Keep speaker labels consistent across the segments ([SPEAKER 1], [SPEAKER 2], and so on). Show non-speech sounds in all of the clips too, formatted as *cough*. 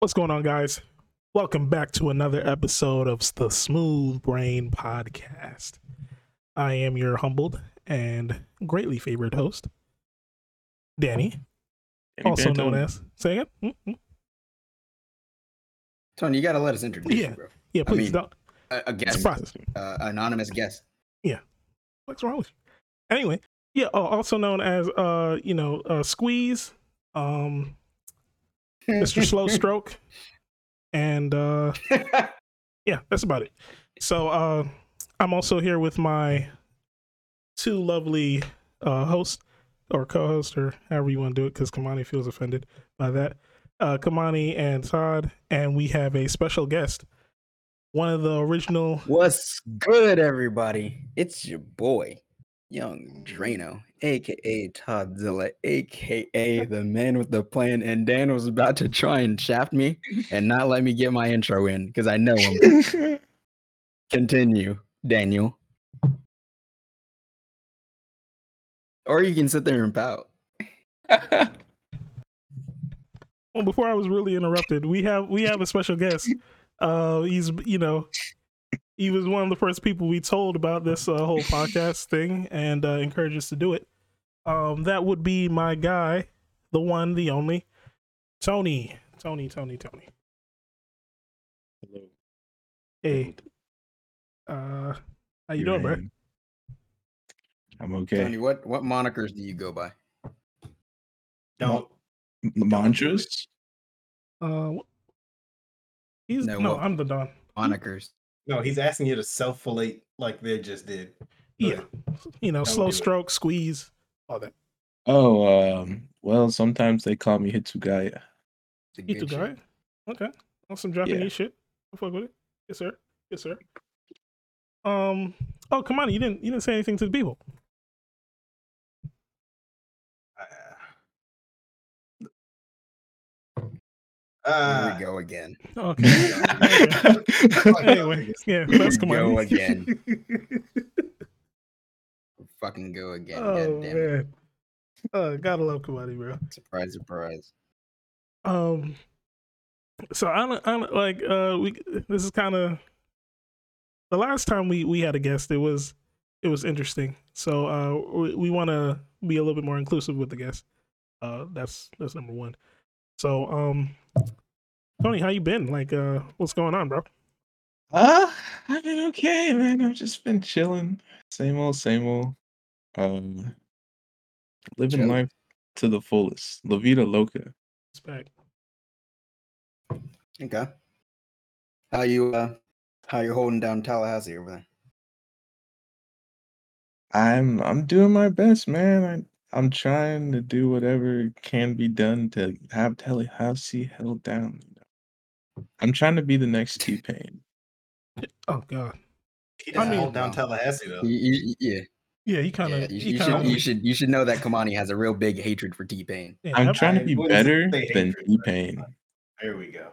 [SPEAKER 1] What's going on, guys? Welcome back to another episode of the Smooth Brain Podcast. I am your humbled and greatly favored host, Danny,
[SPEAKER 2] Danny
[SPEAKER 1] also
[SPEAKER 2] Banton.
[SPEAKER 1] known as say again? Mm, mm.
[SPEAKER 3] Tony, you gotta let us introduce
[SPEAKER 1] Yeah.
[SPEAKER 3] you, bro.
[SPEAKER 1] Yeah, please
[SPEAKER 3] mean,
[SPEAKER 1] don't.
[SPEAKER 3] A, a
[SPEAKER 1] It's a
[SPEAKER 3] guest,
[SPEAKER 1] process.
[SPEAKER 3] uh, anonymous guest.
[SPEAKER 1] What's wrong with you? Anyway, yeah, oh, also known as uh, you know, uh, Squeeze, um, Mr. Slow Stroke, and uh, yeah, that's about it. So uh, I'm also here with my two lovely uh, hosts or co-host or however you want to do it, because Kamani feels offended by that. Uh, Kamani and Todd, and we have a special guest, one of the original.
[SPEAKER 3] *laughs* What's good, everybody? It's your boy, Young Drano, aka Toddzilla, aka the man with the plan. And Dan was about to try and shaft me and not let me get my intro in because I know him. Continue, Daniel. Or you can sit there and pout.
[SPEAKER 1] Well, Oh, before I was really interrupted, we have we have a special guest. Uh, he's you know. He was one of the first people we told about this uh, whole podcast thing and uh, encouraged us to do it. Um, that would be my guy, the one, the only, Tony. Tony, Tony, Tony.
[SPEAKER 2] Hello.
[SPEAKER 1] Hey, uh, how you doing, bro?
[SPEAKER 2] Hey. I'm okay.
[SPEAKER 3] Tony, what what monikers do you go by?
[SPEAKER 2] Don't. M- Mantras?
[SPEAKER 1] Uh, wh- he's
[SPEAKER 3] No,
[SPEAKER 1] no,
[SPEAKER 3] well-
[SPEAKER 1] I'm the Don.
[SPEAKER 3] Monikers.
[SPEAKER 4] No, he's asking you to self fillet like they just did.
[SPEAKER 1] Yeah, you know,
[SPEAKER 2] Don't
[SPEAKER 1] slow
[SPEAKER 2] do it.
[SPEAKER 1] stroke, squeeze, all that.
[SPEAKER 2] Oh, um, well, sometimes they call me Hitsugaya.
[SPEAKER 3] The
[SPEAKER 1] You
[SPEAKER 3] good
[SPEAKER 1] took all
[SPEAKER 3] shit.
[SPEAKER 1] right. Okay. On some Japanese shit. I fuck with it. Yes, sir. Yes, sir. Um. Oh, come on. You didn't. You didn't say anything to the people.
[SPEAKER 4] Ah.
[SPEAKER 3] Here
[SPEAKER 4] Uh,
[SPEAKER 3] we go again.
[SPEAKER 1] Oh, Okay.
[SPEAKER 2] *laughs*
[SPEAKER 1] Okay. anyway,
[SPEAKER 3] *laughs*
[SPEAKER 1] yeah.
[SPEAKER 3] Here
[SPEAKER 1] That's
[SPEAKER 3] we
[SPEAKER 1] come on.
[SPEAKER 3] go again.
[SPEAKER 1] *laughs*
[SPEAKER 3] Fucking go again.
[SPEAKER 1] Oh
[SPEAKER 3] God damn it.
[SPEAKER 1] man. Uh, gotta love Kamani, bro.
[SPEAKER 3] Surprise, surprise.
[SPEAKER 1] Um. So I don't, I don't like uh we this is kind of the last time we we had a guest it was it was interesting. So uh we, we want to be a little bit more inclusive with the guests. Uh that's that's number 1. So um Tony, how you been? Like uh what's going on, bro?
[SPEAKER 2] Uh, I've been okay, man. I've just been chilling. Same old, same old. Um, living
[SPEAKER 3] Chilling.
[SPEAKER 2] life to the fullest. La vida loca.
[SPEAKER 1] It's back.
[SPEAKER 3] Okay. How you uh how you holding down Tallahassee over there?
[SPEAKER 2] I'm I'm doing my best, man. I I'm trying to do whatever can be done to have Tallahassee held down. You know? I'm trying to be
[SPEAKER 1] *laughs*
[SPEAKER 2] the next T Pain.
[SPEAKER 1] Oh god.
[SPEAKER 4] he
[SPEAKER 1] I
[SPEAKER 4] doesn't
[SPEAKER 1] mean-
[SPEAKER 4] hold down Tallahassee though.
[SPEAKER 3] You, you, yeah,
[SPEAKER 1] Yeah, you kind
[SPEAKER 3] yeah.
[SPEAKER 1] of
[SPEAKER 3] You,
[SPEAKER 1] you,
[SPEAKER 3] you
[SPEAKER 1] kind
[SPEAKER 3] should you
[SPEAKER 1] of
[SPEAKER 3] should you should know that Kamani has a real big hatred for T Pain.
[SPEAKER 2] I'm trying to
[SPEAKER 4] I
[SPEAKER 2] be
[SPEAKER 4] wouldn't say
[SPEAKER 2] better
[SPEAKER 4] hatred,
[SPEAKER 2] than
[SPEAKER 4] but-
[SPEAKER 2] T Pain.
[SPEAKER 4] There we go.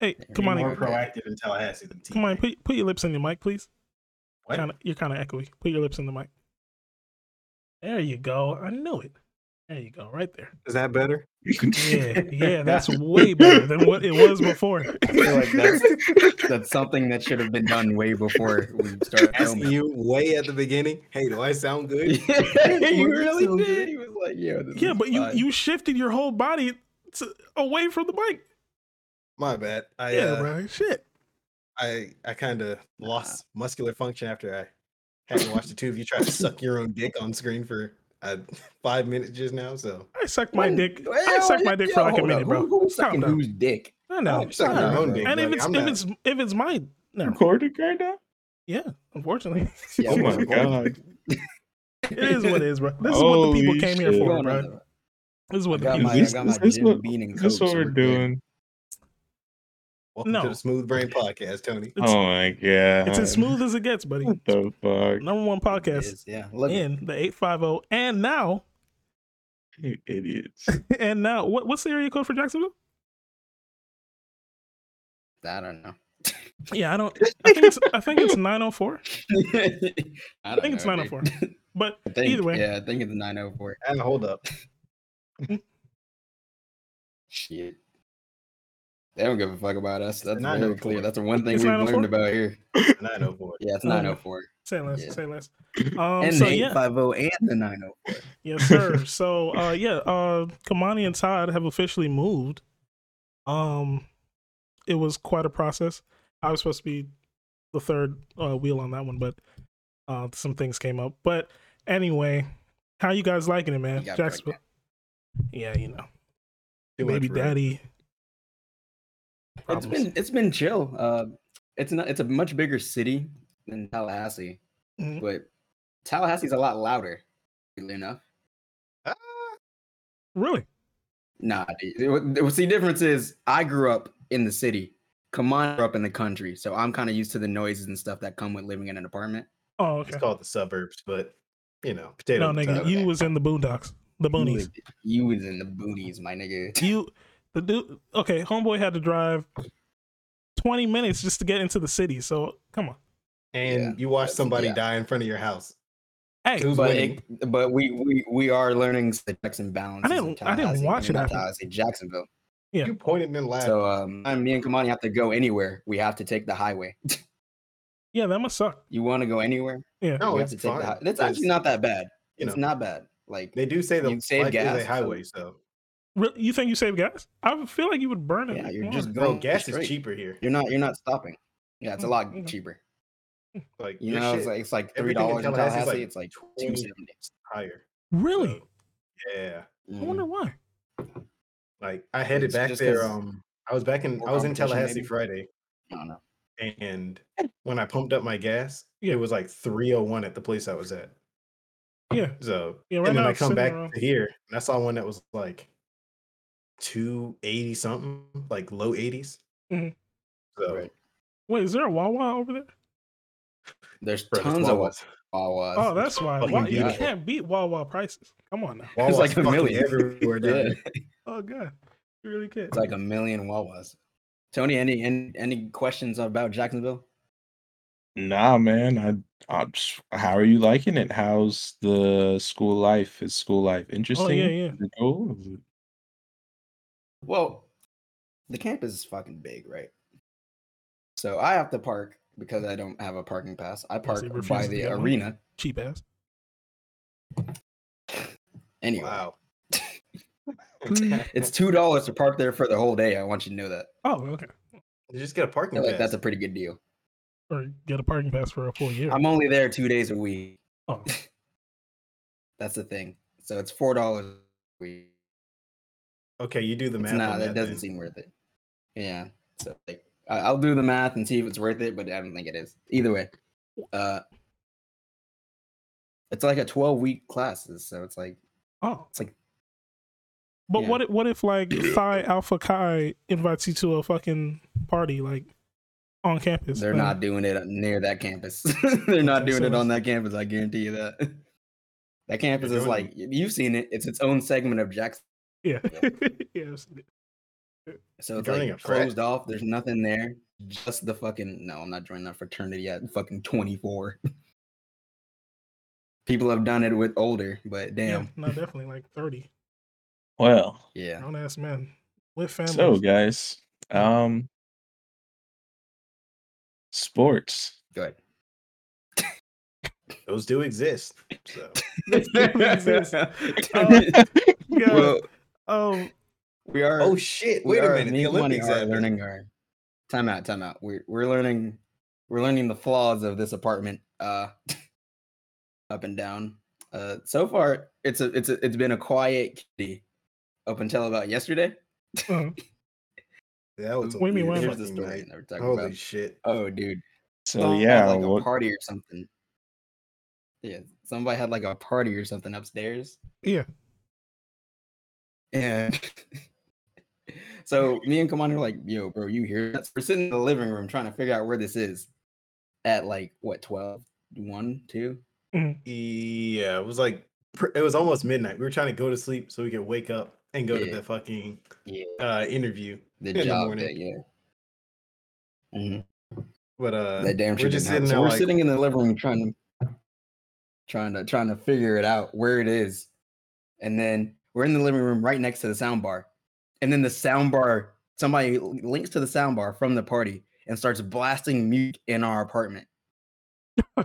[SPEAKER 1] Hey,
[SPEAKER 3] You're
[SPEAKER 1] come on.
[SPEAKER 4] More
[SPEAKER 3] Kamani-
[SPEAKER 4] proactive in Tallahassee than T.
[SPEAKER 1] Come on, put, put your lips in your mic, please.
[SPEAKER 4] What?
[SPEAKER 1] Kinda, you're kind of echoey. Put your lips in the mic. There you go. I knew it. There you go. Right there.
[SPEAKER 4] Is that better?
[SPEAKER 1] Yeah,
[SPEAKER 3] *laughs*
[SPEAKER 1] yeah. That's way better than what it was before.
[SPEAKER 3] I feel like that's that's something that should have been done way before we started
[SPEAKER 4] Asking
[SPEAKER 3] filming.
[SPEAKER 4] you way at the beginning. Hey, do I
[SPEAKER 3] *laughs*
[SPEAKER 4] sound good?
[SPEAKER 1] *laughs*
[SPEAKER 3] you
[SPEAKER 4] We're
[SPEAKER 3] really
[SPEAKER 4] so
[SPEAKER 3] did.
[SPEAKER 4] good.
[SPEAKER 3] He was like, "Yo, this
[SPEAKER 1] Yeah,
[SPEAKER 3] is
[SPEAKER 1] but you
[SPEAKER 3] fine."
[SPEAKER 1] you shifted your whole body to, away from the mic.
[SPEAKER 4] My bad. I
[SPEAKER 1] Yeah,
[SPEAKER 4] uh,
[SPEAKER 1] bro. Shit.
[SPEAKER 4] I I kind of lost
[SPEAKER 3] Ah.
[SPEAKER 4] muscular function after I had to watch the two of
[SPEAKER 3] *laughs*
[SPEAKER 4] you try to suck your own dick on screen for uh, *laughs* five minutes just now. So
[SPEAKER 1] I sucked my
[SPEAKER 3] When-
[SPEAKER 1] dick. I
[SPEAKER 3] Well,
[SPEAKER 1] sucked my dick for
[SPEAKER 3] yo,
[SPEAKER 1] like a
[SPEAKER 3] hold up.
[SPEAKER 1] minute, bro.
[SPEAKER 3] Who, who's
[SPEAKER 1] Calm
[SPEAKER 3] sucking
[SPEAKER 1] down.
[SPEAKER 3] who's dick?
[SPEAKER 1] I know.
[SPEAKER 4] I'm sucking
[SPEAKER 1] I
[SPEAKER 4] your
[SPEAKER 1] know.
[SPEAKER 4] own dick.
[SPEAKER 1] And if
[SPEAKER 4] like,
[SPEAKER 1] it's
[SPEAKER 4] I'm
[SPEAKER 1] if
[SPEAKER 4] not-
[SPEAKER 1] it's if it's mine, no.
[SPEAKER 2] *laughs* Recorded right now?
[SPEAKER 1] Yeah, unfortunately, *laughs*
[SPEAKER 3] Yeah,
[SPEAKER 2] oh
[SPEAKER 3] we're
[SPEAKER 2] my
[SPEAKER 3] recording.
[SPEAKER 2] god.
[SPEAKER 1] it is what it is, bro. This is what the people
[SPEAKER 2] Holy
[SPEAKER 1] came here
[SPEAKER 2] shit.
[SPEAKER 1] for,
[SPEAKER 3] Going on
[SPEAKER 1] bro.
[SPEAKER 3] though.
[SPEAKER 1] This is what the
[SPEAKER 3] got
[SPEAKER 1] people.
[SPEAKER 3] my- I
[SPEAKER 1] *laughs*
[SPEAKER 2] This,
[SPEAKER 3] got
[SPEAKER 2] this,
[SPEAKER 3] my
[SPEAKER 2] this
[SPEAKER 3] gym
[SPEAKER 2] what,
[SPEAKER 3] bean and
[SPEAKER 2] this
[SPEAKER 3] Coke,
[SPEAKER 2] what
[SPEAKER 3] so
[SPEAKER 2] we're
[SPEAKER 3] we're good.
[SPEAKER 2] doing.
[SPEAKER 4] welcome to
[SPEAKER 1] No.
[SPEAKER 4] the Smooth Brain Podcast, Tony.
[SPEAKER 1] It's-
[SPEAKER 2] oh my god.
[SPEAKER 1] It's as smooth as it gets,
[SPEAKER 3] *laughs*
[SPEAKER 1] buddy.
[SPEAKER 2] What the fuck?
[SPEAKER 1] Number one
[SPEAKER 3] It
[SPEAKER 1] podcast
[SPEAKER 3] is, Yeah, look at
[SPEAKER 1] in the 850 and now *laughs*
[SPEAKER 2] You idiots.
[SPEAKER 1] and now what, what's the area code for jacksonville
[SPEAKER 3] that. I
[SPEAKER 1] *laughs*
[SPEAKER 3] don't know.
[SPEAKER 1] yeah i *laughs* don't i think it's, I think it's 904
[SPEAKER 3] *laughs* I,
[SPEAKER 1] i think it's 904 but
[SPEAKER 3] *laughs* I think,
[SPEAKER 1] Either way.
[SPEAKER 3] yeah, I think it's 904.
[SPEAKER 4] Ah, hold up.
[SPEAKER 3] Shit. They don't give a fuck about us. That's
[SPEAKER 4] not
[SPEAKER 3] very
[SPEAKER 4] 904.
[SPEAKER 3] clear. That's the one thing
[SPEAKER 1] oh It's 904?
[SPEAKER 3] we've learned about here.
[SPEAKER 4] *laughs* And I know boy.
[SPEAKER 3] Yeah, it's
[SPEAKER 1] Oh, yeah.
[SPEAKER 3] 904.
[SPEAKER 1] Say less.
[SPEAKER 3] Yeah.
[SPEAKER 1] Say less. Um,
[SPEAKER 3] and
[SPEAKER 1] so
[SPEAKER 3] the
[SPEAKER 1] yeah,
[SPEAKER 3] 850 and the 904.
[SPEAKER 1] yes, sir. So uh, yeah, uh, Kamani and Todd have officially moved. Um, it was quite a process. I was supposed to be the third uh, wheel on that one, but uh, some things came up. But anyway, how you guys liking it, man?
[SPEAKER 3] You got
[SPEAKER 1] Jacksonville.
[SPEAKER 3] pregnant.
[SPEAKER 1] Yeah, you know,
[SPEAKER 4] Too much
[SPEAKER 1] baby
[SPEAKER 4] for it.
[SPEAKER 1] daddy.
[SPEAKER 3] It's
[SPEAKER 1] problems.
[SPEAKER 3] been it's been chill. Uh, it's not it's a much bigger city than Tallahassee,
[SPEAKER 1] Mhm.
[SPEAKER 3] but Tallahassee's a lot louder. Weirdly enough,
[SPEAKER 4] Ah,
[SPEAKER 1] really.
[SPEAKER 3] nah. dude, it wa- it was- The difference is I grew up in the city. Kamon grew up in the country, so I'm kind of used to the noises and stuff that come with living in an apartment.
[SPEAKER 1] Oh,
[SPEAKER 4] It's
[SPEAKER 1] okay.
[SPEAKER 4] called the suburbs, but you know, potato.
[SPEAKER 1] No, nigga,
[SPEAKER 4] potato.
[SPEAKER 1] you was in the boondocks, the
[SPEAKER 3] You
[SPEAKER 1] boonies.
[SPEAKER 3] was- You was in the boonies, my nigga.
[SPEAKER 1] *laughs* you the dude okay homeboy had to drive 20 minutes just to get into the city so come on
[SPEAKER 4] and
[SPEAKER 3] Yeah,
[SPEAKER 4] you watch
[SPEAKER 3] that's-
[SPEAKER 4] somebody
[SPEAKER 3] yeah.
[SPEAKER 4] die in front of your house.
[SPEAKER 1] hey
[SPEAKER 4] Who's
[SPEAKER 3] but
[SPEAKER 4] winning?
[SPEAKER 3] it, but we, we we are learning the checks and balances. of
[SPEAKER 1] didn't- I didn't
[SPEAKER 3] Tallahassee,
[SPEAKER 1] watch
[SPEAKER 3] mean,
[SPEAKER 1] it, I
[SPEAKER 3] Not
[SPEAKER 1] think.
[SPEAKER 3] Tallahassee, Jacksonville.
[SPEAKER 1] yeah.
[SPEAKER 4] You pointed and laughed.
[SPEAKER 3] So um, and me and Kamani have to go anywhere. We have to take the highway.
[SPEAKER 1] yeah that must suck
[SPEAKER 3] you want to go anywhere?
[SPEAKER 1] yeah
[SPEAKER 4] no,
[SPEAKER 3] we
[SPEAKER 4] it's
[SPEAKER 3] have to take
[SPEAKER 4] fine.
[SPEAKER 3] the high- That's
[SPEAKER 4] because,
[SPEAKER 3] actually not that bad.
[SPEAKER 4] you
[SPEAKER 3] It's
[SPEAKER 4] know,
[SPEAKER 3] not bad. Like
[SPEAKER 4] They do say the
[SPEAKER 3] you save
[SPEAKER 4] life
[SPEAKER 3] gas,
[SPEAKER 4] is
[SPEAKER 3] so-
[SPEAKER 4] a highway, so
[SPEAKER 1] Re- you think you save gas i feel like you would burn it
[SPEAKER 3] yeah, you're
[SPEAKER 1] more.
[SPEAKER 3] just
[SPEAKER 4] bro,
[SPEAKER 3] going
[SPEAKER 4] gas
[SPEAKER 3] straight.
[SPEAKER 4] is cheaper here.
[SPEAKER 3] You're not you're not stopping. Yeah, it's a
[SPEAKER 1] Mm,
[SPEAKER 3] lot
[SPEAKER 1] okay.
[SPEAKER 3] cheaper.
[SPEAKER 4] Like
[SPEAKER 3] You
[SPEAKER 4] your
[SPEAKER 3] know,
[SPEAKER 4] shit
[SPEAKER 3] it's like it's like three
[SPEAKER 4] everything in
[SPEAKER 3] dollars in
[SPEAKER 4] Tallahassee is
[SPEAKER 3] Tallahassee.
[SPEAKER 4] like
[SPEAKER 3] It's like two
[SPEAKER 4] 20.
[SPEAKER 3] seventy.
[SPEAKER 4] is higher.
[SPEAKER 1] really
[SPEAKER 4] Mm-hmm. So, yeah.
[SPEAKER 1] i
[SPEAKER 3] Mm.
[SPEAKER 1] wonder why
[SPEAKER 4] Like I headed
[SPEAKER 3] It's
[SPEAKER 4] back
[SPEAKER 3] just
[SPEAKER 4] there.
[SPEAKER 3] 'cause
[SPEAKER 4] Um, I was back in
[SPEAKER 3] more
[SPEAKER 4] I was in
[SPEAKER 3] competition,
[SPEAKER 4] Tallahassee
[SPEAKER 3] maybe?
[SPEAKER 4] Friday,
[SPEAKER 3] I don't know.
[SPEAKER 4] and when I pumped up my gas,
[SPEAKER 1] Yeah.
[SPEAKER 4] it was like 301 at the place I was at.
[SPEAKER 1] yeah
[SPEAKER 4] So
[SPEAKER 1] Yeah, right
[SPEAKER 4] and then
[SPEAKER 1] now
[SPEAKER 4] I
[SPEAKER 1] it's
[SPEAKER 4] come
[SPEAKER 1] sitting
[SPEAKER 4] back
[SPEAKER 1] around-
[SPEAKER 4] to here and I saw one that was like two eighty something, like low 80s
[SPEAKER 1] Mhm.
[SPEAKER 4] So
[SPEAKER 3] Right.
[SPEAKER 1] wait is there a wawa over there
[SPEAKER 3] There's
[SPEAKER 4] bro, this
[SPEAKER 3] tons of
[SPEAKER 4] Wawa's-
[SPEAKER 3] Wawas.
[SPEAKER 1] oh that's why
[SPEAKER 4] fucking
[SPEAKER 1] Wa- you
[SPEAKER 4] beautiful.
[SPEAKER 1] can't beat wawa prices come on now
[SPEAKER 3] *laughs*
[SPEAKER 4] Wawa's
[SPEAKER 3] like a
[SPEAKER 4] fucking
[SPEAKER 3] million.
[SPEAKER 4] everywhere. down
[SPEAKER 3] *laughs* yeah.
[SPEAKER 4] there.
[SPEAKER 1] oh god you really can't
[SPEAKER 3] It's like a million Wawas. Tony, any any, any questions about Jacksonville?
[SPEAKER 2] Nah, man. I, I'm. s- How are you liking it? How's the school life? Is school life interesting?
[SPEAKER 1] Oh, yeah.
[SPEAKER 2] Is it cool? Is it-
[SPEAKER 3] Well, the campus is fucking big, right? So I have to park because I don't have a parking pass. I
[SPEAKER 1] Yes,
[SPEAKER 3] park
[SPEAKER 1] he
[SPEAKER 3] by
[SPEAKER 1] refuses to
[SPEAKER 3] the
[SPEAKER 1] get one.
[SPEAKER 3] arena.
[SPEAKER 1] cheap ass
[SPEAKER 3] Anyway,
[SPEAKER 4] Wow.
[SPEAKER 3] *laughs*
[SPEAKER 4] *laughs*
[SPEAKER 1] Mm.
[SPEAKER 3] it's two dollars to park there for the whole day. I want you to know that.
[SPEAKER 1] oh okay
[SPEAKER 4] You just get a
[SPEAKER 3] I feel
[SPEAKER 4] parking
[SPEAKER 3] like
[SPEAKER 4] pass.
[SPEAKER 3] that's a pretty good deal.
[SPEAKER 1] or get a parking pass for a full year
[SPEAKER 3] I'm only there two days a week.
[SPEAKER 1] oh.
[SPEAKER 3] That's the thing. So it's four dollars a week.
[SPEAKER 4] okay, you do the
[SPEAKER 3] It's
[SPEAKER 4] math.
[SPEAKER 3] not.
[SPEAKER 4] on
[SPEAKER 3] That doesn't
[SPEAKER 4] then.
[SPEAKER 3] seem worth it. Yeah. So like, I- I'll do the math and see if it's worth it, but I don't think it is. Either way, uh, it's like a twelve week classes. So it's like
[SPEAKER 1] Oh,
[SPEAKER 3] *laughs* It's like-
[SPEAKER 1] But
[SPEAKER 3] Yeah.
[SPEAKER 1] what if, what if like Phi Alpha Chi invites you to a fucking party like on campus?
[SPEAKER 3] They're
[SPEAKER 1] and-
[SPEAKER 3] not doing it near that campus. *laughs* They're not
[SPEAKER 1] Okay,
[SPEAKER 3] doing
[SPEAKER 1] so
[SPEAKER 3] it on
[SPEAKER 1] it's-
[SPEAKER 3] that campus. I guarantee you that. *laughs* That campus is
[SPEAKER 4] doing
[SPEAKER 3] like y- you've seen it. It's its own segment of Jackson.
[SPEAKER 1] Yeah.
[SPEAKER 3] Yeah.
[SPEAKER 1] *laughs* yeah. I've seen it.
[SPEAKER 3] So
[SPEAKER 4] You're
[SPEAKER 3] it's
[SPEAKER 4] joining
[SPEAKER 3] like
[SPEAKER 4] a frat?
[SPEAKER 3] closed off. There's nothing there. Just the fucking no. I'm not joining that fraternity yet. Fucking 24. *laughs* People have done it with older, but
[SPEAKER 1] Yeah,
[SPEAKER 3] damn,
[SPEAKER 1] no, definitely like thirty
[SPEAKER 2] Well,
[SPEAKER 3] yeah.
[SPEAKER 1] grown ass men with families.
[SPEAKER 2] so guys, um, sports.
[SPEAKER 3] Go ahead.
[SPEAKER 4] Those do exist.
[SPEAKER 3] *laughs*
[SPEAKER 4] So *laughs*
[SPEAKER 1] exist. Yeah.
[SPEAKER 3] well,
[SPEAKER 1] um,
[SPEAKER 3] we are.
[SPEAKER 4] oh shit!
[SPEAKER 3] we
[SPEAKER 4] Wait a
[SPEAKER 3] are-
[SPEAKER 4] minute.
[SPEAKER 3] me
[SPEAKER 4] The
[SPEAKER 3] and Money
[SPEAKER 4] Olympics
[SPEAKER 3] are
[SPEAKER 4] happened.
[SPEAKER 3] learning our time out, time out. We're we're learning we're learning the flaws of this apartment uh *laughs* up and down. Uh so far it's a it's a, it's been a quiet kitty up until about yesterday.
[SPEAKER 1] uh,
[SPEAKER 4] That was a
[SPEAKER 1] What do you mean,
[SPEAKER 4] weird
[SPEAKER 1] why am I-
[SPEAKER 3] Here's the
[SPEAKER 4] fucking
[SPEAKER 3] story
[SPEAKER 4] night.
[SPEAKER 3] that we're talking
[SPEAKER 4] Holy
[SPEAKER 3] about.
[SPEAKER 4] shit!
[SPEAKER 3] oh dude.
[SPEAKER 2] So
[SPEAKER 3] someone had,
[SPEAKER 2] yeah,
[SPEAKER 3] like a
[SPEAKER 2] what,
[SPEAKER 3] party or something. Yeah, somebody had like a party or something upstairs.
[SPEAKER 1] yeah.
[SPEAKER 3] And *laughs* so me and Kamani were like, yo, bro, you hear that? We're sitting in the living room trying to figure out where this is at like what 12, 1, 2?
[SPEAKER 4] Yeah, it was like pr- it was almost midnight. We were trying to go to sleep so we could wake up and go to
[SPEAKER 3] Yeah.
[SPEAKER 4] the fucking
[SPEAKER 3] Yeah.
[SPEAKER 4] uh, interview.
[SPEAKER 3] The
[SPEAKER 4] the
[SPEAKER 3] job
[SPEAKER 4] morning.
[SPEAKER 3] day, yeah. Mhm.
[SPEAKER 4] But uh,
[SPEAKER 3] That damn
[SPEAKER 4] we're
[SPEAKER 3] shit.
[SPEAKER 4] just
[SPEAKER 3] didn't happen.
[SPEAKER 4] sitting there.
[SPEAKER 3] So we're
[SPEAKER 4] like,
[SPEAKER 3] sitting in the living room trying to trying to trying to figure it out where it is. And then we're in the living room right next to the sound bar. And then the sound bar somebody l- links to the soundbar from the party and starts blasting music in our apartment.
[SPEAKER 1] uh,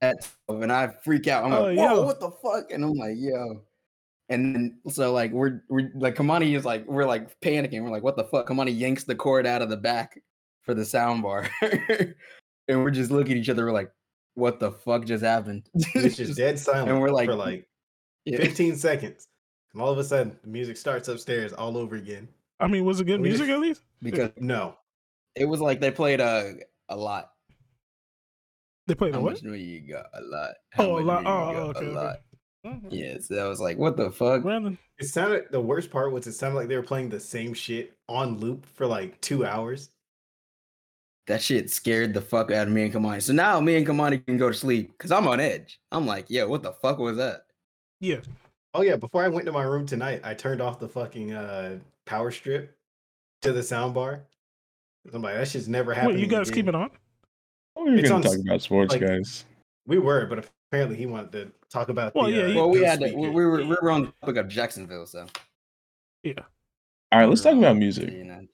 [SPEAKER 3] At 12, and I freak out. I'm
[SPEAKER 1] Oh,
[SPEAKER 3] like, whoa,
[SPEAKER 1] yo.
[SPEAKER 3] what the fuck? And I'm like, yo. And then so like we're we're like Kamani is like we're like panicking. We're like, what the fuck? Kamani yanks the cord out of the back for the soundbar, *laughs* and we're just looking at each other. We're like, what the fuck just happened? *laughs*
[SPEAKER 1] *laughs*
[SPEAKER 4] It's just dead silent
[SPEAKER 3] we're like-
[SPEAKER 4] for like
[SPEAKER 3] *laughs* Yeah.
[SPEAKER 4] 15 seconds. And all of a sudden, the music starts upstairs all over again.
[SPEAKER 1] *laughs* I mean, was it good
[SPEAKER 4] We
[SPEAKER 1] music
[SPEAKER 4] just-
[SPEAKER 1] at least?
[SPEAKER 3] because
[SPEAKER 4] No.
[SPEAKER 3] it was like they played a a lot.
[SPEAKER 1] They played
[SPEAKER 3] How
[SPEAKER 1] a
[SPEAKER 3] much
[SPEAKER 1] what?
[SPEAKER 3] new you got? A lot. How
[SPEAKER 1] Oh, a
[SPEAKER 3] much
[SPEAKER 1] lot.
[SPEAKER 3] new you
[SPEAKER 1] Oh,
[SPEAKER 3] got?
[SPEAKER 1] okay.
[SPEAKER 3] A
[SPEAKER 1] okay.
[SPEAKER 3] lot.
[SPEAKER 1] Mhm.
[SPEAKER 3] Yeah, so I was like, what the fuck?
[SPEAKER 1] Brandon,
[SPEAKER 4] It sounded the worst part was it sounded like they were playing the same shit on loop for like two hours.
[SPEAKER 3] That shit scared the fuck out of me and Kamani. So now me and Kamani can go to sleep because I'm on edge. I'm like, yeah, what the fuck was that?
[SPEAKER 1] yeah.
[SPEAKER 4] Oh yeah, before I went to my room tonight, I turned off the fucking uh power strip to the sound bar. I'm like, that shit's never happened.
[SPEAKER 1] Wait, you guys keep it on?
[SPEAKER 2] Oh, you're
[SPEAKER 4] It's
[SPEAKER 2] gonna
[SPEAKER 4] on
[SPEAKER 2] talk
[SPEAKER 4] s-
[SPEAKER 2] about sports,
[SPEAKER 4] like-
[SPEAKER 2] guys.
[SPEAKER 4] We were, but apparently he wanted to talk about.
[SPEAKER 1] Well,
[SPEAKER 4] the,
[SPEAKER 1] yeah,
[SPEAKER 4] uh,
[SPEAKER 1] you-
[SPEAKER 3] Well, we
[SPEAKER 4] ghost
[SPEAKER 3] had to, we
[SPEAKER 4] speaker.
[SPEAKER 3] we were we were on the topic of Jacksonville, so
[SPEAKER 2] All right, let's
[SPEAKER 3] we're
[SPEAKER 2] talk about
[SPEAKER 3] on-
[SPEAKER 2] music.
[SPEAKER 3] You know.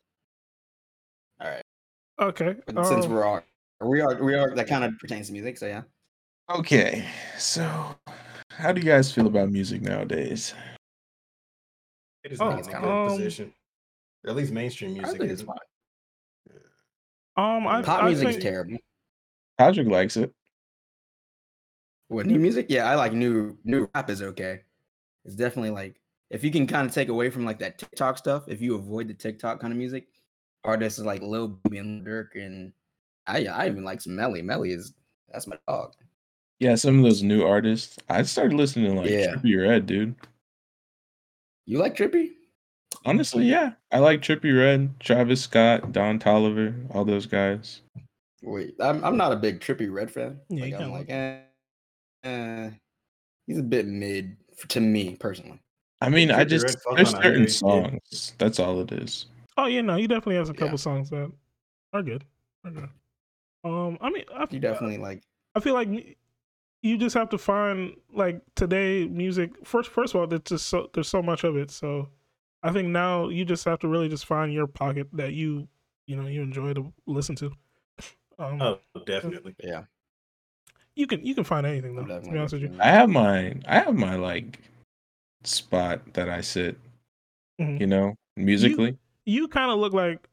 [SPEAKER 3] All right,
[SPEAKER 1] Okay.
[SPEAKER 3] but since
[SPEAKER 1] um,
[SPEAKER 3] we're all we are we are that kind of pertains to music, so yeah.
[SPEAKER 2] Okay, so how do you guys feel about music nowadays?
[SPEAKER 4] It is
[SPEAKER 1] Oh,
[SPEAKER 4] not in a good
[SPEAKER 1] um,
[SPEAKER 4] position. Or at least mainstream
[SPEAKER 3] I
[SPEAKER 4] music
[SPEAKER 3] think it's
[SPEAKER 4] is.
[SPEAKER 3] fine.
[SPEAKER 1] um, I,
[SPEAKER 3] Pop
[SPEAKER 1] I
[SPEAKER 3] music's
[SPEAKER 1] think,
[SPEAKER 3] terrible.
[SPEAKER 2] Patrick likes it.
[SPEAKER 3] What new music? Yeah, I like new new rap is okay. It's definitely like if you can kind of take away from like that TikTok stuff, if you avoid the TikTok kind of music, artists like Lil Baby and Lil Durk and I I even like some Melly. Melly is that's my dog.
[SPEAKER 2] Yeah, some of those new artists. I started listening to like
[SPEAKER 3] Yeah.
[SPEAKER 2] Trippy Red, dude.
[SPEAKER 3] You like Trippy?
[SPEAKER 2] Honestly, yeah, I like Trippy Red, Travis Scott, Don Tolliver, all those guys.
[SPEAKER 3] Wait, I'm I'm not a big Trippy Red fan.
[SPEAKER 1] Yeah,
[SPEAKER 3] like
[SPEAKER 1] you
[SPEAKER 3] I'm
[SPEAKER 1] kinda like-
[SPEAKER 3] like eh, eh, he's a bit mid f- to me personally.
[SPEAKER 2] I mean, I
[SPEAKER 4] Trippie
[SPEAKER 2] just
[SPEAKER 4] Redd fuck
[SPEAKER 2] there's
[SPEAKER 4] on
[SPEAKER 2] certain
[SPEAKER 4] Andre, yeah.
[SPEAKER 2] songs. That's all it is.
[SPEAKER 1] Oh yeah, no, he definitely has a couple
[SPEAKER 3] Yeah.
[SPEAKER 1] songs that are good. Are good. Um, I mean, I,
[SPEAKER 3] You definitely like
[SPEAKER 1] I feel like mu- you just have to find like today music. First, first of all, there's just so there's so much of it. So I think now you just have to really just find your pocket that you you know you enjoy to listen to. Um,
[SPEAKER 4] Oh, definitely.
[SPEAKER 3] yeah.
[SPEAKER 1] you can you can find anything though.
[SPEAKER 3] I'm
[SPEAKER 1] To
[SPEAKER 3] definitely
[SPEAKER 1] be honest with you,
[SPEAKER 3] with
[SPEAKER 2] I have my I have my like spot that I sit,
[SPEAKER 1] Mhm.
[SPEAKER 2] you know, musically.
[SPEAKER 1] you kind of look like,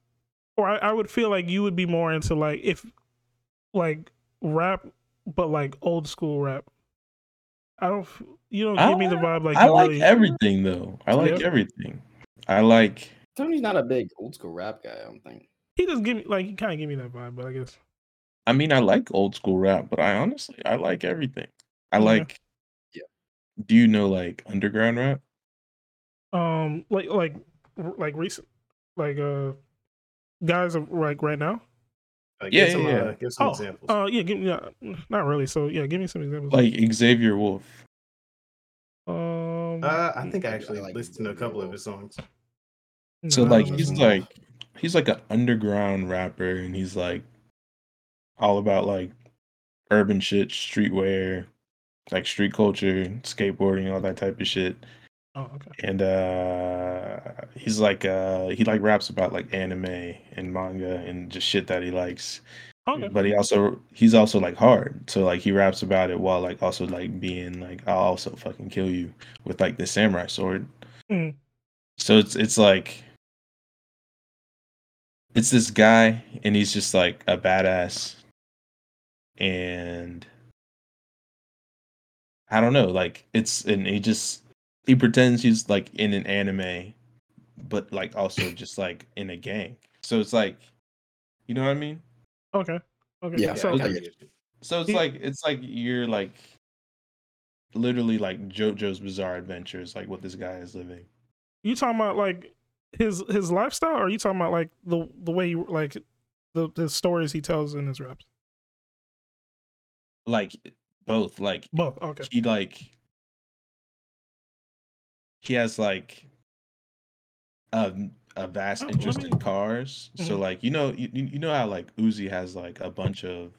[SPEAKER 1] or I, I would feel like you would be more into like if like rap, but like old school rap. I don't. f- You don't give me the
[SPEAKER 2] I-
[SPEAKER 1] vibe like
[SPEAKER 2] I
[SPEAKER 1] you
[SPEAKER 2] like
[SPEAKER 1] really.
[SPEAKER 2] everything though. I like
[SPEAKER 1] Yeah.
[SPEAKER 2] everything. I like
[SPEAKER 3] Tony's not a big old school rap guy, I don't think.
[SPEAKER 1] he does give me like he kind of give me that vibe, but I guess
[SPEAKER 2] I mean, I like old school rap, but I honestly I like everything. I
[SPEAKER 1] Yeah.
[SPEAKER 2] like
[SPEAKER 3] Yeah.
[SPEAKER 2] Do you know like underground rap?
[SPEAKER 1] um like like r- like recent like uh guys are like right now.
[SPEAKER 4] Like,
[SPEAKER 2] Yeah,
[SPEAKER 4] give some,
[SPEAKER 2] yeah, yeah.
[SPEAKER 4] Uh, give some
[SPEAKER 1] oh,
[SPEAKER 4] examples.
[SPEAKER 1] uh yeah, give me yeah, not really. So yeah, give me some examples.
[SPEAKER 2] Like Xavier Wolf.
[SPEAKER 1] um,
[SPEAKER 4] Uh, I think I
[SPEAKER 3] I
[SPEAKER 4] actually
[SPEAKER 3] like
[SPEAKER 4] listened to a
[SPEAKER 3] Xavier
[SPEAKER 4] couple of
[SPEAKER 3] Wolf.
[SPEAKER 4] his songs.
[SPEAKER 2] So
[SPEAKER 1] nah,
[SPEAKER 2] like
[SPEAKER 1] nah,
[SPEAKER 2] he's
[SPEAKER 1] nah.
[SPEAKER 2] like he's like an underground rapper and he's like all about like urban shit, streetwear, like street culture, skateboarding, all that type of shit.
[SPEAKER 1] oh okay
[SPEAKER 2] And uh he's like uh he like raps about like anime and manga and just shit that he likes.
[SPEAKER 1] okay
[SPEAKER 2] But he also he's also like hard. So like he raps about it while like also like being like I'll also fucking kill you with like the samurai sword.
[SPEAKER 1] Mm.
[SPEAKER 2] So it's it's like it's this guy and he's just like a badass and I don't know, like it's and he just he pretends he's like in an anime but like also just like in a gang. So it's like you know what I mean?
[SPEAKER 1] okay okay
[SPEAKER 3] Yeah,
[SPEAKER 1] so
[SPEAKER 3] okay.
[SPEAKER 2] So it's
[SPEAKER 1] Yeah.
[SPEAKER 2] like it's like you're like literally like JoJo's bizarre adventures, like what this guy is living.
[SPEAKER 1] you talking about like his his lifestyle or are you talking about like the the way he like the the stories he tells in his raps
[SPEAKER 2] Like both, like
[SPEAKER 1] both okay
[SPEAKER 2] he like he has like a a vast
[SPEAKER 1] Oh, let
[SPEAKER 2] interest
[SPEAKER 1] me-
[SPEAKER 2] in cars. So
[SPEAKER 1] Mhm.
[SPEAKER 2] like you know you, you you know how like Uzi has like a bunch of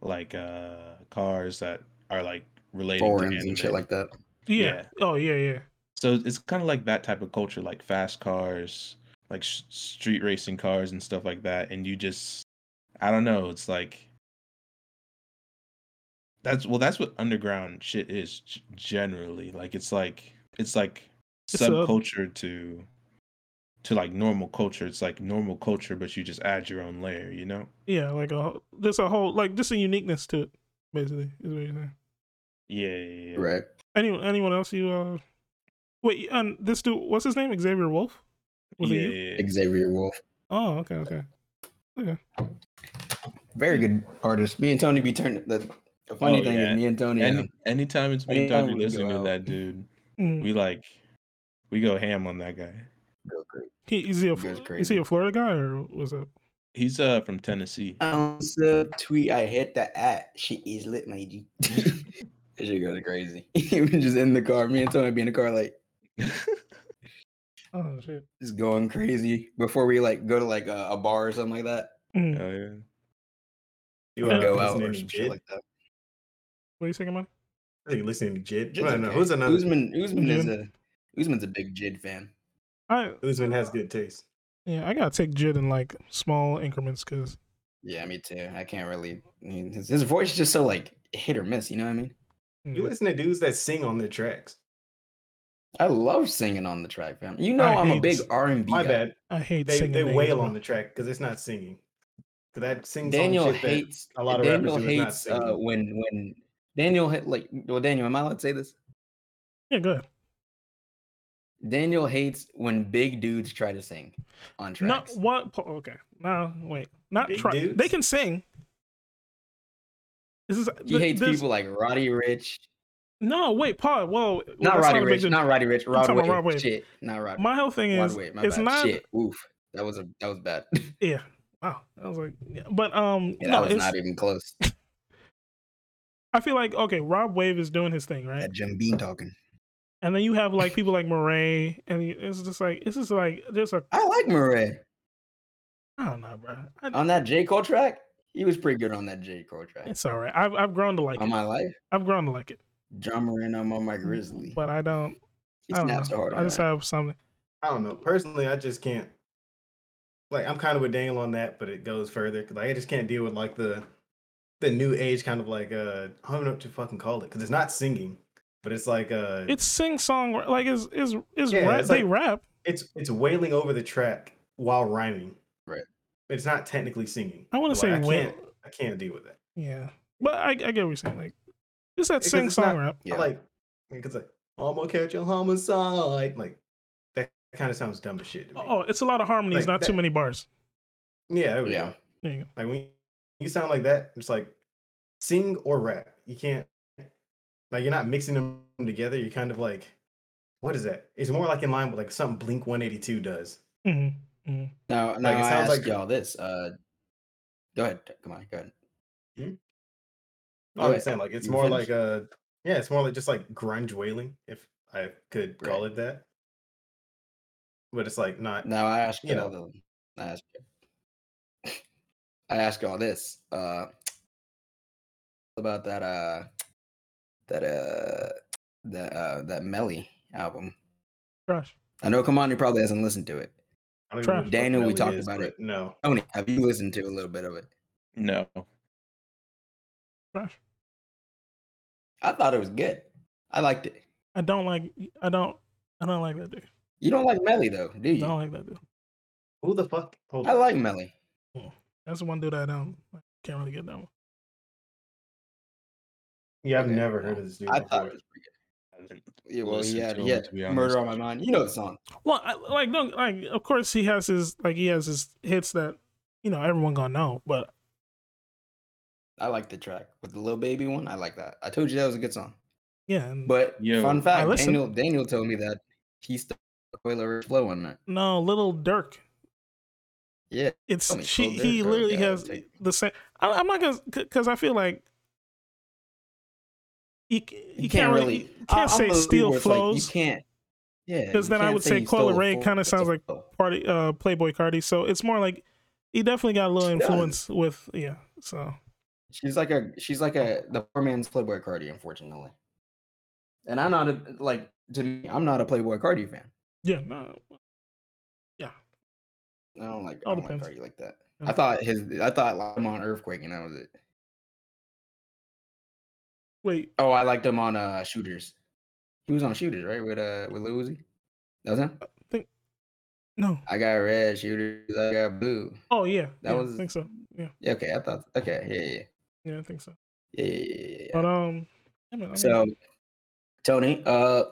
[SPEAKER 2] like uh cars that are like related
[SPEAKER 3] Forums and shit like that.
[SPEAKER 1] yeah. oh yeah yeah
[SPEAKER 2] so it's kind of like that type of culture, like fast cars, like sh- street racing cars and stuff like that, and you just I don't know. It's like that's well, that's what underground shit is g- generally. Like it's like it's like
[SPEAKER 1] It's a-
[SPEAKER 2] subculture to to like normal culture. It's like normal culture, but you just add your own layer. You know?
[SPEAKER 1] Yeah, like a whole- there's a whole like just a uniqueness to it, basically. Is what you're saying.
[SPEAKER 2] Yeah, yeah, yeah.
[SPEAKER 3] Right.
[SPEAKER 1] Anyone anyone else you uh wait and this dude what's his name? Xavier Wolf? Was
[SPEAKER 2] yeah,
[SPEAKER 1] it you?
[SPEAKER 2] yeah, yeah.
[SPEAKER 3] Xavier Wolf.
[SPEAKER 1] Oh, okay, okay.
[SPEAKER 3] Very good artist. Me and Tony be turning the, the funny
[SPEAKER 2] Oh,
[SPEAKER 3] thing
[SPEAKER 2] yeah.
[SPEAKER 3] is me and Tony
[SPEAKER 2] Any,
[SPEAKER 3] uh,
[SPEAKER 2] anytime it's me and
[SPEAKER 3] Anytime
[SPEAKER 2] Dr.
[SPEAKER 3] we
[SPEAKER 2] listening
[SPEAKER 3] go
[SPEAKER 2] to
[SPEAKER 3] out.
[SPEAKER 2] that dude,
[SPEAKER 1] Mm.
[SPEAKER 2] we like we go ham on that guy.
[SPEAKER 3] go crazy.
[SPEAKER 1] He, is he a
[SPEAKER 3] He goes
[SPEAKER 1] Fl- is
[SPEAKER 3] crazy.
[SPEAKER 1] he a Florida guy or was it?
[SPEAKER 2] He's uh from Tennessee.
[SPEAKER 3] *laughs* Ounce of tweet I hit the at. She is lit, my G. *laughs* That shit goes crazy. *laughs* we just in the car. Me and Tony be in the car like
[SPEAKER 1] Oh shit.
[SPEAKER 3] just going crazy before we like go to like a, a bar or something like that.
[SPEAKER 1] Mm.
[SPEAKER 2] *laughs* Oh yeah.
[SPEAKER 4] You
[SPEAKER 1] Yeah.
[SPEAKER 4] want
[SPEAKER 3] go
[SPEAKER 4] to
[SPEAKER 3] out
[SPEAKER 4] listening
[SPEAKER 3] or
[SPEAKER 4] to
[SPEAKER 3] some shit
[SPEAKER 4] Jid?
[SPEAKER 3] like that.
[SPEAKER 1] What are you saying, man?
[SPEAKER 4] I think listening to Jid.
[SPEAKER 3] Jid's
[SPEAKER 4] No, no,
[SPEAKER 3] okay.
[SPEAKER 4] who's another? Usman,
[SPEAKER 3] Usman, Usman is
[SPEAKER 1] Jid?
[SPEAKER 3] a Usman's a big Jid fan.
[SPEAKER 1] I
[SPEAKER 4] has good taste.
[SPEAKER 1] yeah, I gotta take Jid in like small increments because
[SPEAKER 3] Yeah, me too. I can't really. I mean, his, his voice is just so like hit or miss. You know what I mean?
[SPEAKER 1] Hmm.
[SPEAKER 4] You listen to dudes that sing on their tracks.
[SPEAKER 3] I love singing on the track, fam. You know
[SPEAKER 1] I
[SPEAKER 3] I am a
[SPEAKER 1] hate
[SPEAKER 3] big
[SPEAKER 1] s-
[SPEAKER 3] R and B.
[SPEAKER 4] My bad.
[SPEAKER 1] I hate
[SPEAKER 4] They
[SPEAKER 1] singing.
[SPEAKER 4] they
[SPEAKER 1] names,
[SPEAKER 4] wail
[SPEAKER 1] bro.
[SPEAKER 4] on the track because it's not singing. Because that sings
[SPEAKER 3] Daniel
[SPEAKER 4] on shit
[SPEAKER 3] hates.
[SPEAKER 4] a lot of
[SPEAKER 3] Daniel
[SPEAKER 4] rappers do is not
[SPEAKER 3] hates uh,
[SPEAKER 4] singing.
[SPEAKER 3] when when Daniel hit like. Well, Daniel, am I allowed to say this?
[SPEAKER 1] Yeah, good.
[SPEAKER 3] Daniel hates when big dudes try to sing on
[SPEAKER 1] Not
[SPEAKER 3] tracks.
[SPEAKER 1] what? po- Okay, no, wait, not
[SPEAKER 4] Big
[SPEAKER 1] try. They
[SPEAKER 4] dudes?
[SPEAKER 1] can sing. This is
[SPEAKER 3] he
[SPEAKER 1] th-
[SPEAKER 3] hates
[SPEAKER 1] this-
[SPEAKER 3] people like Roddy Rich.
[SPEAKER 1] No, wait, Paul. Whoa, well,
[SPEAKER 3] Not
[SPEAKER 1] that's
[SPEAKER 3] Roddy
[SPEAKER 1] a big
[SPEAKER 3] Rich.
[SPEAKER 1] deal.
[SPEAKER 3] Not Roddy Rich. Rod
[SPEAKER 1] talking about
[SPEAKER 3] Wave.
[SPEAKER 1] Rod Wave.
[SPEAKER 3] Shit. Not Rod.
[SPEAKER 1] My whole thing
[SPEAKER 3] Rod
[SPEAKER 1] is,
[SPEAKER 3] Wave. My
[SPEAKER 1] it's
[SPEAKER 3] bad.
[SPEAKER 1] not.
[SPEAKER 3] Shit. Oof. That was a that was bad. *laughs*
[SPEAKER 1] Yeah. Wow. I was like, yeah. but um,
[SPEAKER 3] Yeah,
[SPEAKER 1] no,
[SPEAKER 3] that was
[SPEAKER 1] it's,
[SPEAKER 3] not
[SPEAKER 1] *laughs*
[SPEAKER 3] even close.
[SPEAKER 1] I feel like okay, Rob Wave is doing his thing, right?
[SPEAKER 3] That Jim Bean talking.
[SPEAKER 1] And then you have like people like Murray, and you- it's just like this is like there's a
[SPEAKER 3] I like Murray.
[SPEAKER 1] I don't know, bro. I,
[SPEAKER 3] On that J. Cole track, he was pretty good on that J. Cole track.
[SPEAKER 1] it's all right. I've I've grown to like
[SPEAKER 3] On
[SPEAKER 1] it.
[SPEAKER 3] my life,
[SPEAKER 1] I've grown to like it,
[SPEAKER 3] John Moreno, I'm on my Grizzly.
[SPEAKER 1] but I don't.
[SPEAKER 3] He
[SPEAKER 1] I don't
[SPEAKER 3] snaps
[SPEAKER 1] know.
[SPEAKER 3] hard.
[SPEAKER 1] I just have something.
[SPEAKER 4] I don't know. Personally, I just can't. Like, I'm kind of with Daniel on that, but it goes further. 'cause, Like, I just can't deal with like the the new age kind of like uh, I don't know what to fucking call it because it's not singing, but it's like uh,
[SPEAKER 1] It's sing song like is is is
[SPEAKER 4] Yeah,
[SPEAKER 1] rap.
[SPEAKER 4] it's
[SPEAKER 1] they
[SPEAKER 4] like-
[SPEAKER 1] rap.
[SPEAKER 4] it's it's wailing over the track while rhyming.
[SPEAKER 3] Right.
[SPEAKER 4] It's not technically singing.
[SPEAKER 1] I wanna
[SPEAKER 4] so,
[SPEAKER 1] say
[SPEAKER 4] I
[SPEAKER 1] wail-
[SPEAKER 4] can't. I can't deal with that.
[SPEAKER 1] Yeah, but I I get what you're saying. Like it's that
[SPEAKER 4] Because
[SPEAKER 1] sing
[SPEAKER 4] it's not-
[SPEAKER 1] song rap.
[SPEAKER 3] Yeah.
[SPEAKER 4] I like because like I'm gonna catch a homicide. Like that kind of sounds dumb as shit. To me.
[SPEAKER 1] Oh, it's a lot of harmonies,
[SPEAKER 4] Like
[SPEAKER 1] not too
[SPEAKER 4] that-
[SPEAKER 1] many bars.
[SPEAKER 4] yeah, there we
[SPEAKER 3] yeah.
[SPEAKER 4] go.
[SPEAKER 1] There you go.
[SPEAKER 4] Like when you sound like that, it's like sing or rap. You can't like you're not mixing them together. You're kind of like what is that? It's more like in line with like something Blink 182 does.
[SPEAKER 1] hmm
[SPEAKER 3] Now, now
[SPEAKER 4] it
[SPEAKER 3] I
[SPEAKER 4] sounds
[SPEAKER 3] ask
[SPEAKER 4] like-
[SPEAKER 3] y'all this. Uh, go ahead. Come on. Go ahead.
[SPEAKER 4] Hmm?
[SPEAKER 3] Go
[SPEAKER 4] Oh,
[SPEAKER 3] ahead.
[SPEAKER 4] it's saying like it's
[SPEAKER 3] You
[SPEAKER 4] more
[SPEAKER 3] finished?
[SPEAKER 4] like uh yeah, it's more like just like grunge wailing if I could call
[SPEAKER 3] Right.
[SPEAKER 4] it that. But it's like not
[SPEAKER 3] Now I ask
[SPEAKER 4] you
[SPEAKER 3] y'all. the- I ask. *laughs* I ask y'all this. Uh, about that. Uh, that. Uh, that. Uh, that Melly album.
[SPEAKER 1] Trash.
[SPEAKER 3] I know Kamani probably hasn't listened to it.
[SPEAKER 4] I don't even know
[SPEAKER 1] Trap.
[SPEAKER 4] what the fuck
[SPEAKER 3] Daniel, we
[SPEAKER 4] Nelly
[SPEAKER 3] talked about
[SPEAKER 4] but
[SPEAKER 3] it.
[SPEAKER 4] No.
[SPEAKER 3] Tony, have you listened to a little bit of it?
[SPEAKER 2] No.
[SPEAKER 1] Trash.
[SPEAKER 3] I thought it was good. I liked it.
[SPEAKER 1] I don't like. I don't. I don't like that dude.
[SPEAKER 3] You don't like Melly though, do
[SPEAKER 1] I
[SPEAKER 3] you?
[SPEAKER 1] don't like that dude. Mm.
[SPEAKER 4] Who the fuck? Hold
[SPEAKER 3] I
[SPEAKER 4] on.
[SPEAKER 3] like Melly.
[SPEAKER 1] That's the one dude I don't. I can't really get that one.
[SPEAKER 4] Yeah, I've
[SPEAKER 3] Okay,
[SPEAKER 4] never heard
[SPEAKER 3] well,
[SPEAKER 4] of this dude.
[SPEAKER 3] I
[SPEAKER 4] before.
[SPEAKER 3] thought it was pretty good. Yeah, well,
[SPEAKER 2] Listen
[SPEAKER 3] he had,
[SPEAKER 2] to
[SPEAKER 3] he
[SPEAKER 2] him,
[SPEAKER 3] had
[SPEAKER 2] to be honest.
[SPEAKER 3] Murder on My Mind. You know the song.
[SPEAKER 1] Well, I, like don't like. Of course, he has his like he has his hits that you know everyone gonna know. But
[SPEAKER 3] I like the track with the little baby one. I like that. I told you that was a good song.
[SPEAKER 1] yeah, and,
[SPEAKER 3] But
[SPEAKER 2] Yo, I
[SPEAKER 3] fun fact,
[SPEAKER 1] listened.
[SPEAKER 3] Daniel Daniel told me that he stuck Coil Rich Flow on that.
[SPEAKER 1] no, little Dirk.
[SPEAKER 3] Yeah,
[SPEAKER 1] It's
[SPEAKER 3] Tell me,
[SPEAKER 1] she.
[SPEAKER 3] Lil
[SPEAKER 1] he
[SPEAKER 3] Durk,
[SPEAKER 1] literally
[SPEAKER 3] yeah,
[SPEAKER 1] has
[SPEAKER 3] take-
[SPEAKER 1] the same. I, I'm not gonna because I feel like you, c- you can't, really you
[SPEAKER 3] I-
[SPEAKER 1] can't
[SPEAKER 3] I'm
[SPEAKER 1] say
[SPEAKER 3] a
[SPEAKER 1] steel
[SPEAKER 3] believer, it's like,
[SPEAKER 1] flows.
[SPEAKER 3] you can't. Yeah,
[SPEAKER 1] 'Cause
[SPEAKER 3] you
[SPEAKER 1] then I
[SPEAKER 3] can't
[SPEAKER 1] would say
[SPEAKER 3] you
[SPEAKER 1] Coil
[SPEAKER 3] stole a
[SPEAKER 1] Ray
[SPEAKER 3] flow,
[SPEAKER 1] kinda
[SPEAKER 3] it's a
[SPEAKER 1] sounds like-
[SPEAKER 3] flow.
[SPEAKER 1] Party uh Playboy Cardi. So it's more like he definitely got a little
[SPEAKER 3] She
[SPEAKER 1] influence with yeah. So
[SPEAKER 3] She's like a she's like a the poor man's Playboy Cardi, unfortunately. And I'm not a like to me, I'm not a Playboy Cardi fan.
[SPEAKER 1] yeah, no, yeah.
[SPEAKER 3] I don't like.
[SPEAKER 1] All
[SPEAKER 3] I don't like
[SPEAKER 1] depends.
[SPEAKER 3] Fergie like that.
[SPEAKER 1] Yeah.
[SPEAKER 3] I thought his. I thought I liked him on Earthquake, and that was it.
[SPEAKER 1] Wait,
[SPEAKER 3] Oh, I liked him on uh Shooters. He was on Shooters, right? With uh with Lil Uzi. That was him.
[SPEAKER 1] no.
[SPEAKER 3] I got red shooters. I got blue.
[SPEAKER 1] Oh yeah, yeah,
[SPEAKER 3] That was-
[SPEAKER 1] I think so. Yeah,
[SPEAKER 3] Yeah, okay. I thought. Okay. Yeah. Yeah. yeah.
[SPEAKER 1] yeah, I think so.
[SPEAKER 3] Yeah, yeah, yeah, yeah,
[SPEAKER 1] But um, damn it, I mean,
[SPEAKER 3] So, Tony, uh,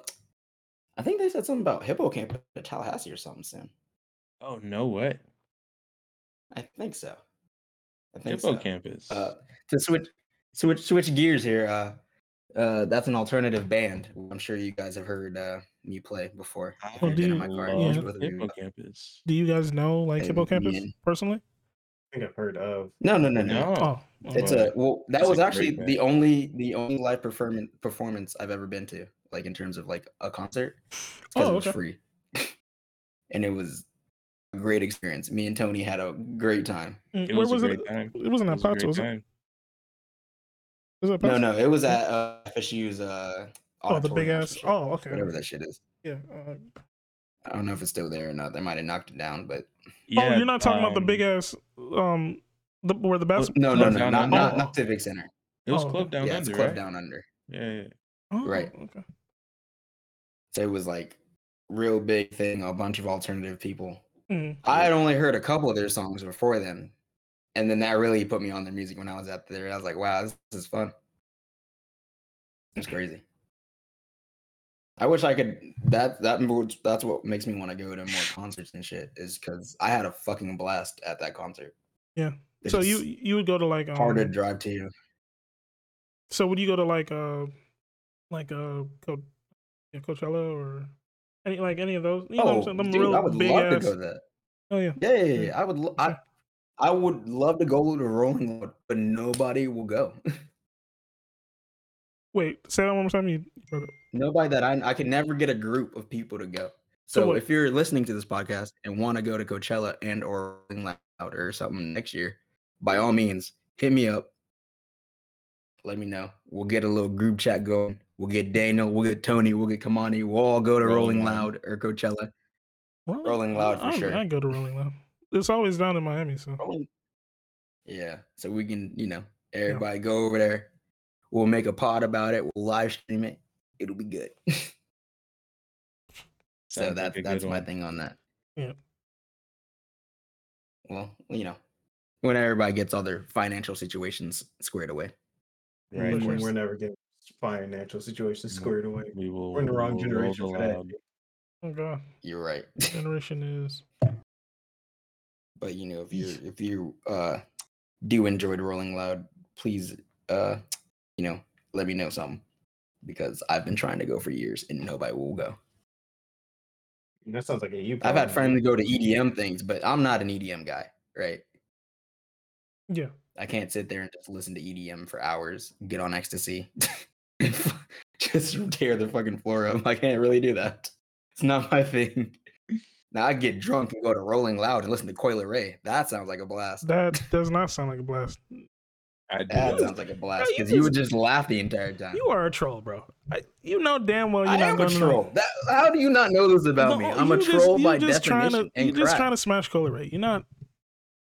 [SPEAKER 3] I think they said something about hippocamp at Tallahassee or something, Sam.
[SPEAKER 2] Oh no way.
[SPEAKER 3] I think so. I think
[SPEAKER 2] Hippo
[SPEAKER 3] so.
[SPEAKER 2] campus.
[SPEAKER 3] Uh, to switch, switch, switch gears here. Uh, uh, that's an alternative band. I'm sure you guys have heard uh, me play before.
[SPEAKER 2] I
[SPEAKER 1] Well, do
[SPEAKER 3] Dinner
[SPEAKER 1] you-
[SPEAKER 3] My Car,
[SPEAKER 1] yeah.
[SPEAKER 3] both of you.
[SPEAKER 2] Hippo campus.
[SPEAKER 1] do you guys know like
[SPEAKER 3] and Ian.
[SPEAKER 1] hippocampus personally?
[SPEAKER 4] think I've heard of.
[SPEAKER 3] No, no, no,
[SPEAKER 2] No.
[SPEAKER 3] no.
[SPEAKER 1] Oh, oh,
[SPEAKER 3] It's
[SPEAKER 2] Wow.
[SPEAKER 3] a well. That
[SPEAKER 2] That's
[SPEAKER 3] was
[SPEAKER 2] a great
[SPEAKER 3] actually
[SPEAKER 2] band.
[SPEAKER 3] the only the only live performance performance I've ever been to, like in terms of like a concert, because
[SPEAKER 1] Oh,
[SPEAKER 3] it was
[SPEAKER 1] okay.
[SPEAKER 3] free, *laughs* and it was a great experience. Me and Tony had a great time.
[SPEAKER 1] mm,
[SPEAKER 2] It
[SPEAKER 1] where
[SPEAKER 2] was,
[SPEAKER 1] was
[SPEAKER 2] a
[SPEAKER 1] it?
[SPEAKER 2] great time.
[SPEAKER 1] It wasn't
[SPEAKER 2] It
[SPEAKER 1] at
[SPEAKER 2] was a
[SPEAKER 1] Potts,
[SPEAKER 2] great
[SPEAKER 1] was it? Oh,
[SPEAKER 2] time.
[SPEAKER 1] Was it at
[SPEAKER 3] No,
[SPEAKER 1] Potts?
[SPEAKER 3] no, it was at uh, FSU's. Uh,
[SPEAKER 1] Oh, the big
[SPEAKER 3] auditorium or
[SPEAKER 1] ass.
[SPEAKER 3] some shit,
[SPEAKER 1] Oh, okay.
[SPEAKER 3] whatever that shit is.
[SPEAKER 1] Yeah. Uh,
[SPEAKER 3] I don't know if it's still there or not. They might have knocked it down, but
[SPEAKER 1] oh, you're not talking about the
[SPEAKER 2] um,
[SPEAKER 1] big ass. Um, the where the best.
[SPEAKER 3] no, no,
[SPEAKER 2] Club
[SPEAKER 3] no,
[SPEAKER 2] Down
[SPEAKER 3] not,
[SPEAKER 2] Under.
[SPEAKER 3] not not Civic Center.
[SPEAKER 2] It was
[SPEAKER 1] Oh,
[SPEAKER 2] club
[SPEAKER 1] okay.
[SPEAKER 2] down
[SPEAKER 3] yeah,
[SPEAKER 2] under,
[SPEAKER 3] it's Club
[SPEAKER 2] right?
[SPEAKER 3] Down Under.
[SPEAKER 2] Yeah, yeah.
[SPEAKER 1] Oh,
[SPEAKER 3] right.
[SPEAKER 1] Okay.
[SPEAKER 3] So it was like real big thing. A bunch of alternative people
[SPEAKER 1] Mm,
[SPEAKER 3] I had only heard a couple of their songs before then. And then that really put me on their music when I was out there. I was like, wow, this, this is fun. It's crazy. I wish I could that that mo- that's what makes me want to go
[SPEAKER 1] *sighs*
[SPEAKER 3] to more concerts and shit is because I had a fucking blast at that concert.
[SPEAKER 1] Yeah.
[SPEAKER 3] It's
[SPEAKER 1] So you you would go to like um,
[SPEAKER 3] hard to drive to you.
[SPEAKER 1] So would you go to like uh like uh Co- yeah, Coachella or any like any of those? You know
[SPEAKER 3] Oh,
[SPEAKER 1] what I'm saying? Them
[SPEAKER 3] dude, I
[SPEAKER 1] real
[SPEAKER 3] would
[SPEAKER 1] big ass-
[SPEAKER 3] love to go to that.
[SPEAKER 1] Oh yeah.
[SPEAKER 3] Yeah, yeah, yeah. I would. Lo- I, I would love to go to Rolling Loud, but nobody will go.
[SPEAKER 1] Wait, say that one more time. You broke up.
[SPEAKER 3] Nobody that I I could never get a group of people to go.
[SPEAKER 1] So
[SPEAKER 3] So,
[SPEAKER 1] what-
[SPEAKER 3] if you're listening to this podcast and want to go to Coachella and or Rolling Loud or something next year, by all means, hit me up. Let me know. We'll get a little group chat going. We'll get Daniel. We'll get Tony. We'll get Kamani. We'll all go to
[SPEAKER 2] Rolling
[SPEAKER 3] Rolling,
[SPEAKER 2] Loud.
[SPEAKER 3] Loud or Coachella.
[SPEAKER 1] Rolling,
[SPEAKER 3] Loud for
[SPEAKER 1] I,
[SPEAKER 3] sure.
[SPEAKER 1] I go to Rolling Loud. It's always down in Miami, so
[SPEAKER 3] Rolling. Yeah. So we can, you know, everybody go over there. We'll make a pod about it. We'll live stream it. It'll be good. *laughs* so
[SPEAKER 2] Sounds like
[SPEAKER 3] that,
[SPEAKER 2] a good
[SPEAKER 3] that's my
[SPEAKER 2] one.
[SPEAKER 3] thing on that.
[SPEAKER 1] Yeah.
[SPEAKER 3] Well, you know, when everybody gets all their financial situations squared away.
[SPEAKER 2] Right.
[SPEAKER 1] Which
[SPEAKER 4] We're,
[SPEAKER 1] is-
[SPEAKER 4] we're never getting financial situations
[SPEAKER 2] No.
[SPEAKER 4] squared away.
[SPEAKER 2] We will.
[SPEAKER 4] We're in the
[SPEAKER 2] we
[SPEAKER 4] wrong
[SPEAKER 2] will roll
[SPEAKER 4] generation
[SPEAKER 2] the
[SPEAKER 4] for that.
[SPEAKER 2] loud.
[SPEAKER 1] oh god,
[SPEAKER 3] You're *laughs* right.
[SPEAKER 1] generation is
[SPEAKER 3] but you know, if you *laughs* if you uh do enjoy the Rolling Loud, please uh you know, let me know something because I've been trying to go for years and nobody will go.
[SPEAKER 4] That sounds like a you.
[SPEAKER 3] I've had friends that
[SPEAKER 4] problem.
[SPEAKER 3] go to EDM things, but I'm not an EDM guy, right?
[SPEAKER 1] yeah.
[SPEAKER 3] I can't sit there and just listen to EDM for hours, get on ecstasy, *laughs* and fu- just tear the fucking floor up. I can't really do that. It's not my thing. Now I get drunk and go to Rolling Loud and listen to Coil Ray. That sounds like a blast.
[SPEAKER 1] That does not sound like a blast.
[SPEAKER 2] I do
[SPEAKER 3] That
[SPEAKER 2] that.
[SPEAKER 3] sounds like a blast
[SPEAKER 1] you
[SPEAKER 3] because you would
[SPEAKER 1] just-
[SPEAKER 3] just laugh the entire time.
[SPEAKER 1] You are a troll, bro. I, you know damn well you're
[SPEAKER 3] I
[SPEAKER 1] not
[SPEAKER 3] am a
[SPEAKER 1] going
[SPEAKER 3] troll. That, how do you not know this
[SPEAKER 1] To,
[SPEAKER 3] about me?
[SPEAKER 1] No, oh,
[SPEAKER 3] I'm a
[SPEAKER 1] you
[SPEAKER 3] troll
[SPEAKER 1] just,
[SPEAKER 3] by
[SPEAKER 1] you just
[SPEAKER 3] definition.
[SPEAKER 1] Trying to,
[SPEAKER 3] and
[SPEAKER 1] you just
[SPEAKER 3] crap.
[SPEAKER 1] trying to smash Cola Ray. You're not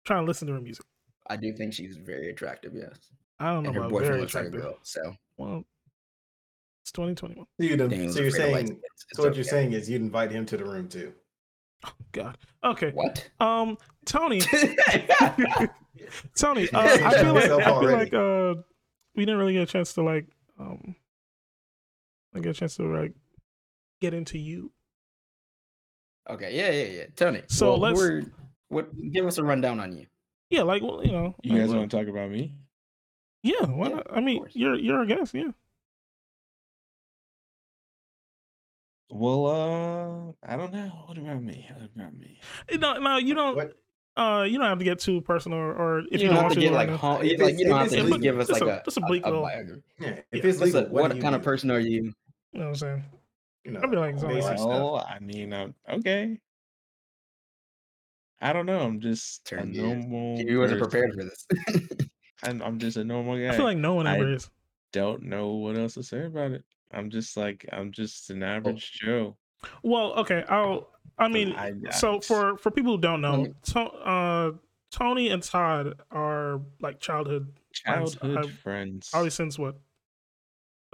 [SPEAKER 1] trying to listen to her music.
[SPEAKER 3] I do think she's very attractive, yes.
[SPEAKER 1] I don't know
[SPEAKER 3] And her
[SPEAKER 1] about
[SPEAKER 3] boyfriend
[SPEAKER 1] very
[SPEAKER 3] looks like a
[SPEAKER 1] attractive.
[SPEAKER 3] girl. So,
[SPEAKER 1] Well, it's 2021.
[SPEAKER 4] You done-
[SPEAKER 3] Daniel's
[SPEAKER 4] so you're
[SPEAKER 3] afraid of lights.
[SPEAKER 4] saying
[SPEAKER 3] It's- it's
[SPEAKER 4] so what you're
[SPEAKER 3] okay.
[SPEAKER 4] saying is you'd invite him to the room too.
[SPEAKER 1] God. Okay.
[SPEAKER 3] What?
[SPEAKER 1] Um,
[SPEAKER 3] *laughs*
[SPEAKER 1] Tony, *laughs*
[SPEAKER 3] yeah,
[SPEAKER 1] Tony, uh, I feel like, I feel
[SPEAKER 4] Already.
[SPEAKER 1] like uh, we didn't really get a chance to like um, like get a chance to like get into you.
[SPEAKER 3] Okay, yeah, yeah, yeah. Tony.
[SPEAKER 1] So
[SPEAKER 3] well,
[SPEAKER 1] let's-
[SPEAKER 3] we're- what? Give us a rundown on you.
[SPEAKER 1] Yeah, like well, you know,
[SPEAKER 2] You
[SPEAKER 1] like,
[SPEAKER 2] guys
[SPEAKER 1] well,
[SPEAKER 2] want to talk about me?
[SPEAKER 1] Yeah, why
[SPEAKER 3] Yeah,
[SPEAKER 1] not? I mean,
[SPEAKER 3] course.
[SPEAKER 1] you're you're a guest, yeah.
[SPEAKER 2] Well, uh, I don't know. What about me? What about me?
[SPEAKER 1] No, no, you don't.
[SPEAKER 4] What?
[SPEAKER 1] Uh, you don't have to get too personal, or, or if you, don't
[SPEAKER 3] don't have
[SPEAKER 1] want
[SPEAKER 3] to
[SPEAKER 1] to,
[SPEAKER 3] get
[SPEAKER 1] right
[SPEAKER 3] like,
[SPEAKER 1] now.
[SPEAKER 3] home,
[SPEAKER 4] If
[SPEAKER 3] like
[SPEAKER 4] it's-
[SPEAKER 3] you
[SPEAKER 4] if
[SPEAKER 3] don't have to
[SPEAKER 4] it's-
[SPEAKER 3] at
[SPEAKER 4] if
[SPEAKER 3] least
[SPEAKER 4] it's-
[SPEAKER 3] give us
[SPEAKER 1] just
[SPEAKER 3] like
[SPEAKER 1] a-
[SPEAKER 3] a,
[SPEAKER 1] just a
[SPEAKER 3] a-
[SPEAKER 1] bleak
[SPEAKER 3] a
[SPEAKER 1] little-
[SPEAKER 3] biography.
[SPEAKER 4] Yeah. If
[SPEAKER 1] Yeah,
[SPEAKER 4] it's
[SPEAKER 3] Just
[SPEAKER 4] legal,
[SPEAKER 3] a-
[SPEAKER 4] what,
[SPEAKER 3] what
[SPEAKER 4] do you
[SPEAKER 3] kind of
[SPEAKER 4] do?
[SPEAKER 3] person are you?
[SPEAKER 1] You know what I'm saying?
[SPEAKER 4] You know,
[SPEAKER 1] I'd be like, it's only
[SPEAKER 4] basic
[SPEAKER 1] like-
[SPEAKER 4] stuff.
[SPEAKER 2] Well, I mean, i okay. I don't know. I'm just a
[SPEAKER 3] Turn to you.
[SPEAKER 2] normal.
[SPEAKER 3] You wasn't
[SPEAKER 2] person.
[SPEAKER 3] prepared for this. *laughs*
[SPEAKER 2] I'm, I'm just a normal guy.
[SPEAKER 1] I feel like no one
[SPEAKER 2] I-
[SPEAKER 1] ever is.
[SPEAKER 2] don't know what else to say about it. I'm just like I'm just an average Joe.
[SPEAKER 1] Well, okay. I'll. Oh. I mean,
[SPEAKER 2] I- Mm-hmm. I-
[SPEAKER 1] so for for people who don't know,
[SPEAKER 3] Let
[SPEAKER 1] to, uh, Tony and Todd are like childhood,
[SPEAKER 2] childhood
[SPEAKER 1] I've-
[SPEAKER 2] friends.
[SPEAKER 1] probably since what?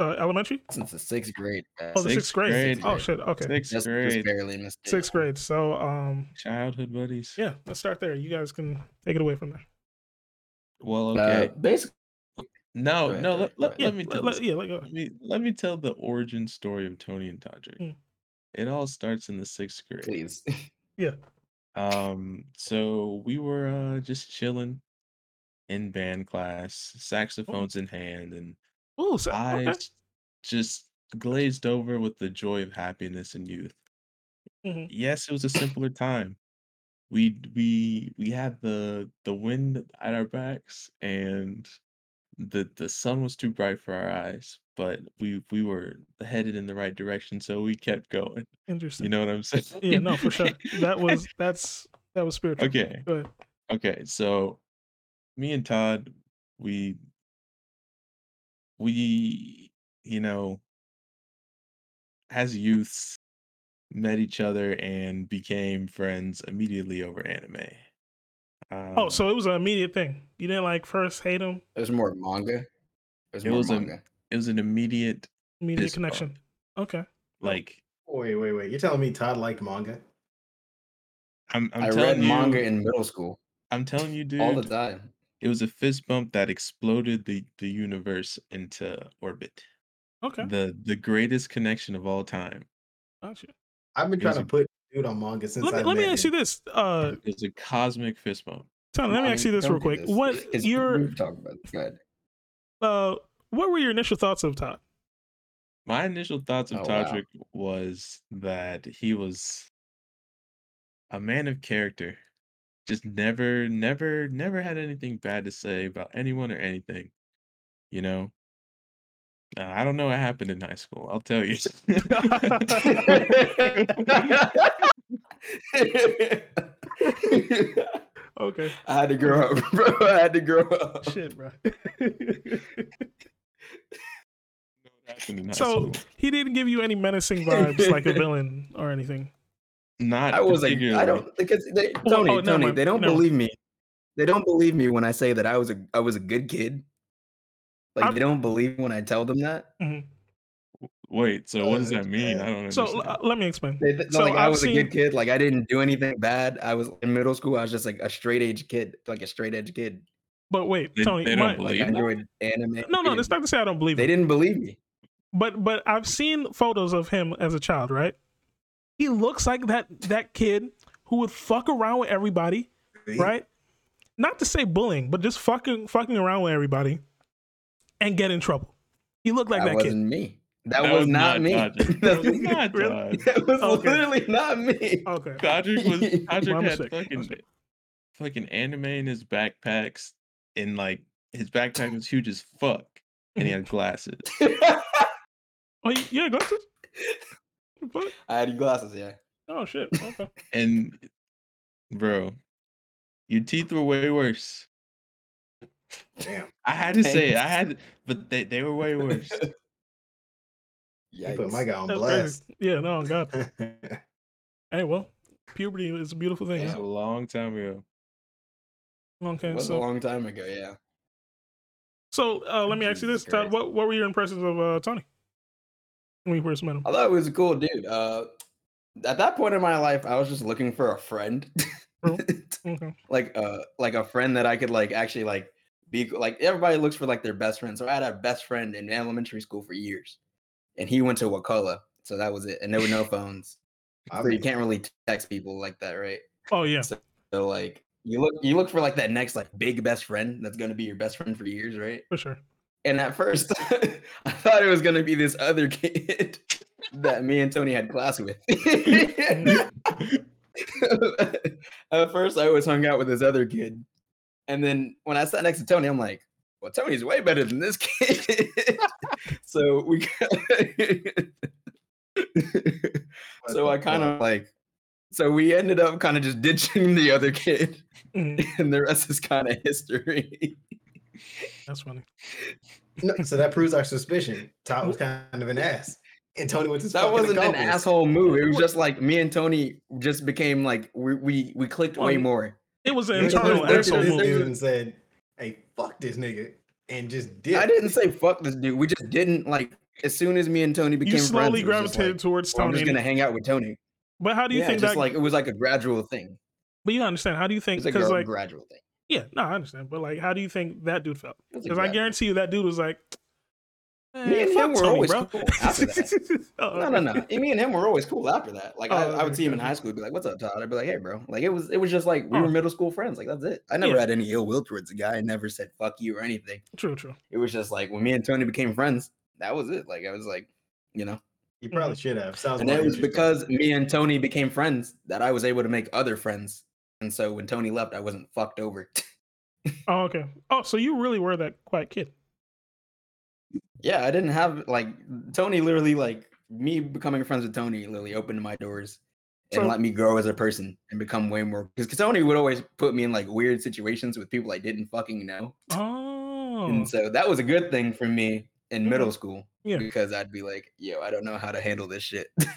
[SPEAKER 1] Uh, elementary?
[SPEAKER 3] since the sixth grade.
[SPEAKER 1] Oh, the
[SPEAKER 2] Sixth
[SPEAKER 1] sixth grade.
[SPEAKER 2] grade.
[SPEAKER 1] Oh shit. Okay,
[SPEAKER 2] Sixth
[SPEAKER 3] just, just
[SPEAKER 2] grade,
[SPEAKER 3] barely missed it.
[SPEAKER 1] sixth grade. So um,
[SPEAKER 2] childhood buddies.
[SPEAKER 1] yeah, let's start there. You guys can take it away from there.
[SPEAKER 2] Well,
[SPEAKER 3] Uh,
[SPEAKER 2] okay.
[SPEAKER 3] basically,
[SPEAKER 2] no,
[SPEAKER 3] go ahead,
[SPEAKER 2] no.
[SPEAKER 3] go
[SPEAKER 2] Let,
[SPEAKER 3] ahead,
[SPEAKER 1] uh, Yeah,
[SPEAKER 2] let,
[SPEAKER 3] go ahead.
[SPEAKER 1] let,
[SPEAKER 2] let me tell.
[SPEAKER 1] let,
[SPEAKER 2] this-
[SPEAKER 1] yeah, let go.
[SPEAKER 2] Let me let me tell the origin story of Tony and Todrick.
[SPEAKER 1] Mm.
[SPEAKER 2] It all starts in the sixth grade.
[SPEAKER 3] please.
[SPEAKER 2] Um, so we were uh just chilling in band class, saxophones in hand, and
[SPEAKER 1] Ooh, so,
[SPEAKER 2] eyes
[SPEAKER 1] okay.
[SPEAKER 2] just glazed over with the joy of happiness and youth.
[SPEAKER 1] Mhm.
[SPEAKER 2] Yes, it was a simpler time. We we we had the the wind at our backs and the the sun was too bright for our eyes, but we we were headed in the right direction, so we kept going.
[SPEAKER 1] interesting.
[SPEAKER 2] You know what I'm saying? *laughs*
[SPEAKER 1] yeah, no, for sure. That was that's that was spiritual.
[SPEAKER 2] okay. Uh,
[SPEAKER 1] Go ahead.
[SPEAKER 2] Okay, so me and Todd, we we you know as youths met each other and became friends immediately over anime.
[SPEAKER 1] Oh,
[SPEAKER 2] Um,
[SPEAKER 1] so it was an immediate thing. You didn't like first hate him,
[SPEAKER 3] There's more manga. There's
[SPEAKER 2] It
[SPEAKER 3] more
[SPEAKER 2] was a-
[SPEAKER 3] manga.
[SPEAKER 2] it was an immediate
[SPEAKER 1] immediate
[SPEAKER 2] This part.
[SPEAKER 1] connection. Okay.
[SPEAKER 2] like
[SPEAKER 4] Wait, wait, wait. You're telling me Todd liked manga?
[SPEAKER 2] I'm I'm
[SPEAKER 3] i read
[SPEAKER 2] telling you
[SPEAKER 3] manga in middle school
[SPEAKER 2] I'm telling you dude
[SPEAKER 3] all the time.
[SPEAKER 2] it was a fist bump that exploded the the universe into orbit.
[SPEAKER 1] Okay.
[SPEAKER 2] The the greatest connection of all time.
[SPEAKER 1] Gotcha.
[SPEAKER 4] I've been
[SPEAKER 2] He was
[SPEAKER 4] trying to
[SPEAKER 2] a-
[SPEAKER 4] put dude on manga since
[SPEAKER 1] Let me
[SPEAKER 4] I
[SPEAKER 1] let me
[SPEAKER 4] met
[SPEAKER 1] ask you
[SPEAKER 4] him.
[SPEAKER 1] this. Uh
[SPEAKER 2] It was a cosmic fist bump.
[SPEAKER 1] Tony, let me
[SPEAKER 3] I
[SPEAKER 1] ask you
[SPEAKER 3] mean,
[SPEAKER 1] this
[SPEAKER 3] don't
[SPEAKER 1] real
[SPEAKER 3] do
[SPEAKER 1] quick.
[SPEAKER 3] this.
[SPEAKER 1] What
[SPEAKER 3] It's-
[SPEAKER 1] your
[SPEAKER 3] we've talked about this. Go ahead.
[SPEAKER 1] uh what were your initial thoughts of Todd?
[SPEAKER 2] My initial thoughts of
[SPEAKER 3] Oh, wow.
[SPEAKER 2] Todrick was that he was a man of character. Just never, never, never had anything bad to say about anyone or anything. You know? Uh, I don't know what happened in high school. I'll tell you. *laughs*
[SPEAKER 3] *laughs*
[SPEAKER 1] Okay.
[SPEAKER 3] I had to grow up, *laughs* bro. I had to grow up.
[SPEAKER 1] Shit, bro.
[SPEAKER 2] Happened in high
[SPEAKER 1] so
[SPEAKER 2] school.
[SPEAKER 1] he didn't give you any menacing vibes like a villain or
[SPEAKER 2] *laughs*
[SPEAKER 1] anything.
[SPEAKER 2] not
[SPEAKER 3] I was like, I
[SPEAKER 2] particularly.
[SPEAKER 3] don't because they,
[SPEAKER 1] Oh,
[SPEAKER 3] Tony,
[SPEAKER 1] oh, never
[SPEAKER 3] Tony,
[SPEAKER 1] mind,
[SPEAKER 3] they don't
[SPEAKER 1] never mind.
[SPEAKER 3] believe me. They don't believe me when I say that I was a I was a good kid. Like
[SPEAKER 1] I'm-
[SPEAKER 3] they don't believe when I tell them that.
[SPEAKER 1] Mhm.
[SPEAKER 2] Wait, so what does
[SPEAKER 4] Uh,
[SPEAKER 2] that mean? I don't
[SPEAKER 1] So
[SPEAKER 2] understand.
[SPEAKER 1] uh, let me explain.
[SPEAKER 3] They, they-
[SPEAKER 1] So
[SPEAKER 3] like I
[SPEAKER 1] I've
[SPEAKER 3] was a
[SPEAKER 1] seen-
[SPEAKER 3] good kid. Like I didn't do anything bad. I was in middle school. I was just like a straight edge kid, like a straight edge kid.
[SPEAKER 1] But wait,
[SPEAKER 2] They-
[SPEAKER 1] Tony,
[SPEAKER 2] they don't
[SPEAKER 1] my-
[SPEAKER 2] believe
[SPEAKER 3] Like I enjoyed anime.
[SPEAKER 1] no, no,
[SPEAKER 3] video
[SPEAKER 1] it's not to say I don't believe
[SPEAKER 3] They
[SPEAKER 1] it.
[SPEAKER 3] didn't believe me.
[SPEAKER 1] But but I've seen photos of him as a child, right? He looks like that that kid who would fuck around with everybody,
[SPEAKER 4] See?
[SPEAKER 1] right? Not to say bullying, but just fucking fucking around with everybody and get in trouble. He looked like
[SPEAKER 3] that,
[SPEAKER 1] that, kid.
[SPEAKER 3] wasn't me. That, was, not, me. *laughs*
[SPEAKER 2] Todrick.
[SPEAKER 3] That
[SPEAKER 2] That was not
[SPEAKER 1] Really?
[SPEAKER 2] Todrick.
[SPEAKER 3] *laughs* That was
[SPEAKER 1] Okay.
[SPEAKER 3] literally not me.
[SPEAKER 1] Okay.
[SPEAKER 2] Todrick was Todrick had
[SPEAKER 1] mistake, my
[SPEAKER 2] fucking
[SPEAKER 1] mistake.
[SPEAKER 2] fucking anime in his backpacks, and like his backpack was huge as fuck, and he had glasses.
[SPEAKER 1] Oh, you, you had glasses? What?
[SPEAKER 3] *laughs* I had glasses, yeah.
[SPEAKER 1] Oh
[SPEAKER 3] *laughs*
[SPEAKER 1] shit. Okay.
[SPEAKER 2] And bro, your teeth were way worse.
[SPEAKER 4] Damn.
[SPEAKER 2] I had to say it. I had, but they, they were way worse.
[SPEAKER 4] You put my
[SPEAKER 3] Yikes.
[SPEAKER 4] guy on
[SPEAKER 1] That's
[SPEAKER 4] blast.
[SPEAKER 1] crazy. Yeah. No. God.
[SPEAKER 4] *laughs* Damn.
[SPEAKER 1] Hey. Well, puberty is a beautiful thing.
[SPEAKER 2] It
[SPEAKER 1] *laughs*
[SPEAKER 2] was
[SPEAKER 1] huh?
[SPEAKER 2] a long time ago.
[SPEAKER 1] Okay.
[SPEAKER 3] It was a
[SPEAKER 1] So,
[SPEAKER 3] long time ago, yeah.
[SPEAKER 1] so uh, let me ask you this,
[SPEAKER 3] Jesus
[SPEAKER 1] Todd.
[SPEAKER 3] Christ.
[SPEAKER 1] What What were your impressions of uh, Tony when you first met him?
[SPEAKER 3] I thought it was a cool dude. Uh, at that point in my life, I was just looking for a friend,
[SPEAKER 1] Okay.
[SPEAKER 3] *laughs* like uh, like a friend that I could like actually like be like everybody looks for like their best friend. So I had a best friend in elementary school for years, and he went to Wakulla, so that was it. And there were
[SPEAKER 4] *laughs*
[SPEAKER 3] no phones,
[SPEAKER 4] I
[SPEAKER 3] so you
[SPEAKER 4] mean,
[SPEAKER 3] can't really text people like that, right?
[SPEAKER 1] Oh yeah.
[SPEAKER 3] So like you look you look for like that next like big best friend that's gonna be your best friend for years, right?
[SPEAKER 1] For sure.
[SPEAKER 3] And at first *laughs* I thought it was gonna be this other kid *laughs* that me and Tony had class with. *laughs* at first I always hung out with this other kid. And then when I sat next to Tony, I'm like, well, Tony's way better than this kid. *laughs* so we *laughs* So I kind of like so we ended up kind of just ditching the other kid *laughs*
[SPEAKER 1] Mhm.
[SPEAKER 3] and the rest is kind of history.
[SPEAKER 1] That's funny.
[SPEAKER 4] No, so that proves our suspicion. Todd was kind of an ass. and Tony went to
[SPEAKER 3] That wasn't an asshole move. It was just like me and Tony just became like we we, we clicked way
[SPEAKER 1] Well,
[SPEAKER 3] more.
[SPEAKER 1] It was an
[SPEAKER 3] There's-
[SPEAKER 1] internal
[SPEAKER 3] there's-
[SPEAKER 1] asshole
[SPEAKER 3] there's-
[SPEAKER 1] move.
[SPEAKER 4] dude and said, "Hey, fuck this nigga," and just did.
[SPEAKER 3] I didn't say fuck this dude. We just didn't like. As soon as me and Tony became
[SPEAKER 1] You slowly
[SPEAKER 3] friends, it was just
[SPEAKER 1] gravitated
[SPEAKER 3] like,
[SPEAKER 1] towards
[SPEAKER 3] "Well, I'm
[SPEAKER 1] Tony.
[SPEAKER 3] just gonna hang out with Tony.
[SPEAKER 1] But how do you
[SPEAKER 3] yeah,
[SPEAKER 1] think
[SPEAKER 3] just
[SPEAKER 1] that?
[SPEAKER 3] like it was like a gradual thing.
[SPEAKER 1] but you understand? How do you
[SPEAKER 3] It
[SPEAKER 1] think?
[SPEAKER 3] was like
[SPEAKER 1] Because
[SPEAKER 3] a
[SPEAKER 1] like,
[SPEAKER 3] gradual thing.
[SPEAKER 1] yeah, no, I understand. But like, how do you think that dude felt?
[SPEAKER 3] It was a
[SPEAKER 1] Because I
[SPEAKER 3] gradual-
[SPEAKER 1] guarantee you that dude was like,
[SPEAKER 3] Me
[SPEAKER 1] "Man,
[SPEAKER 3] and
[SPEAKER 1] fuck
[SPEAKER 3] him were
[SPEAKER 1] Tony,
[SPEAKER 3] always
[SPEAKER 1] bro."
[SPEAKER 3] cool
[SPEAKER 1] *laughs*
[SPEAKER 3] after that.
[SPEAKER 1] Oh,
[SPEAKER 3] No, no, no. Me and him were always cool after that. Like
[SPEAKER 1] Oh,
[SPEAKER 3] I, I would
[SPEAKER 1] okay,
[SPEAKER 3] see him in
[SPEAKER 1] okay.
[SPEAKER 3] high school, and be like, "What's up, Todd?" I'd be like, "Hey, bro." Like it was, it was just like we
[SPEAKER 1] Huh.
[SPEAKER 3] were middle school friends. Like that's it. I never
[SPEAKER 1] Yeah.
[SPEAKER 3] had any ill will towards the guy. I never said "fuck you" or anything.
[SPEAKER 1] True, true.
[SPEAKER 3] It was just like when me and Tony became friends, that was it. Like I was like, you know,
[SPEAKER 4] You
[SPEAKER 1] Mm.
[SPEAKER 4] probably should have. Sounds
[SPEAKER 3] and then
[SPEAKER 4] more
[SPEAKER 3] it was because
[SPEAKER 4] interesting.
[SPEAKER 3] me and Tony became friends that I was able to make other friends. And so when Tony left, I wasn't fucked over. *laughs*
[SPEAKER 1] Oh, okay. Oh, so you really were that quiet kid?
[SPEAKER 3] yeah, I didn't have like Tony literally like me becoming friends with Tony literally opened my doors and
[SPEAKER 1] So-
[SPEAKER 3] let me grow as a person and become way more because Tony would always put me in like weird situations with people I didn't fucking know.
[SPEAKER 1] Oh,
[SPEAKER 3] And so that was a good thing for me in
[SPEAKER 1] Yeah.
[SPEAKER 3] middle school.
[SPEAKER 1] Mm-hmm. Yeah.
[SPEAKER 3] Because I'd be like, yo, I don't know how to handle this shit. *laughs*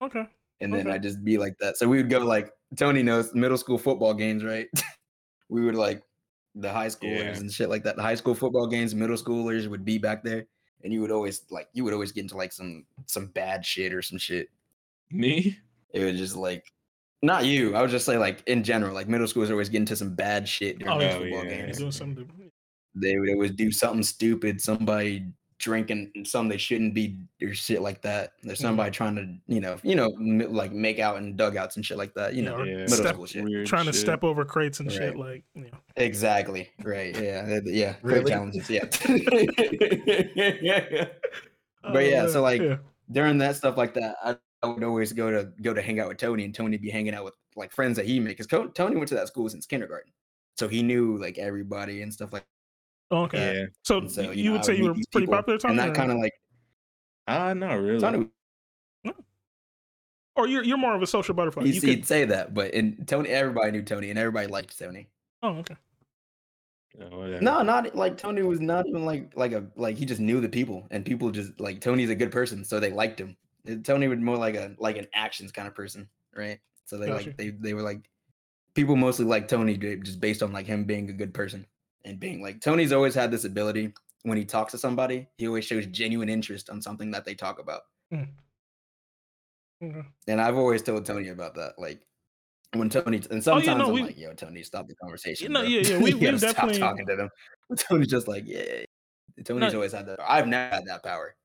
[SPEAKER 1] okay.
[SPEAKER 3] and then
[SPEAKER 2] Mm-hmm.
[SPEAKER 1] Okay.
[SPEAKER 3] I'd just be like that. So we would go like Tony knows middle school football games, right? *laughs* we would like the high schoolers
[SPEAKER 2] Yeah.
[SPEAKER 3] and shit like that. The high school football games, middle schoolers would be back there, and you would always like you would always get into like some some bad shit or some shit.
[SPEAKER 2] Me?
[SPEAKER 3] It was just like not you. I would just say like in general, like middle schoolers always get into some bad shit during
[SPEAKER 1] Oh,
[SPEAKER 3] those
[SPEAKER 1] yeah.
[SPEAKER 3] football
[SPEAKER 2] Yeah.
[SPEAKER 1] You're
[SPEAKER 3] games.
[SPEAKER 1] doing something. different.
[SPEAKER 3] They would always do something stupid. Somebody drinking some they shouldn't be or shit like that. There's
[SPEAKER 1] Mhm.
[SPEAKER 3] somebody trying to you know you know m- like make out in dugouts and shit like that. You
[SPEAKER 1] Yeah,
[SPEAKER 3] know
[SPEAKER 1] or
[SPEAKER 2] Yeah.
[SPEAKER 3] middle
[SPEAKER 1] step-
[SPEAKER 3] school shit.
[SPEAKER 2] Weird
[SPEAKER 1] Trying to
[SPEAKER 2] shit.
[SPEAKER 1] step over crates and shit,
[SPEAKER 3] Right.
[SPEAKER 1] like you know.
[SPEAKER 3] Exactly. Right. Yeah. that- Yeah. *laughs* Great
[SPEAKER 4] Really?
[SPEAKER 3] challenges.
[SPEAKER 1] *laughs*
[SPEAKER 3] Yeah. But yeah,
[SPEAKER 1] Uh,
[SPEAKER 3] so, like,
[SPEAKER 1] yeah.
[SPEAKER 3] During that stuff like that, I, I would always go to go to hang out with Tony, and Tony be hanging out with like friends that he made because Tony went to that school since kindergarten, so he knew like everybody and stuff like.
[SPEAKER 1] okay.
[SPEAKER 2] Yeah.
[SPEAKER 1] So,
[SPEAKER 3] and so,
[SPEAKER 1] you,
[SPEAKER 3] know, I
[SPEAKER 1] would say
[SPEAKER 3] meet
[SPEAKER 1] you were
[SPEAKER 3] these
[SPEAKER 1] pretty
[SPEAKER 3] people,
[SPEAKER 1] popular, Tony,
[SPEAKER 3] and that
[SPEAKER 1] or-
[SPEAKER 3] kind of like
[SPEAKER 2] Ah, not really.
[SPEAKER 3] Tony.
[SPEAKER 1] or Oh, you're you're more of a social butterfly.
[SPEAKER 3] He'd,
[SPEAKER 1] You
[SPEAKER 3] he'd
[SPEAKER 1] could,
[SPEAKER 3] say that, but and Tony, everybody knew Tony, and everybody liked Tony.
[SPEAKER 1] oh, okay.
[SPEAKER 2] Oh, whatever.
[SPEAKER 3] No, not like Tony was not even like like a like he just knew the people and people just like Tony's a good person, so they liked him. Uh, Tony was more like a like an actions kind of person, right? So they
[SPEAKER 1] Gotcha.
[SPEAKER 3] like they they were like people mostly like Tony ju- just based on like him being a good person and being like Tony's always had this ability when he talks to somebody, he always shows genuine interest on something that they talk about.
[SPEAKER 1] okay.
[SPEAKER 3] And I've always told Tony about that. Like when Tony and
[SPEAKER 1] Oh, yeah,
[SPEAKER 3] sometimes
[SPEAKER 1] no,
[SPEAKER 3] I'm
[SPEAKER 1] we-
[SPEAKER 3] like, yo, Tony, stop the conversation.
[SPEAKER 1] no,
[SPEAKER 3] bro.
[SPEAKER 1] yeah,
[SPEAKER 3] *laughs*
[SPEAKER 1] yeah, we-
[SPEAKER 3] You
[SPEAKER 1] we've
[SPEAKER 3] gotta
[SPEAKER 1] definitely-
[SPEAKER 3] stop talking to them. *laughs* But Tony's just like, yeah. Tony's
[SPEAKER 1] No.
[SPEAKER 3] always had that. I've never had that power.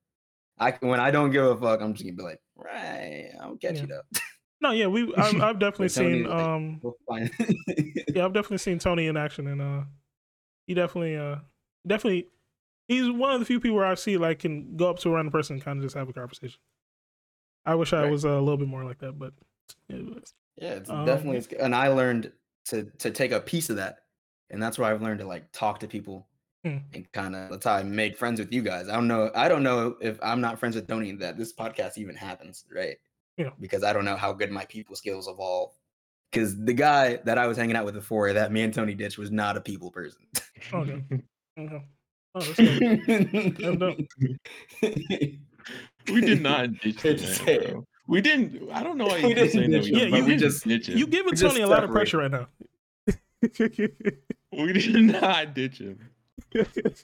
[SPEAKER 3] I can- when I don't give a fuck, I'm just gonna be like, right, I'll catch
[SPEAKER 1] Yeah.
[SPEAKER 3] you though.
[SPEAKER 1] No, yeah, we I've,
[SPEAKER 3] *laughs*
[SPEAKER 1] I've definitely
[SPEAKER 3] But Tony
[SPEAKER 1] seen
[SPEAKER 3] was like-
[SPEAKER 1] um
[SPEAKER 3] We'll find-
[SPEAKER 1] *laughs* yeah, I've definitely seen Tony in action and uh he definitely uh definitely he's one of the few people where I see like can go up to a random person and kind of just have a conversation. I wish I
[SPEAKER 3] Right.
[SPEAKER 1] was uh, a little bit more like that, but yeah,
[SPEAKER 3] yeah, it's
[SPEAKER 1] Um,
[SPEAKER 3] definitely. it's- And I learned to to take a piece of that, and that's where I've learned to like talk to people.
[SPEAKER 1] Hmm.
[SPEAKER 3] And kind of that's how I made friends with you guys. I don't know. I don't know if I'm not friends with Tony that this podcast even happens, right?
[SPEAKER 1] Yeah.
[SPEAKER 3] Because I don't know how good my people skills evolve. Because the guy that I was hanging out with before that me and Tony ditch was not a
[SPEAKER 1] *laughs*
[SPEAKER 3] people person. *laughs*
[SPEAKER 1] okay. okay. Oh, that's uh, good. dope.
[SPEAKER 3] *laughs*
[SPEAKER 2] we did not ditch the
[SPEAKER 3] It's
[SPEAKER 2] man,
[SPEAKER 3] fair.
[SPEAKER 2] bro. We didn't. I don't know why
[SPEAKER 3] We
[SPEAKER 2] you keep
[SPEAKER 3] didn't
[SPEAKER 2] saying that. We,
[SPEAKER 3] ditch him,
[SPEAKER 2] yeah,
[SPEAKER 1] but
[SPEAKER 2] you
[SPEAKER 1] we
[SPEAKER 2] didn't
[SPEAKER 3] just-
[SPEAKER 2] ditch him.
[SPEAKER 1] You giving
[SPEAKER 3] We just
[SPEAKER 1] Tony a lot of
[SPEAKER 3] separate.
[SPEAKER 1] pressure right
[SPEAKER 3] *laughs*
[SPEAKER 1] now.
[SPEAKER 2] *laughs* We did not ditch him.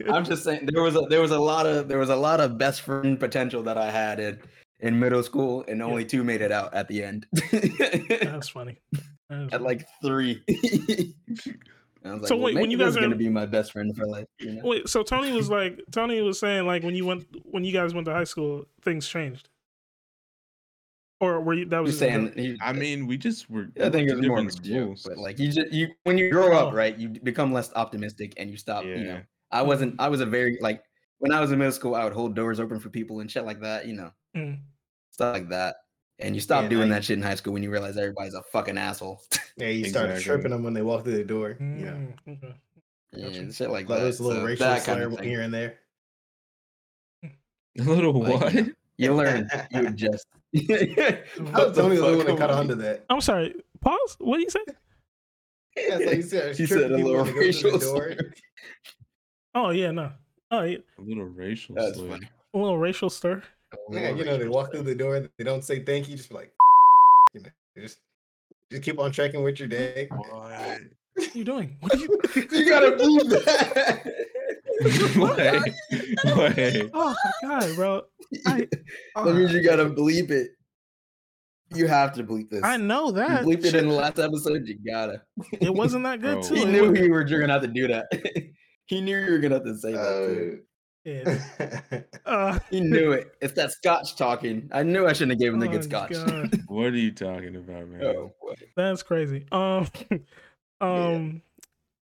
[SPEAKER 3] I'm just saying there was a there was a lot of there was a lot of best friend potential that I had in in middle school, and only two made it out at the end. *laughs*
[SPEAKER 1] that's funny. That is
[SPEAKER 3] at
[SPEAKER 1] funny.
[SPEAKER 3] like three. *laughs* I was like,
[SPEAKER 1] So
[SPEAKER 3] well,
[SPEAKER 1] wait, when
[SPEAKER 3] maybe
[SPEAKER 1] you
[SPEAKER 3] this
[SPEAKER 1] guys
[SPEAKER 3] is
[SPEAKER 1] are-
[SPEAKER 3] gonna be my best friend for life. You know?
[SPEAKER 1] Wait, so Tony was like Tony was saying like when you went when you guys went to high school, things changed. Or were you that was
[SPEAKER 3] Just saying, he-
[SPEAKER 2] I mean, we just were.
[SPEAKER 3] I think it was more in
[SPEAKER 2] different
[SPEAKER 3] the joke,
[SPEAKER 2] schools.
[SPEAKER 3] but like you just you when you grow up,
[SPEAKER 1] Oh.
[SPEAKER 3] right, you become less optimistic and you stop. You know,
[SPEAKER 2] Yeah.
[SPEAKER 3] I wasn't. I was a very like when I was in middle school, I would hold doors open for people and shit like that. You know,
[SPEAKER 1] Mm.
[SPEAKER 3] stuff like that. And you stop
[SPEAKER 4] Yeah,
[SPEAKER 3] doing
[SPEAKER 4] I-
[SPEAKER 3] that shit in high school when you realize everybody's a fucking asshole. *laughs*
[SPEAKER 4] Yeah, you started
[SPEAKER 2] Exactly.
[SPEAKER 4] tripping them when they walked through the door. You know,
[SPEAKER 1] Mm, okay. Gotcha.
[SPEAKER 3] and shit like
[SPEAKER 4] like
[SPEAKER 3] that.
[SPEAKER 4] those little
[SPEAKER 3] So
[SPEAKER 4] racial
[SPEAKER 3] that kind
[SPEAKER 4] slur
[SPEAKER 3] of thing.
[SPEAKER 4] here
[SPEAKER 3] *laughs*
[SPEAKER 4] and there.
[SPEAKER 2] *laughs* A little
[SPEAKER 3] Like,
[SPEAKER 2] what?
[SPEAKER 3] you know, You
[SPEAKER 4] *laughs*
[SPEAKER 3] learn. You adjust. *laughs*
[SPEAKER 4] I
[SPEAKER 3] What
[SPEAKER 4] was
[SPEAKER 3] the
[SPEAKER 4] only the
[SPEAKER 3] fuck
[SPEAKER 4] only one that
[SPEAKER 3] am
[SPEAKER 4] caught
[SPEAKER 3] I-
[SPEAKER 4] on to that. *laughs*
[SPEAKER 1] I'm sorry. Pause. What do you say?
[SPEAKER 4] Yeah, so
[SPEAKER 3] *laughs*
[SPEAKER 4] you said,
[SPEAKER 3] He
[SPEAKER 4] tripping
[SPEAKER 3] said a
[SPEAKER 4] people
[SPEAKER 3] little
[SPEAKER 4] when they go through
[SPEAKER 3] racial
[SPEAKER 4] the door.
[SPEAKER 3] slur.
[SPEAKER 1] Oh yeah, no. Oh, yeah.
[SPEAKER 2] A little racial.
[SPEAKER 3] That's
[SPEAKER 2] slur.
[SPEAKER 3] funny.
[SPEAKER 1] a little racial stir.
[SPEAKER 4] *laughs* Yeah, you
[SPEAKER 3] *laughs*
[SPEAKER 4] know, they walk through the door, they don't say thank you, just be like, *laughs* you know, they just just keep on tracking with
[SPEAKER 3] *laughs*
[SPEAKER 4] your day.
[SPEAKER 2] What?
[SPEAKER 1] What are you doing? What are you?
[SPEAKER 4] you gotta believe that. *laughs*
[SPEAKER 2] Wait, wait.
[SPEAKER 1] Oh my god, bro! I-
[SPEAKER 3] *laughs* that means you gotta bleep it. You have to bleep this.
[SPEAKER 1] I know
[SPEAKER 3] You
[SPEAKER 1] that
[SPEAKER 3] bleeped it
[SPEAKER 4] *laughs*
[SPEAKER 3] in the last episode. You gotta.
[SPEAKER 1] it wasn't that good
[SPEAKER 2] Bro.
[SPEAKER 1] too.
[SPEAKER 3] He
[SPEAKER 1] It
[SPEAKER 3] knew
[SPEAKER 1] was-
[SPEAKER 3] you were you were gonna have to do that. *laughs* he knew you were gonna have to say that. Too. *laughs*
[SPEAKER 1] yeah.
[SPEAKER 4] Uh,
[SPEAKER 1] Uh,
[SPEAKER 3] He knew
[SPEAKER 4] *laughs*
[SPEAKER 3] it. It's that Scotch talking. I knew I shouldn't have given him the good
[SPEAKER 1] oh,
[SPEAKER 3] Scotch.
[SPEAKER 1] God.
[SPEAKER 2] *laughs* What are you talking about, man?
[SPEAKER 3] oh, boy.
[SPEAKER 1] That's crazy. Um, *laughs* um.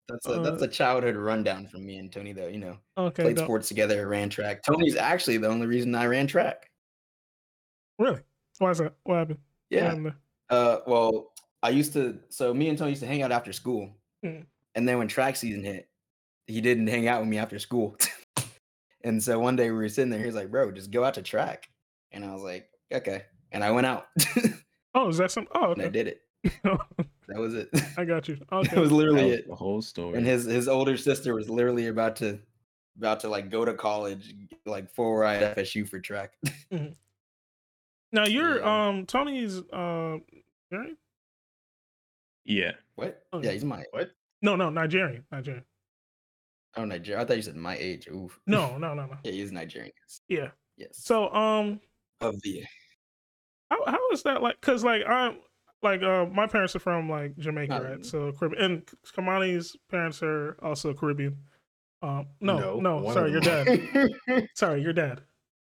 [SPEAKER 3] that's a that's
[SPEAKER 1] Uh,
[SPEAKER 3] a childhood rundown from me and Tony. Though you know,
[SPEAKER 1] Okay.
[SPEAKER 3] played
[SPEAKER 1] dope.
[SPEAKER 3] sports together, ran track. Tony's actually the only reason I ran track.
[SPEAKER 1] Really? Why is that? What happened? What
[SPEAKER 3] Yeah.
[SPEAKER 1] happened there?
[SPEAKER 3] Uh, well, I used to. So me and Tony used to hang out after school,
[SPEAKER 1] Mm.
[SPEAKER 3] and then when track season hit, he didn't hang out with me after school. *laughs* and so one day we were sitting there. He was like, "Bro, just go out to track," and I was like, "Okay." And I went out *laughs*
[SPEAKER 1] Oh, is that some? Oh,
[SPEAKER 3] and I
[SPEAKER 1] okay.
[SPEAKER 3] did
[SPEAKER 1] *laughs*
[SPEAKER 3] it. *laughs* That was it.
[SPEAKER 1] I got you.
[SPEAKER 3] that
[SPEAKER 1] Okay.
[SPEAKER 3] was
[SPEAKER 2] That
[SPEAKER 3] literally
[SPEAKER 2] was
[SPEAKER 3] it.
[SPEAKER 2] the whole story.
[SPEAKER 3] And his his older sister was literally about to about to like go to college, like full ride FSU for track. *laughs*
[SPEAKER 1] Now you're
[SPEAKER 3] Yeah.
[SPEAKER 1] um Tony's uh Nigerian?
[SPEAKER 2] yeah.
[SPEAKER 3] what?
[SPEAKER 1] Oh,
[SPEAKER 3] Yeah,
[SPEAKER 1] yeah.
[SPEAKER 3] he's my
[SPEAKER 1] No, no, Nigerian, Nigerian.
[SPEAKER 3] oh Nigerian. I thought you said my age. Ooh. *laughs*
[SPEAKER 1] No, no, no, no.
[SPEAKER 3] yeah, he's Nigerian. Yes.
[SPEAKER 1] Yeah.
[SPEAKER 3] Yes.
[SPEAKER 1] So um,
[SPEAKER 3] of the
[SPEAKER 1] how how is that like? Cause like I'm like uh my parents are from like Jamaica,
[SPEAKER 3] Oh.
[SPEAKER 1] right? So Caribbean and Kamani's parents are also Caribbean. Um, no,
[SPEAKER 4] *laughs* No,
[SPEAKER 1] no,
[SPEAKER 4] one of
[SPEAKER 1] sorry, your
[SPEAKER 4] them. *laughs*
[SPEAKER 1] dad. Sorry, your dad.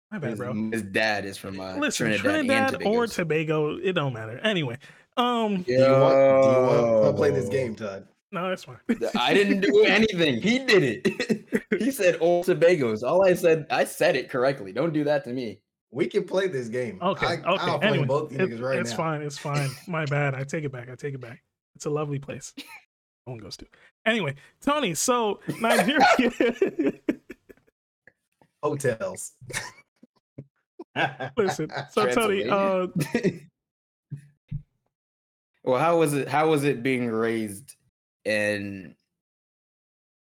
[SPEAKER 1] My bad,
[SPEAKER 3] his,
[SPEAKER 1] bro.
[SPEAKER 3] his dad is from uh,
[SPEAKER 1] Listen,
[SPEAKER 3] Trinidad,
[SPEAKER 1] Trinidad,
[SPEAKER 3] and
[SPEAKER 1] or
[SPEAKER 3] Tobago.
[SPEAKER 1] Tobago, it don't matter. Anyway, um,
[SPEAKER 4] do you want, do you want to play this game, Todd?
[SPEAKER 1] no, that's fine.
[SPEAKER 3] I didn't
[SPEAKER 4] *laughs*
[SPEAKER 3] do anything. He did it. *laughs* he said or Tobago's. All I said, I said it correctly. Don't do that to me.
[SPEAKER 4] We can play this game.
[SPEAKER 1] Okay,
[SPEAKER 4] I,
[SPEAKER 1] okay.
[SPEAKER 4] I'll play
[SPEAKER 1] anyway,
[SPEAKER 4] both you
[SPEAKER 1] it-
[SPEAKER 4] niggas right
[SPEAKER 1] it's
[SPEAKER 4] now.
[SPEAKER 1] fine. It's
[SPEAKER 3] *laughs*
[SPEAKER 1] fine. My bad. I take it back. I take it back. It's a lovely place. No one goes to. Anyway, Tony.
[SPEAKER 3] *laughs*
[SPEAKER 1] So Nigeria. *laughs*
[SPEAKER 4] Hotels.
[SPEAKER 1] Listen. So Tony. Uh,
[SPEAKER 3] *laughs* well, how was it? How was it being raised in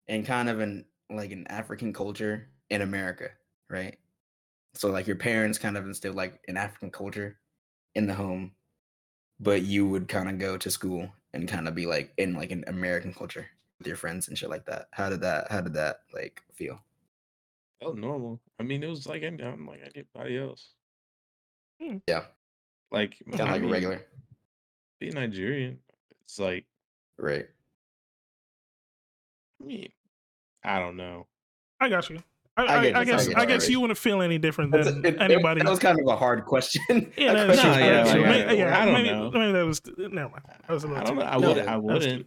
[SPEAKER 3] in kind of an like an African culture in America, right? So like your parents kind of instilled like an African culture in the home, but you would kind of go to school and kind of be like in like an American culture with your friends and shit like that. How did that? How did that like feel?
[SPEAKER 2] Felt normal. I mean, it was like any- I'm like anybody else.
[SPEAKER 3] Yeah,
[SPEAKER 2] Like
[SPEAKER 3] kind of
[SPEAKER 2] I
[SPEAKER 3] like
[SPEAKER 2] mean,
[SPEAKER 3] regular,
[SPEAKER 2] Being Nigerian, it's like
[SPEAKER 3] right?
[SPEAKER 2] I mean, I don't know.
[SPEAKER 1] I got you. I,
[SPEAKER 3] I
[SPEAKER 1] I,
[SPEAKER 3] get
[SPEAKER 1] I
[SPEAKER 3] it,
[SPEAKER 1] guess.
[SPEAKER 3] I get
[SPEAKER 1] I
[SPEAKER 3] it,
[SPEAKER 1] guess
[SPEAKER 3] right.
[SPEAKER 1] you wouldn't feel any different
[SPEAKER 3] That's
[SPEAKER 1] than
[SPEAKER 3] a- it- it-
[SPEAKER 1] anybody.
[SPEAKER 3] That was kind of a hard question.
[SPEAKER 1] yeah,
[SPEAKER 3] *laughs* A
[SPEAKER 1] that-
[SPEAKER 3] question
[SPEAKER 2] No,
[SPEAKER 1] that-
[SPEAKER 2] yeah,
[SPEAKER 3] I asked
[SPEAKER 1] that-
[SPEAKER 2] like,
[SPEAKER 3] you.
[SPEAKER 1] may-
[SPEAKER 2] I-
[SPEAKER 1] yeah,
[SPEAKER 2] I don't
[SPEAKER 1] maybe,
[SPEAKER 2] know.
[SPEAKER 1] maybe that was. Never mind. That was a
[SPEAKER 2] I
[SPEAKER 1] little
[SPEAKER 2] don't
[SPEAKER 1] too
[SPEAKER 2] know. I
[SPEAKER 1] much.
[SPEAKER 2] would. I
[SPEAKER 1] That was too-
[SPEAKER 2] wouldn't.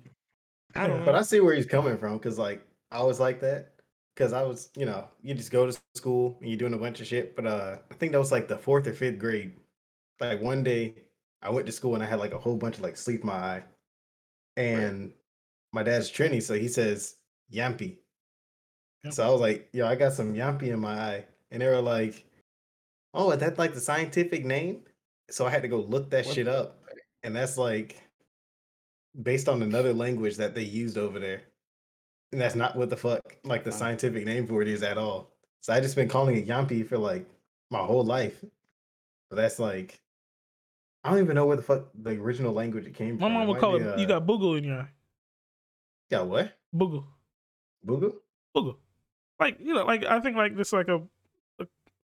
[SPEAKER 2] I don't.
[SPEAKER 4] But I see where he's coming from because, like, I was like that because I was, you know, you just go to school and you're doing a bunch of shit. But uh, I think that was like the fourth or fifth grade. Like one day, I went to school and I had like a whole bunch of like sleep in my eye, and my dad's Trini, so he says Yampy.
[SPEAKER 1] Yep.
[SPEAKER 4] So I was like, yo, I got some Yampy in my eye, and they were like, oh, is that like the scientific name? So I had to go look that
[SPEAKER 3] What
[SPEAKER 4] shit
[SPEAKER 3] the
[SPEAKER 4] up, and that's like based on another language that they used over there. And that's not what the fuck like the
[SPEAKER 3] Wow.
[SPEAKER 4] scientific name for it is at all. So I just been calling it Yampi for like my whole life. But that's like I don't even know where the fuck the original language it came
[SPEAKER 1] My
[SPEAKER 4] from.
[SPEAKER 1] mom would
[SPEAKER 4] might
[SPEAKER 1] call
[SPEAKER 4] be,
[SPEAKER 1] it. You
[SPEAKER 4] uh,
[SPEAKER 1] got boogle in your eye.
[SPEAKER 4] got what?
[SPEAKER 1] Boogle.
[SPEAKER 4] Boogaloo?
[SPEAKER 1] Boogle. Like you know, like I think like this like a, a-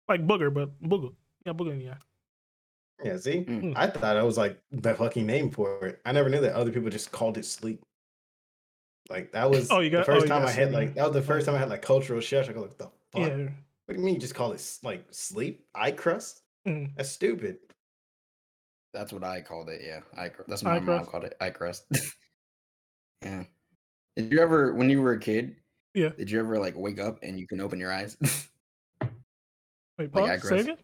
[SPEAKER 1] like booger, but boogle. Yeah, booger in your eye.
[SPEAKER 4] Yeah, see?
[SPEAKER 3] Mm.
[SPEAKER 4] I thought I was like the fucking name for it. I never knew that other people just called it sleep. Like that was
[SPEAKER 1] *laughs* Oh, you
[SPEAKER 4] the
[SPEAKER 1] got-
[SPEAKER 4] first
[SPEAKER 1] oh, you
[SPEAKER 4] time
[SPEAKER 1] got
[SPEAKER 4] I had
[SPEAKER 1] sleep.
[SPEAKER 4] like that was the first time I had like cultural chefs. I go like the fuck?
[SPEAKER 1] Yeah.
[SPEAKER 4] What do you mean you just call it s- like sleep? Eye crust?
[SPEAKER 1] Mm.
[SPEAKER 4] That's stupid.
[SPEAKER 3] That's what I called it. Yeah, eye, cr- that's what my
[SPEAKER 1] Eye
[SPEAKER 3] mom
[SPEAKER 1] crust.
[SPEAKER 3] called it. Eye crust. *laughs* yeah. Did you ever, when you were a kid?
[SPEAKER 1] Yeah.
[SPEAKER 3] Did you ever like wake up and you can open your eyes? *laughs*
[SPEAKER 1] Wait,
[SPEAKER 3] Like
[SPEAKER 1] pause. Say
[SPEAKER 3] aggressive.
[SPEAKER 1] again?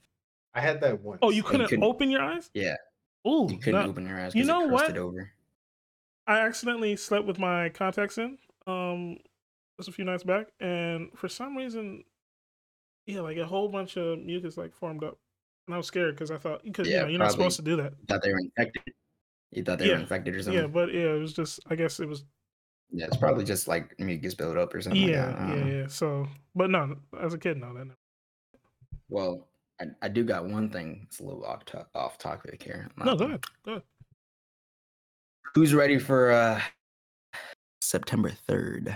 [SPEAKER 4] I had that once.
[SPEAKER 1] Oh, you
[SPEAKER 3] You
[SPEAKER 1] couldn't
[SPEAKER 3] couldn't-
[SPEAKER 1] open your eyes?
[SPEAKER 3] Yeah.
[SPEAKER 1] Ooh,
[SPEAKER 3] you couldn't
[SPEAKER 1] that-
[SPEAKER 3] open your eyes.
[SPEAKER 1] You
[SPEAKER 3] 'cause
[SPEAKER 1] know
[SPEAKER 3] it
[SPEAKER 1] what?
[SPEAKER 3] crusted Over.
[SPEAKER 1] I accidentally slept with my contacts in um just a few nights back, and for some reason, yeah, like a whole bunch of mucus like formed up, and I was scared because I thought because you
[SPEAKER 3] Yeah,
[SPEAKER 1] know you're not supposed to do that.
[SPEAKER 3] You thought they were infected. You thought they
[SPEAKER 1] Yeah,
[SPEAKER 3] were infected or something.
[SPEAKER 1] Yeah,
[SPEAKER 3] Yeah,
[SPEAKER 1] but yeah, it was just I guess it was
[SPEAKER 3] it's probably just like mucus buildup or something. uh-huh.
[SPEAKER 1] yeah
[SPEAKER 3] like that. I don't
[SPEAKER 1] yeah
[SPEAKER 3] know.
[SPEAKER 1] yeah. So, but no, as a kid, no, that never.
[SPEAKER 3] Well, I, I do got one thing. It's a little off, to- off topic here. I'm
[SPEAKER 1] No,
[SPEAKER 3] not
[SPEAKER 1] go
[SPEAKER 3] gonna-
[SPEAKER 1] ahead. Go ahead.
[SPEAKER 3] Who's ready for uh September third?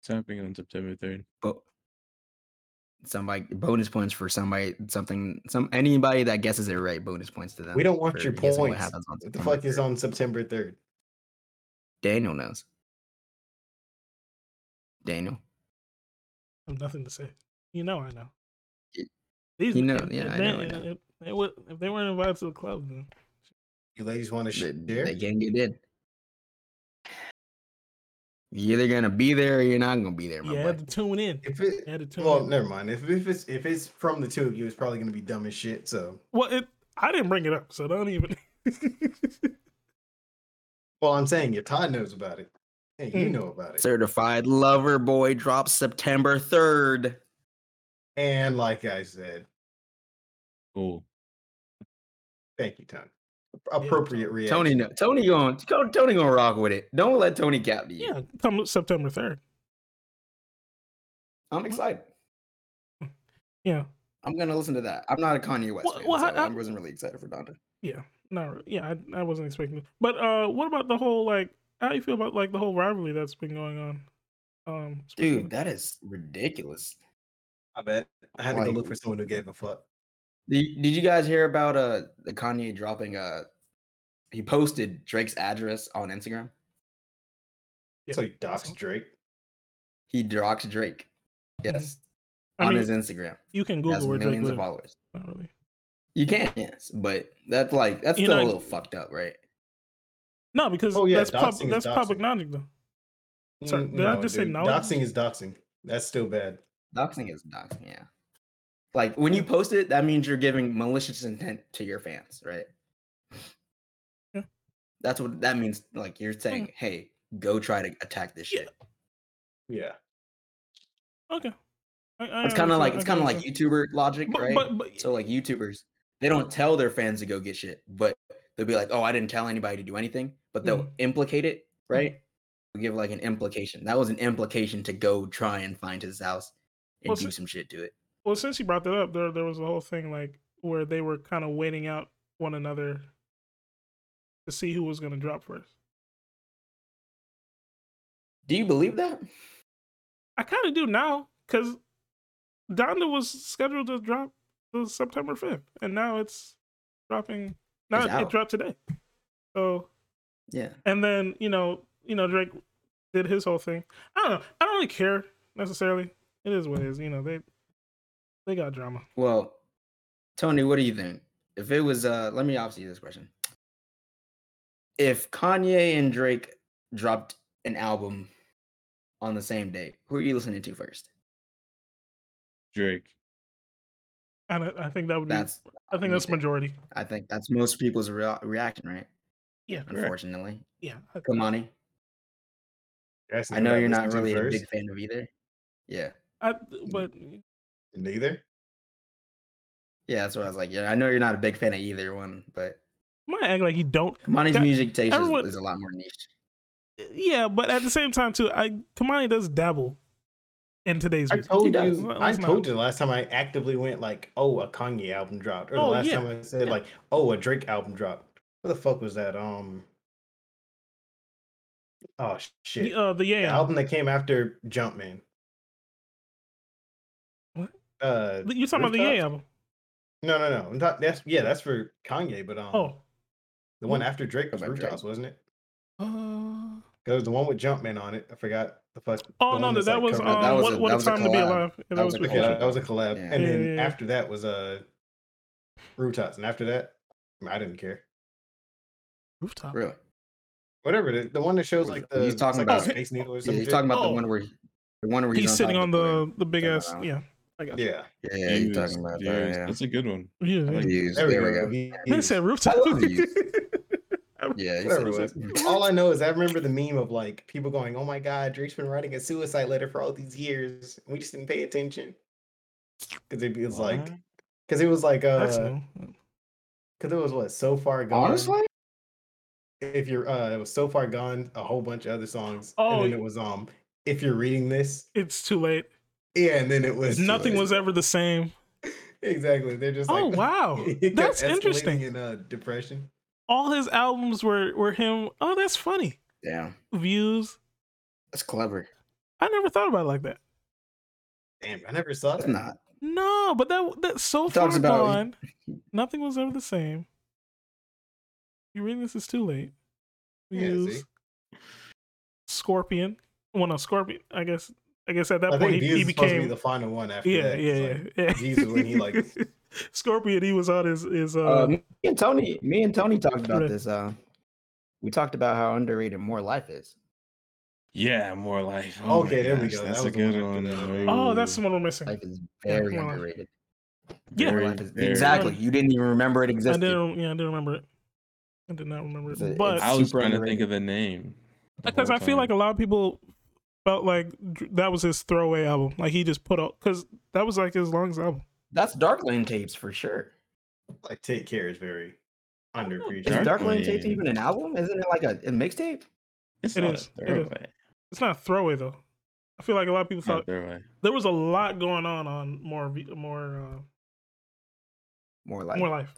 [SPEAKER 2] It's happening on September third.
[SPEAKER 3] But somebody bonus points for somebody something some anybody that guesses it right. Bonus points to them.
[SPEAKER 4] We don't want
[SPEAKER 3] for
[SPEAKER 4] your
[SPEAKER 3] guessing
[SPEAKER 4] points.
[SPEAKER 3] happens on
[SPEAKER 4] What the
[SPEAKER 3] September
[SPEAKER 4] fuck is
[SPEAKER 3] 3rd.
[SPEAKER 4] on September 3rd?
[SPEAKER 3] Daniel knows. Daniel.
[SPEAKER 1] I have nothing to say. You know I know.
[SPEAKER 3] Y-
[SPEAKER 1] These,
[SPEAKER 3] you know-
[SPEAKER 1] if-
[SPEAKER 3] yeah,
[SPEAKER 1] if
[SPEAKER 3] I
[SPEAKER 1] they,
[SPEAKER 3] know, I know.
[SPEAKER 1] If, they were, if they weren't invited to the club, then
[SPEAKER 4] You ladies want to
[SPEAKER 3] They,
[SPEAKER 4] share?
[SPEAKER 3] they can get in. You're either gonna be there or you're not gonna be there, my
[SPEAKER 1] you
[SPEAKER 3] boy.
[SPEAKER 1] had to tune in.
[SPEAKER 4] If it,
[SPEAKER 1] You had to tune
[SPEAKER 4] well,
[SPEAKER 1] in.
[SPEAKER 4] never mind. If, if it's if it's from the two of you, it's probably gonna be dumb as shit. So,
[SPEAKER 1] Well, it, I didn't bring it up, so don't even. *laughs*
[SPEAKER 4] well, I'm saying if Todd knows about it, and you
[SPEAKER 1] Mm.
[SPEAKER 4] know about it,
[SPEAKER 3] Certified Lover Boy drops September 3rd.
[SPEAKER 4] and like I said,
[SPEAKER 2] Cool.
[SPEAKER 4] thank you, Tony. Appropriate reaction.
[SPEAKER 3] Tony, no, Tony going, Tony going to rock with it. Don't let Tony cap you.
[SPEAKER 1] yeah, come September third.
[SPEAKER 3] I'm excited.
[SPEAKER 1] Yeah,
[SPEAKER 3] I'm gonna listen to that. I'm not a Kanye West
[SPEAKER 1] Well-
[SPEAKER 3] fan,
[SPEAKER 1] well,
[SPEAKER 3] so
[SPEAKER 1] how-
[SPEAKER 3] I
[SPEAKER 1] how-
[SPEAKER 3] wasn't really excited for Donda.
[SPEAKER 1] no, re- yeah, I, I wasn't expecting. It. But uh, what about the whole like? How do you feel about like the whole rivalry that's been going on? Um, speaking
[SPEAKER 3] *laughs* Dude, that is ridiculous.
[SPEAKER 4] I bet I had to go
[SPEAKER 3] Like-
[SPEAKER 4] look for someone who gave a fuck.
[SPEAKER 3] Did, did you guys hear about uh the Kanye dropping uh he posted Drake's address on Instagram?
[SPEAKER 1] Yeah.
[SPEAKER 4] So you doxed Drake.
[SPEAKER 3] He doxed Drake. Yes,
[SPEAKER 1] I
[SPEAKER 3] on
[SPEAKER 1] mean,
[SPEAKER 3] his Instagram.
[SPEAKER 1] you can
[SPEAKER 3] He has
[SPEAKER 1] Google where Drake
[SPEAKER 3] millions of
[SPEAKER 1] lives.
[SPEAKER 3] followers.
[SPEAKER 1] Not really.
[SPEAKER 3] You can, yes, but that's like that's
[SPEAKER 1] You
[SPEAKER 3] still
[SPEAKER 1] know,
[SPEAKER 3] a little fucked up, right?
[SPEAKER 1] No, because
[SPEAKER 4] Oh, yeah,
[SPEAKER 1] that's pub-
[SPEAKER 4] doxing is
[SPEAKER 1] that's public
[SPEAKER 4] doxing.
[SPEAKER 1] knowledge though. Sorry,
[SPEAKER 4] Mm,
[SPEAKER 1] did I just say
[SPEAKER 4] dude,
[SPEAKER 1] knowledge?
[SPEAKER 4] Doxing is doxing. That's still bad.
[SPEAKER 3] Doxing is doxing, yeah. Like when you post it, that means you're giving malicious intent to your fans, right?
[SPEAKER 1] Yeah.
[SPEAKER 3] That's what that means. Like you're saying, hey, go try to attack this
[SPEAKER 1] Yeah,
[SPEAKER 3] shit.
[SPEAKER 4] Yeah.
[SPEAKER 1] Okay. I, I
[SPEAKER 3] it's kind
[SPEAKER 1] understand-
[SPEAKER 3] of like
[SPEAKER 1] I
[SPEAKER 3] it's
[SPEAKER 1] can
[SPEAKER 3] kind of like
[SPEAKER 1] understand.
[SPEAKER 3] YouTuber logic,
[SPEAKER 1] But,
[SPEAKER 3] right?
[SPEAKER 1] but but
[SPEAKER 3] so like YouTubers, they don't tell their fans to go get shit, but they'll be like, oh, I didn't tell anybody to do anything, but they'll
[SPEAKER 1] Mhm.
[SPEAKER 3] implicate it, right? They'll Give like an implication. That was an implication to go try and find his house and
[SPEAKER 1] Well,
[SPEAKER 3] do
[SPEAKER 1] so-
[SPEAKER 3] some shit to it.
[SPEAKER 1] well, since you brought that up, there there was a whole thing like where they were kind of waiting out one another to see who was going to drop first.
[SPEAKER 3] Do you believe that?
[SPEAKER 1] I kind of do now because Donda was scheduled to drop the September fifth, and now it's dropping. Now
[SPEAKER 3] It's
[SPEAKER 1] it- it
[SPEAKER 3] out.
[SPEAKER 1] dropped today. So
[SPEAKER 3] Yeah.
[SPEAKER 1] And then you know, you know, Drake did his whole thing. I don't know. I don't really care necessarily. It is what it is. You know, they they got drama.
[SPEAKER 3] Well, Tony, what do you think? If it was, uh, let me ask you this question: If Kanye and Drake dropped an album on the same day, who are you listening to first?
[SPEAKER 2] Drake.
[SPEAKER 1] And I, I think that would be.
[SPEAKER 3] That's,
[SPEAKER 1] I think that's majority.
[SPEAKER 3] I think that's most people's rea- reaction, right?
[SPEAKER 1] Yeah.
[SPEAKER 2] Correct.
[SPEAKER 3] Unfortunately,
[SPEAKER 1] Yeah. I-
[SPEAKER 3] Kamani,
[SPEAKER 4] That's
[SPEAKER 3] I
[SPEAKER 4] the one
[SPEAKER 3] know you're not
[SPEAKER 4] listened to
[SPEAKER 3] really a
[SPEAKER 4] first.
[SPEAKER 3] big fan of either. Yeah,
[SPEAKER 1] I, but
[SPEAKER 4] Neither.
[SPEAKER 3] yeah, that's what I was like. Yeah, I know you're not a big fan of either one, but
[SPEAKER 1] might act like you don't.
[SPEAKER 3] Kamani's
[SPEAKER 1] That-
[SPEAKER 3] music taste is,
[SPEAKER 1] everyone-
[SPEAKER 3] is a lot more niche.
[SPEAKER 1] Yeah, but at the same time too, I Kamani does dabble in today's
[SPEAKER 4] I
[SPEAKER 1] music.
[SPEAKER 4] told
[SPEAKER 3] does.
[SPEAKER 4] you.
[SPEAKER 1] Well,
[SPEAKER 4] I
[SPEAKER 1] it's not-
[SPEAKER 4] told you the last time I actively went like, "Oh, a Kanye album dropped," or the
[SPEAKER 1] Oh,
[SPEAKER 4] last
[SPEAKER 1] yeah,
[SPEAKER 4] time I said
[SPEAKER 1] yeah.
[SPEAKER 4] like, "Oh, a Drake album dropped." What the fuck was that? Um. Oh sh- shit!
[SPEAKER 1] The, uh, the
[SPEAKER 4] the
[SPEAKER 1] yeah,
[SPEAKER 4] album that came after Jumpman.
[SPEAKER 1] What?
[SPEAKER 4] Uh,
[SPEAKER 1] you're talking about the
[SPEAKER 4] Rooftop?
[SPEAKER 1] yeah album.
[SPEAKER 4] no, no, no. I'm not- that's yeah, that's for Kanye. But um,
[SPEAKER 1] Oh,
[SPEAKER 4] the one after Drake was
[SPEAKER 3] About Drake.
[SPEAKER 4] Rooftops, wasn't it?
[SPEAKER 1] uh,
[SPEAKER 4] It was the one with Jumpman on it. I forgot the fuck.
[SPEAKER 1] oh
[SPEAKER 4] the
[SPEAKER 1] no,
[SPEAKER 4] one
[SPEAKER 1] that,
[SPEAKER 4] that's,
[SPEAKER 1] that
[SPEAKER 4] like,
[SPEAKER 1] was um,
[SPEAKER 4] covered-
[SPEAKER 3] That was
[SPEAKER 1] what,
[SPEAKER 3] a-
[SPEAKER 1] what
[SPEAKER 3] that
[SPEAKER 1] a
[SPEAKER 3] was a
[SPEAKER 1] time to be
[SPEAKER 3] collab.
[SPEAKER 1] alive. Yeah,
[SPEAKER 3] That was a
[SPEAKER 1] with-
[SPEAKER 4] Okay, that, that was a collab,
[SPEAKER 3] Yeah.
[SPEAKER 4] and then
[SPEAKER 1] Yeah, yeah, yeah.
[SPEAKER 4] after that was uh, Rooftops, and after that, I didn't care.
[SPEAKER 1] rooftop.
[SPEAKER 3] Really?
[SPEAKER 4] Whatever the, the one that shows
[SPEAKER 3] What
[SPEAKER 4] like
[SPEAKER 3] are
[SPEAKER 4] the
[SPEAKER 3] you talking
[SPEAKER 4] it's like a
[SPEAKER 1] about?
[SPEAKER 4] Space Needle or
[SPEAKER 3] Yeah,
[SPEAKER 4] something.
[SPEAKER 3] he's talking about
[SPEAKER 1] Oh.
[SPEAKER 3] the one where he- the one where
[SPEAKER 1] He's sitting on the the big
[SPEAKER 3] Turn
[SPEAKER 1] ass.
[SPEAKER 3] around.
[SPEAKER 1] Yeah, I got you.
[SPEAKER 4] yeah,
[SPEAKER 3] Yeah, yeah, you're
[SPEAKER 2] Views,
[SPEAKER 3] talking about
[SPEAKER 2] views.
[SPEAKER 3] that.
[SPEAKER 2] That's a good one.
[SPEAKER 1] Yeah,
[SPEAKER 2] I
[SPEAKER 1] yeah.
[SPEAKER 3] Yeah.
[SPEAKER 2] like
[SPEAKER 3] Views,
[SPEAKER 4] there we go.
[SPEAKER 1] They
[SPEAKER 4] Views.
[SPEAKER 1] said rooftop.
[SPEAKER 3] I love you. Yeah, he said
[SPEAKER 4] Whatever it was.
[SPEAKER 3] something.
[SPEAKER 4] All I know is I remember the meme of like people going, "Oh my God, Drake's been writing a suicide letter for all these years. We just didn't pay attention." Because it was like,
[SPEAKER 2] What?
[SPEAKER 4] because it was
[SPEAKER 1] *laughs*
[SPEAKER 4] like,
[SPEAKER 1] That's
[SPEAKER 4] uh,
[SPEAKER 1] new.
[SPEAKER 4] because it was what so far gone.
[SPEAKER 3] honestly,
[SPEAKER 4] if you're, uh, it was so far gone. A whole bunch of other songs,
[SPEAKER 1] Oh,
[SPEAKER 4] and then
[SPEAKER 1] y-
[SPEAKER 4] it was um, if you're reading this,
[SPEAKER 1] It's too late.
[SPEAKER 4] yeah, and then it was
[SPEAKER 1] Nothing
[SPEAKER 4] like-
[SPEAKER 1] was ever the same.
[SPEAKER 4] *laughs* exactly. They're just like, *laughs*
[SPEAKER 1] oh wow,
[SPEAKER 4] It kept
[SPEAKER 1] that's
[SPEAKER 4] escalating
[SPEAKER 1] interesting.
[SPEAKER 4] In uh, depression.
[SPEAKER 1] All his albums were were him. Oh, that's funny.
[SPEAKER 3] Yeah,
[SPEAKER 1] Views.
[SPEAKER 3] that's clever.
[SPEAKER 1] I never thought about it like that.
[SPEAKER 4] Damn, I never saw
[SPEAKER 3] It's
[SPEAKER 4] that.
[SPEAKER 3] not.
[SPEAKER 1] No, but that that so
[SPEAKER 3] It talks
[SPEAKER 1] far
[SPEAKER 3] about-
[SPEAKER 1] gone. Nothing was ever the same. You reading this is too late.
[SPEAKER 4] Yeah, see?
[SPEAKER 1] Views. Scorpion. Well, no, Scorpion. I guess. I guess at that
[SPEAKER 4] I
[SPEAKER 1] point
[SPEAKER 4] think
[SPEAKER 1] he,
[SPEAKER 4] Views
[SPEAKER 1] he
[SPEAKER 4] is supposed to be
[SPEAKER 1] became.
[SPEAKER 4] the final one after
[SPEAKER 1] yeah,
[SPEAKER 4] that.
[SPEAKER 1] yeah,
[SPEAKER 4] It's
[SPEAKER 1] yeah,
[SPEAKER 4] like,
[SPEAKER 1] yeah.
[SPEAKER 4] Views is when he, like-
[SPEAKER 1] *laughs* Scorpion. He was on his his
[SPEAKER 3] Uh,
[SPEAKER 1] uh,
[SPEAKER 3] me and Tony, me and Tony talked about
[SPEAKER 1] Right.
[SPEAKER 3] this. Uh, we talked about how underrated More Life is.
[SPEAKER 2] Yeah, more like.
[SPEAKER 4] Okay, there we go.
[SPEAKER 2] That's
[SPEAKER 4] that
[SPEAKER 2] a
[SPEAKER 4] was the one
[SPEAKER 2] good
[SPEAKER 4] I
[SPEAKER 2] one.
[SPEAKER 4] did, uh,
[SPEAKER 1] Oh, that's the one we're missing.
[SPEAKER 3] Life is
[SPEAKER 1] Yeah,
[SPEAKER 3] very
[SPEAKER 1] More Life.
[SPEAKER 3] underrated.
[SPEAKER 1] Yeah.
[SPEAKER 3] More
[SPEAKER 2] Very,
[SPEAKER 3] Life is,
[SPEAKER 2] very-
[SPEAKER 3] exactly. You didn't even remember it
[SPEAKER 1] I
[SPEAKER 3] existed.
[SPEAKER 1] didn't. Yeah, I didn't remember it. I did not remember
[SPEAKER 3] It's a-
[SPEAKER 1] it. But
[SPEAKER 2] I was
[SPEAKER 3] Super
[SPEAKER 2] trying to think
[SPEAKER 3] underrated.
[SPEAKER 2] of the name. the
[SPEAKER 1] because
[SPEAKER 2] whole
[SPEAKER 1] I feel like a
[SPEAKER 2] time.
[SPEAKER 1] lot of people felt like dr- that was his throwaway album. Like he just put out because that was like his longest album.
[SPEAKER 3] That's Darkland tapes for sure.
[SPEAKER 4] like Take Care is very
[SPEAKER 3] Is
[SPEAKER 4] underappreciated.
[SPEAKER 2] Dark-
[SPEAKER 3] Darkland tapes
[SPEAKER 2] Darkland.
[SPEAKER 3] even an album? Isn't it like a, a mixtape?
[SPEAKER 2] it's
[SPEAKER 1] it
[SPEAKER 2] not
[SPEAKER 1] is, it
[SPEAKER 2] A
[SPEAKER 1] is.
[SPEAKER 2] throwaway.
[SPEAKER 1] It's not a throwaway though. I feel like a lot of people
[SPEAKER 2] It's not a
[SPEAKER 1] thought
[SPEAKER 2] throwaway.
[SPEAKER 1] there was a lot going on on more V- more
[SPEAKER 3] More
[SPEAKER 1] uh,
[SPEAKER 3] like
[SPEAKER 1] more life.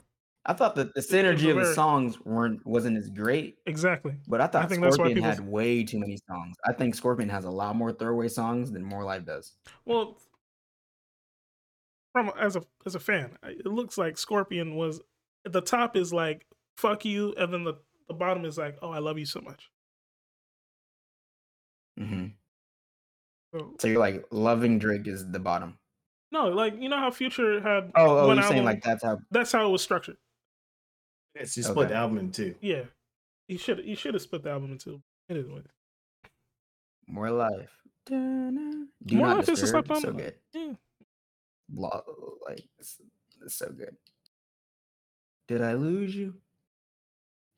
[SPEAKER 3] I thought that the
[SPEAKER 1] was
[SPEAKER 3] synergy of the
[SPEAKER 1] very-
[SPEAKER 3] songs weren't wasn't as great,
[SPEAKER 1] Exactly.
[SPEAKER 3] but I thought
[SPEAKER 1] think that's why
[SPEAKER 3] Scorpion
[SPEAKER 1] people-
[SPEAKER 3] had way too many songs. I think Scorpion has a lot more throwaway songs than More Life does.
[SPEAKER 1] Well, from as a as a fan, I- it looks like Scorpion was at the top is like fuck you, and then the the bottom is like oh I love you so much.
[SPEAKER 3] hmm
[SPEAKER 1] So,
[SPEAKER 3] So you're like loving Drake is the bottom.
[SPEAKER 1] no, like you know how Future had
[SPEAKER 3] Oh, oh,
[SPEAKER 1] one
[SPEAKER 3] you're saying
[SPEAKER 1] album-
[SPEAKER 3] like that's how
[SPEAKER 1] that's how it was structured.
[SPEAKER 4] Yes, you split
[SPEAKER 3] Okay.
[SPEAKER 4] the album in two.
[SPEAKER 1] Yeah, you should you should have split the album into. Anyway,
[SPEAKER 3] More life. Do
[SPEAKER 1] More
[SPEAKER 3] not
[SPEAKER 1] Life is a
[SPEAKER 3] disturb.
[SPEAKER 1] slap
[SPEAKER 3] so
[SPEAKER 1] on-
[SPEAKER 3] good.
[SPEAKER 1] yeah.
[SPEAKER 3] Lo- like it's, it's so good. Did I lose you?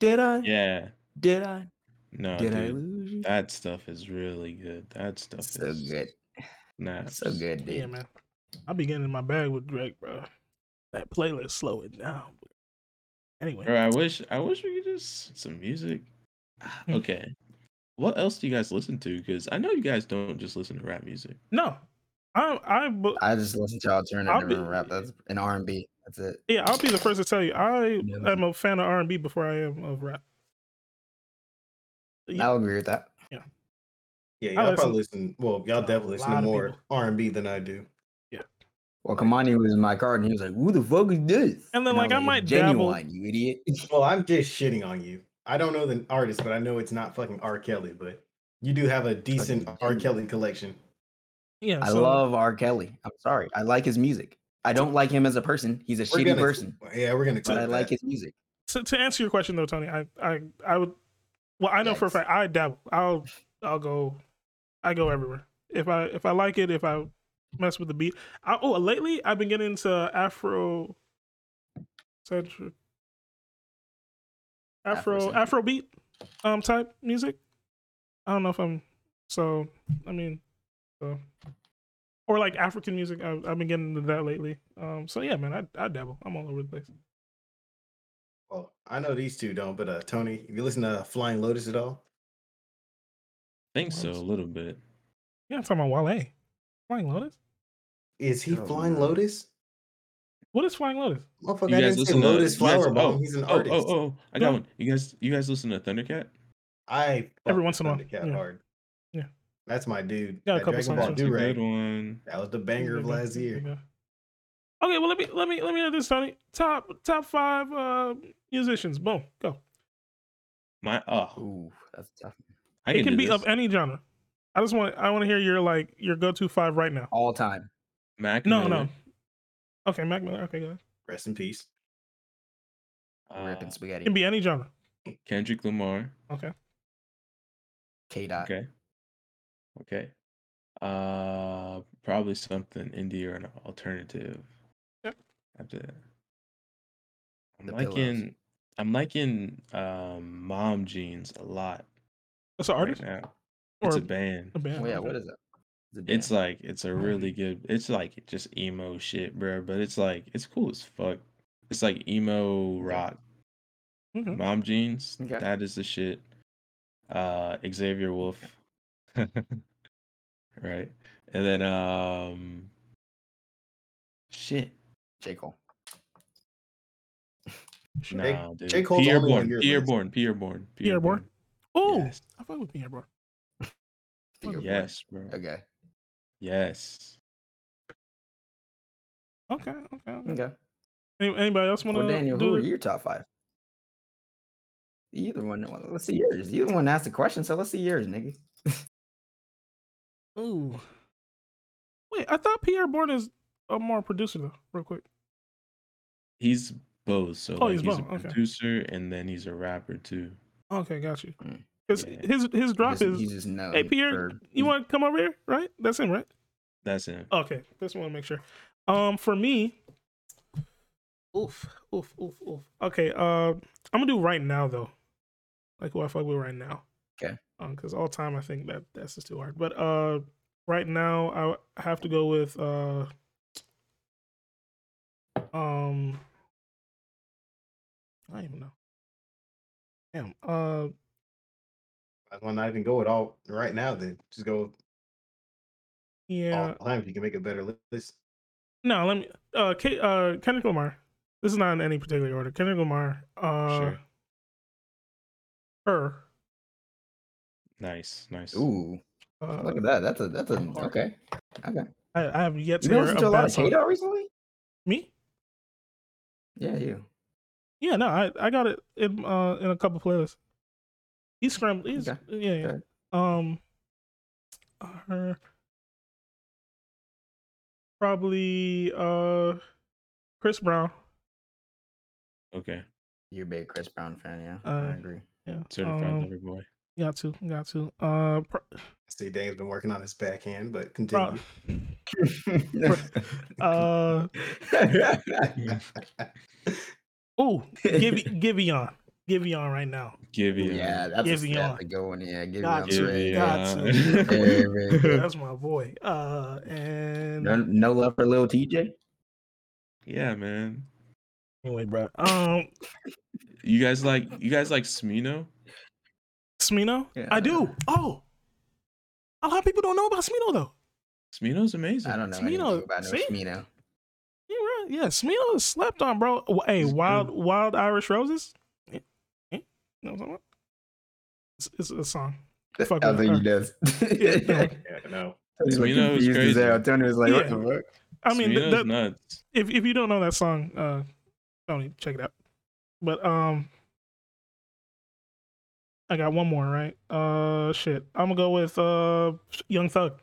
[SPEAKER 3] Did I?
[SPEAKER 2] Yeah.
[SPEAKER 3] Did I?
[SPEAKER 2] No,
[SPEAKER 3] Did I
[SPEAKER 2] dude.
[SPEAKER 3] lose you?
[SPEAKER 2] That stuff is really good. That stuff
[SPEAKER 3] so
[SPEAKER 2] is
[SPEAKER 3] good.
[SPEAKER 2] Nah,
[SPEAKER 3] So good, dude.
[SPEAKER 1] yeah, man. I be getting in my bag with Drake, bro. That playlist slow it down. Anyway,
[SPEAKER 2] Bro, I wish I wish we could just some music.
[SPEAKER 3] *sighs*
[SPEAKER 2] Ah,
[SPEAKER 1] Hmm.
[SPEAKER 2] Okay. What else do you guys listen to? Because I know you guys don't just listen to rap music.
[SPEAKER 1] no, I I bu-
[SPEAKER 3] I just listen to
[SPEAKER 1] I'll
[SPEAKER 3] alternative
[SPEAKER 1] be-
[SPEAKER 3] and rap. That's an R and B. That's it.
[SPEAKER 1] yeah, I'll be the first to tell you I
[SPEAKER 3] Yeah.
[SPEAKER 1] am a fan of R and B before I am of rap. Yeah.
[SPEAKER 3] I'll agree with that.
[SPEAKER 4] Yeah,
[SPEAKER 1] I
[SPEAKER 4] y'all probably listen. Well, y'all
[SPEAKER 1] to Oh, a
[SPEAKER 4] definitely listen
[SPEAKER 1] lot
[SPEAKER 4] to
[SPEAKER 1] of
[SPEAKER 4] more
[SPEAKER 1] people.
[SPEAKER 4] R and B than I do.
[SPEAKER 3] Well, Kamani was in my car and he was like, "Who the fuck is this?"
[SPEAKER 1] And then, like,
[SPEAKER 3] was
[SPEAKER 1] I might
[SPEAKER 3] "It's
[SPEAKER 1] dabble-
[SPEAKER 3] genuine, you idiot.
[SPEAKER 4] Well, I'm just shitting on you. I don't know the artist, but I know it's not fucking R. Kelly. But you do have a decent
[SPEAKER 3] Fucking
[SPEAKER 4] R.
[SPEAKER 3] dude.
[SPEAKER 4] Kelly collection.
[SPEAKER 1] Yeah,
[SPEAKER 3] I
[SPEAKER 1] so-
[SPEAKER 3] love R. Kelly. I'm sorry. I like his music. I don't like him as a person. He's a
[SPEAKER 4] We're
[SPEAKER 3] shitty
[SPEAKER 4] gonna-
[SPEAKER 3] person,
[SPEAKER 4] Yeah, we're gonna.
[SPEAKER 3] but
[SPEAKER 4] clip
[SPEAKER 3] I like
[SPEAKER 4] that.
[SPEAKER 3] his music.
[SPEAKER 1] to, to answer your question though, Tony, I I I would. Well, I know for a
[SPEAKER 3] Yikes.
[SPEAKER 1] fact I dabble. I'll I'll go, I go everywhere. If I if I like it, if I mess with the beat. I, oh, lately I've been getting into Afro, centric, Afro
[SPEAKER 3] Afrocentric.
[SPEAKER 1] Afro beat, um type music. I don't know if I'm so. I mean, so or like African music. I've, I've been getting into that lately. Um, so yeah, man, I I dabble. I'm all over the place.
[SPEAKER 4] Well, I know these two don't, but uh, Tony, if you listen to Flying Lotus at all,
[SPEAKER 2] I think so, a
[SPEAKER 1] Nice.
[SPEAKER 2] little bit.
[SPEAKER 1] Yeah, I'm talking about Wale. Flying Lotus?
[SPEAKER 4] is he
[SPEAKER 3] Oh,
[SPEAKER 4] Flying
[SPEAKER 3] no.
[SPEAKER 4] Lotus?
[SPEAKER 1] What is Flying Lotus?
[SPEAKER 4] Motherfucker,
[SPEAKER 2] You
[SPEAKER 4] I
[SPEAKER 2] guys
[SPEAKER 4] didn't say
[SPEAKER 2] listen to
[SPEAKER 4] Lotus
[SPEAKER 2] you
[SPEAKER 4] Flower
[SPEAKER 2] guys,
[SPEAKER 4] Bomb.
[SPEAKER 2] oh,
[SPEAKER 4] He's an
[SPEAKER 2] oh,
[SPEAKER 4] artist.
[SPEAKER 2] oh, oh, I got
[SPEAKER 1] No.
[SPEAKER 2] one. You guys, you guys listen to Thundercat?
[SPEAKER 4] I
[SPEAKER 1] Every
[SPEAKER 4] fuck
[SPEAKER 1] once in a while,
[SPEAKER 4] Thundercat
[SPEAKER 1] yeah.
[SPEAKER 4] hard.
[SPEAKER 1] Yeah.
[SPEAKER 4] that's my dude.
[SPEAKER 1] Got a
[SPEAKER 4] That
[SPEAKER 1] couple
[SPEAKER 4] Dragon
[SPEAKER 1] songs
[SPEAKER 4] Ball
[SPEAKER 1] on it.
[SPEAKER 2] That's a good
[SPEAKER 4] Durag.
[SPEAKER 2] one.
[SPEAKER 4] That was the banger of last year.
[SPEAKER 1] Okay, well let me let me let me know this, Tony. Top top five uh musicians. Boom. Go.
[SPEAKER 2] My oh,
[SPEAKER 3] Ooh, that's tough.
[SPEAKER 2] I
[SPEAKER 1] it can
[SPEAKER 2] do
[SPEAKER 1] be of
[SPEAKER 2] this.
[SPEAKER 1] any genre. I just want I want to hear your like your go to five right now.
[SPEAKER 3] All time.
[SPEAKER 2] Mac
[SPEAKER 1] e-, No,
[SPEAKER 2] Miller,
[SPEAKER 1] no. Okay, Mac Miller. Okay, go ahead.
[SPEAKER 4] Rest in peace.
[SPEAKER 3] Ripping
[SPEAKER 2] uh,
[SPEAKER 1] It
[SPEAKER 3] spaghetti.
[SPEAKER 1] can be any genre.
[SPEAKER 2] Kendrick Lamar.
[SPEAKER 1] Okay.
[SPEAKER 3] K dot.
[SPEAKER 2] Okay. Okay. Uh, probably something indie or an alternative.
[SPEAKER 1] Yep.
[SPEAKER 2] After that, I'm
[SPEAKER 3] The Pillows.
[SPEAKER 2] liking. I'm liking um, Mom Jeans a lot
[SPEAKER 1] That's an artist
[SPEAKER 2] right now.
[SPEAKER 1] or
[SPEAKER 2] it's
[SPEAKER 1] a,
[SPEAKER 2] a band.
[SPEAKER 1] band.
[SPEAKER 3] Well, Oh, yeah,
[SPEAKER 1] okay.
[SPEAKER 3] what is it?
[SPEAKER 2] It's like it's a really
[SPEAKER 4] Um,
[SPEAKER 2] good. It's like just emo shit, bro. But it's like it's cool as fuck. It's like emo rock.
[SPEAKER 1] Okay.
[SPEAKER 2] Mom Jeans.
[SPEAKER 3] Okay.
[SPEAKER 2] That is the shit. Uh Xavier
[SPEAKER 4] *laughs*
[SPEAKER 2] Wolf. *laughs* right. And then um shit.
[SPEAKER 3] J. Cole.
[SPEAKER 4] Jake-
[SPEAKER 2] Nah, dude.
[SPEAKER 4] Jake Cole's
[SPEAKER 2] Pierre
[SPEAKER 4] only one
[SPEAKER 2] Bourne,
[SPEAKER 4] year
[SPEAKER 2] Pierre
[SPEAKER 4] left.
[SPEAKER 2] Bourne, Pierre Bourne,
[SPEAKER 1] Pierre Bourne? Oh,
[SPEAKER 2] Yes.
[SPEAKER 1] I fuck with Pierre Bourne. Oh,
[SPEAKER 3] Think of-
[SPEAKER 2] Yes, bro.
[SPEAKER 3] Okay.
[SPEAKER 2] Yes.
[SPEAKER 1] Okay, okay. okay.
[SPEAKER 3] Okay.
[SPEAKER 1] Any, anybody else want
[SPEAKER 3] Well,
[SPEAKER 1] to
[SPEAKER 3] Daniel, who
[SPEAKER 1] do
[SPEAKER 3] are
[SPEAKER 1] it?
[SPEAKER 3] your top five? Either one. well, Let's see yours. You're the one that asked the question, so let's see yours, nigga.
[SPEAKER 1] Ooh. Wait, I thought Pierre Bourne is a more producer though. Real quick.
[SPEAKER 2] He's both. So
[SPEAKER 1] Oh,
[SPEAKER 2] like,
[SPEAKER 1] he's
[SPEAKER 2] he's,
[SPEAKER 1] both,
[SPEAKER 2] a
[SPEAKER 1] okay.
[SPEAKER 2] producer and then he's a rapper too.
[SPEAKER 1] Okay, got you.
[SPEAKER 3] Mm,
[SPEAKER 1] Because
[SPEAKER 2] yeah.
[SPEAKER 1] his his drop
[SPEAKER 3] Just-
[SPEAKER 1] is
[SPEAKER 3] he's just known
[SPEAKER 1] hey Pierre,
[SPEAKER 3] for-
[SPEAKER 1] you want to come over here, right? That's him, right?
[SPEAKER 2] That's him.
[SPEAKER 1] Okay, just want to make sure. Um, for me, oof, oof, oof, oof. Okay, uh, I'm gonna do right now though, like what I fuck with right now.
[SPEAKER 3] Okay.
[SPEAKER 1] Um, because all time I think that that's just too hard. But uh, right now I w- have to go with uh, um, I don't even know. Damn. Uh,
[SPEAKER 4] Might well not even go at all right now. Then just go
[SPEAKER 1] yeah.
[SPEAKER 4] all time if you can make a better li- list.
[SPEAKER 1] No, let me. Uh, K, uh, Kendrick Lamar. This is not in any particular order. Kendrick Lamar. Uh,
[SPEAKER 2] Sure.
[SPEAKER 1] her.
[SPEAKER 2] Nice, nice.
[SPEAKER 3] Ooh,
[SPEAKER 1] Uh,
[SPEAKER 3] look at that. That's a that's a okay. Okay.
[SPEAKER 1] I, I have yet to
[SPEAKER 3] You been
[SPEAKER 1] hear
[SPEAKER 3] listening to a lot
[SPEAKER 1] bad
[SPEAKER 3] of
[SPEAKER 1] song.
[SPEAKER 3] Tato recently?
[SPEAKER 1] Me?
[SPEAKER 3] Yeah, you.
[SPEAKER 1] Yeah, no, I, I got it in uh in a couple playlists. He's scrambled. He's
[SPEAKER 3] Okay.
[SPEAKER 1] yeah, yeah.
[SPEAKER 3] Okay.
[SPEAKER 1] Um, her probably uh Chris Brown.
[SPEAKER 2] Okay.
[SPEAKER 3] You're a big Chris Brown fan, yeah.
[SPEAKER 1] Uh,
[SPEAKER 3] I agree.
[SPEAKER 1] *laughs* Yeah,
[SPEAKER 2] Certified
[SPEAKER 1] um,
[SPEAKER 2] lover boy.
[SPEAKER 1] got to, got to. Uh, pro-
[SPEAKER 4] I see Dane's been working on his backhand, but
[SPEAKER 1] pro-
[SPEAKER 4] continue.
[SPEAKER 1] uh, oh,
[SPEAKER 3] *laughs*
[SPEAKER 1] Give Giveon. Giveon right now.
[SPEAKER 2] Giveon.
[SPEAKER 3] yeah, that's a,
[SPEAKER 1] Giveon.
[SPEAKER 3] that's a good one. Yeah, give
[SPEAKER 1] Got to,
[SPEAKER 2] Giveon.
[SPEAKER 1] got
[SPEAKER 2] *laughs*
[SPEAKER 1] to. *laughs*
[SPEAKER 3] Yeah,
[SPEAKER 1] That's my boy. Uh and
[SPEAKER 3] no, no love for Lil TJ.
[SPEAKER 2] yeah, man.
[SPEAKER 1] anyway, bro. Um
[SPEAKER 2] You guys like you guys like Smino?
[SPEAKER 1] Smino?
[SPEAKER 3] Yeah.
[SPEAKER 1] I do. Oh. A lot of people don't know about Smino though.
[SPEAKER 2] Smino's amazing.
[SPEAKER 3] I don't know
[SPEAKER 1] Smino,
[SPEAKER 3] anything about no
[SPEAKER 1] see?
[SPEAKER 3] Smino.
[SPEAKER 1] Yeah, right. Yeah, Smino is slept on, bro. W- Hey,
[SPEAKER 2] He's
[SPEAKER 1] Wild Wild Irish Roses. Eh, eh, You know what I'm talking about? It's, it's a song.
[SPEAKER 3] *laughs* That's
[SPEAKER 1] Fuck
[SPEAKER 3] I
[SPEAKER 1] with
[SPEAKER 3] think he
[SPEAKER 1] her.
[SPEAKER 3] does.
[SPEAKER 1] *laughs* Yeah,
[SPEAKER 4] yeah, no.
[SPEAKER 3] Tony's like
[SPEAKER 2] Smino is
[SPEAKER 3] confused as
[SPEAKER 2] crazy.
[SPEAKER 3] hell. Tony was like, what
[SPEAKER 1] Yeah.
[SPEAKER 3] the fuck?
[SPEAKER 1] I mean, th-
[SPEAKER 2] Smino's
[SPEAKER 1] that-
[SPEAKER 2] nuts.
[SPEAKER 1] if if you don't know that song, uh, Tony, check it out. But um, I got one more right. Uh, shit, I'm gonna go with uh, Young Thug.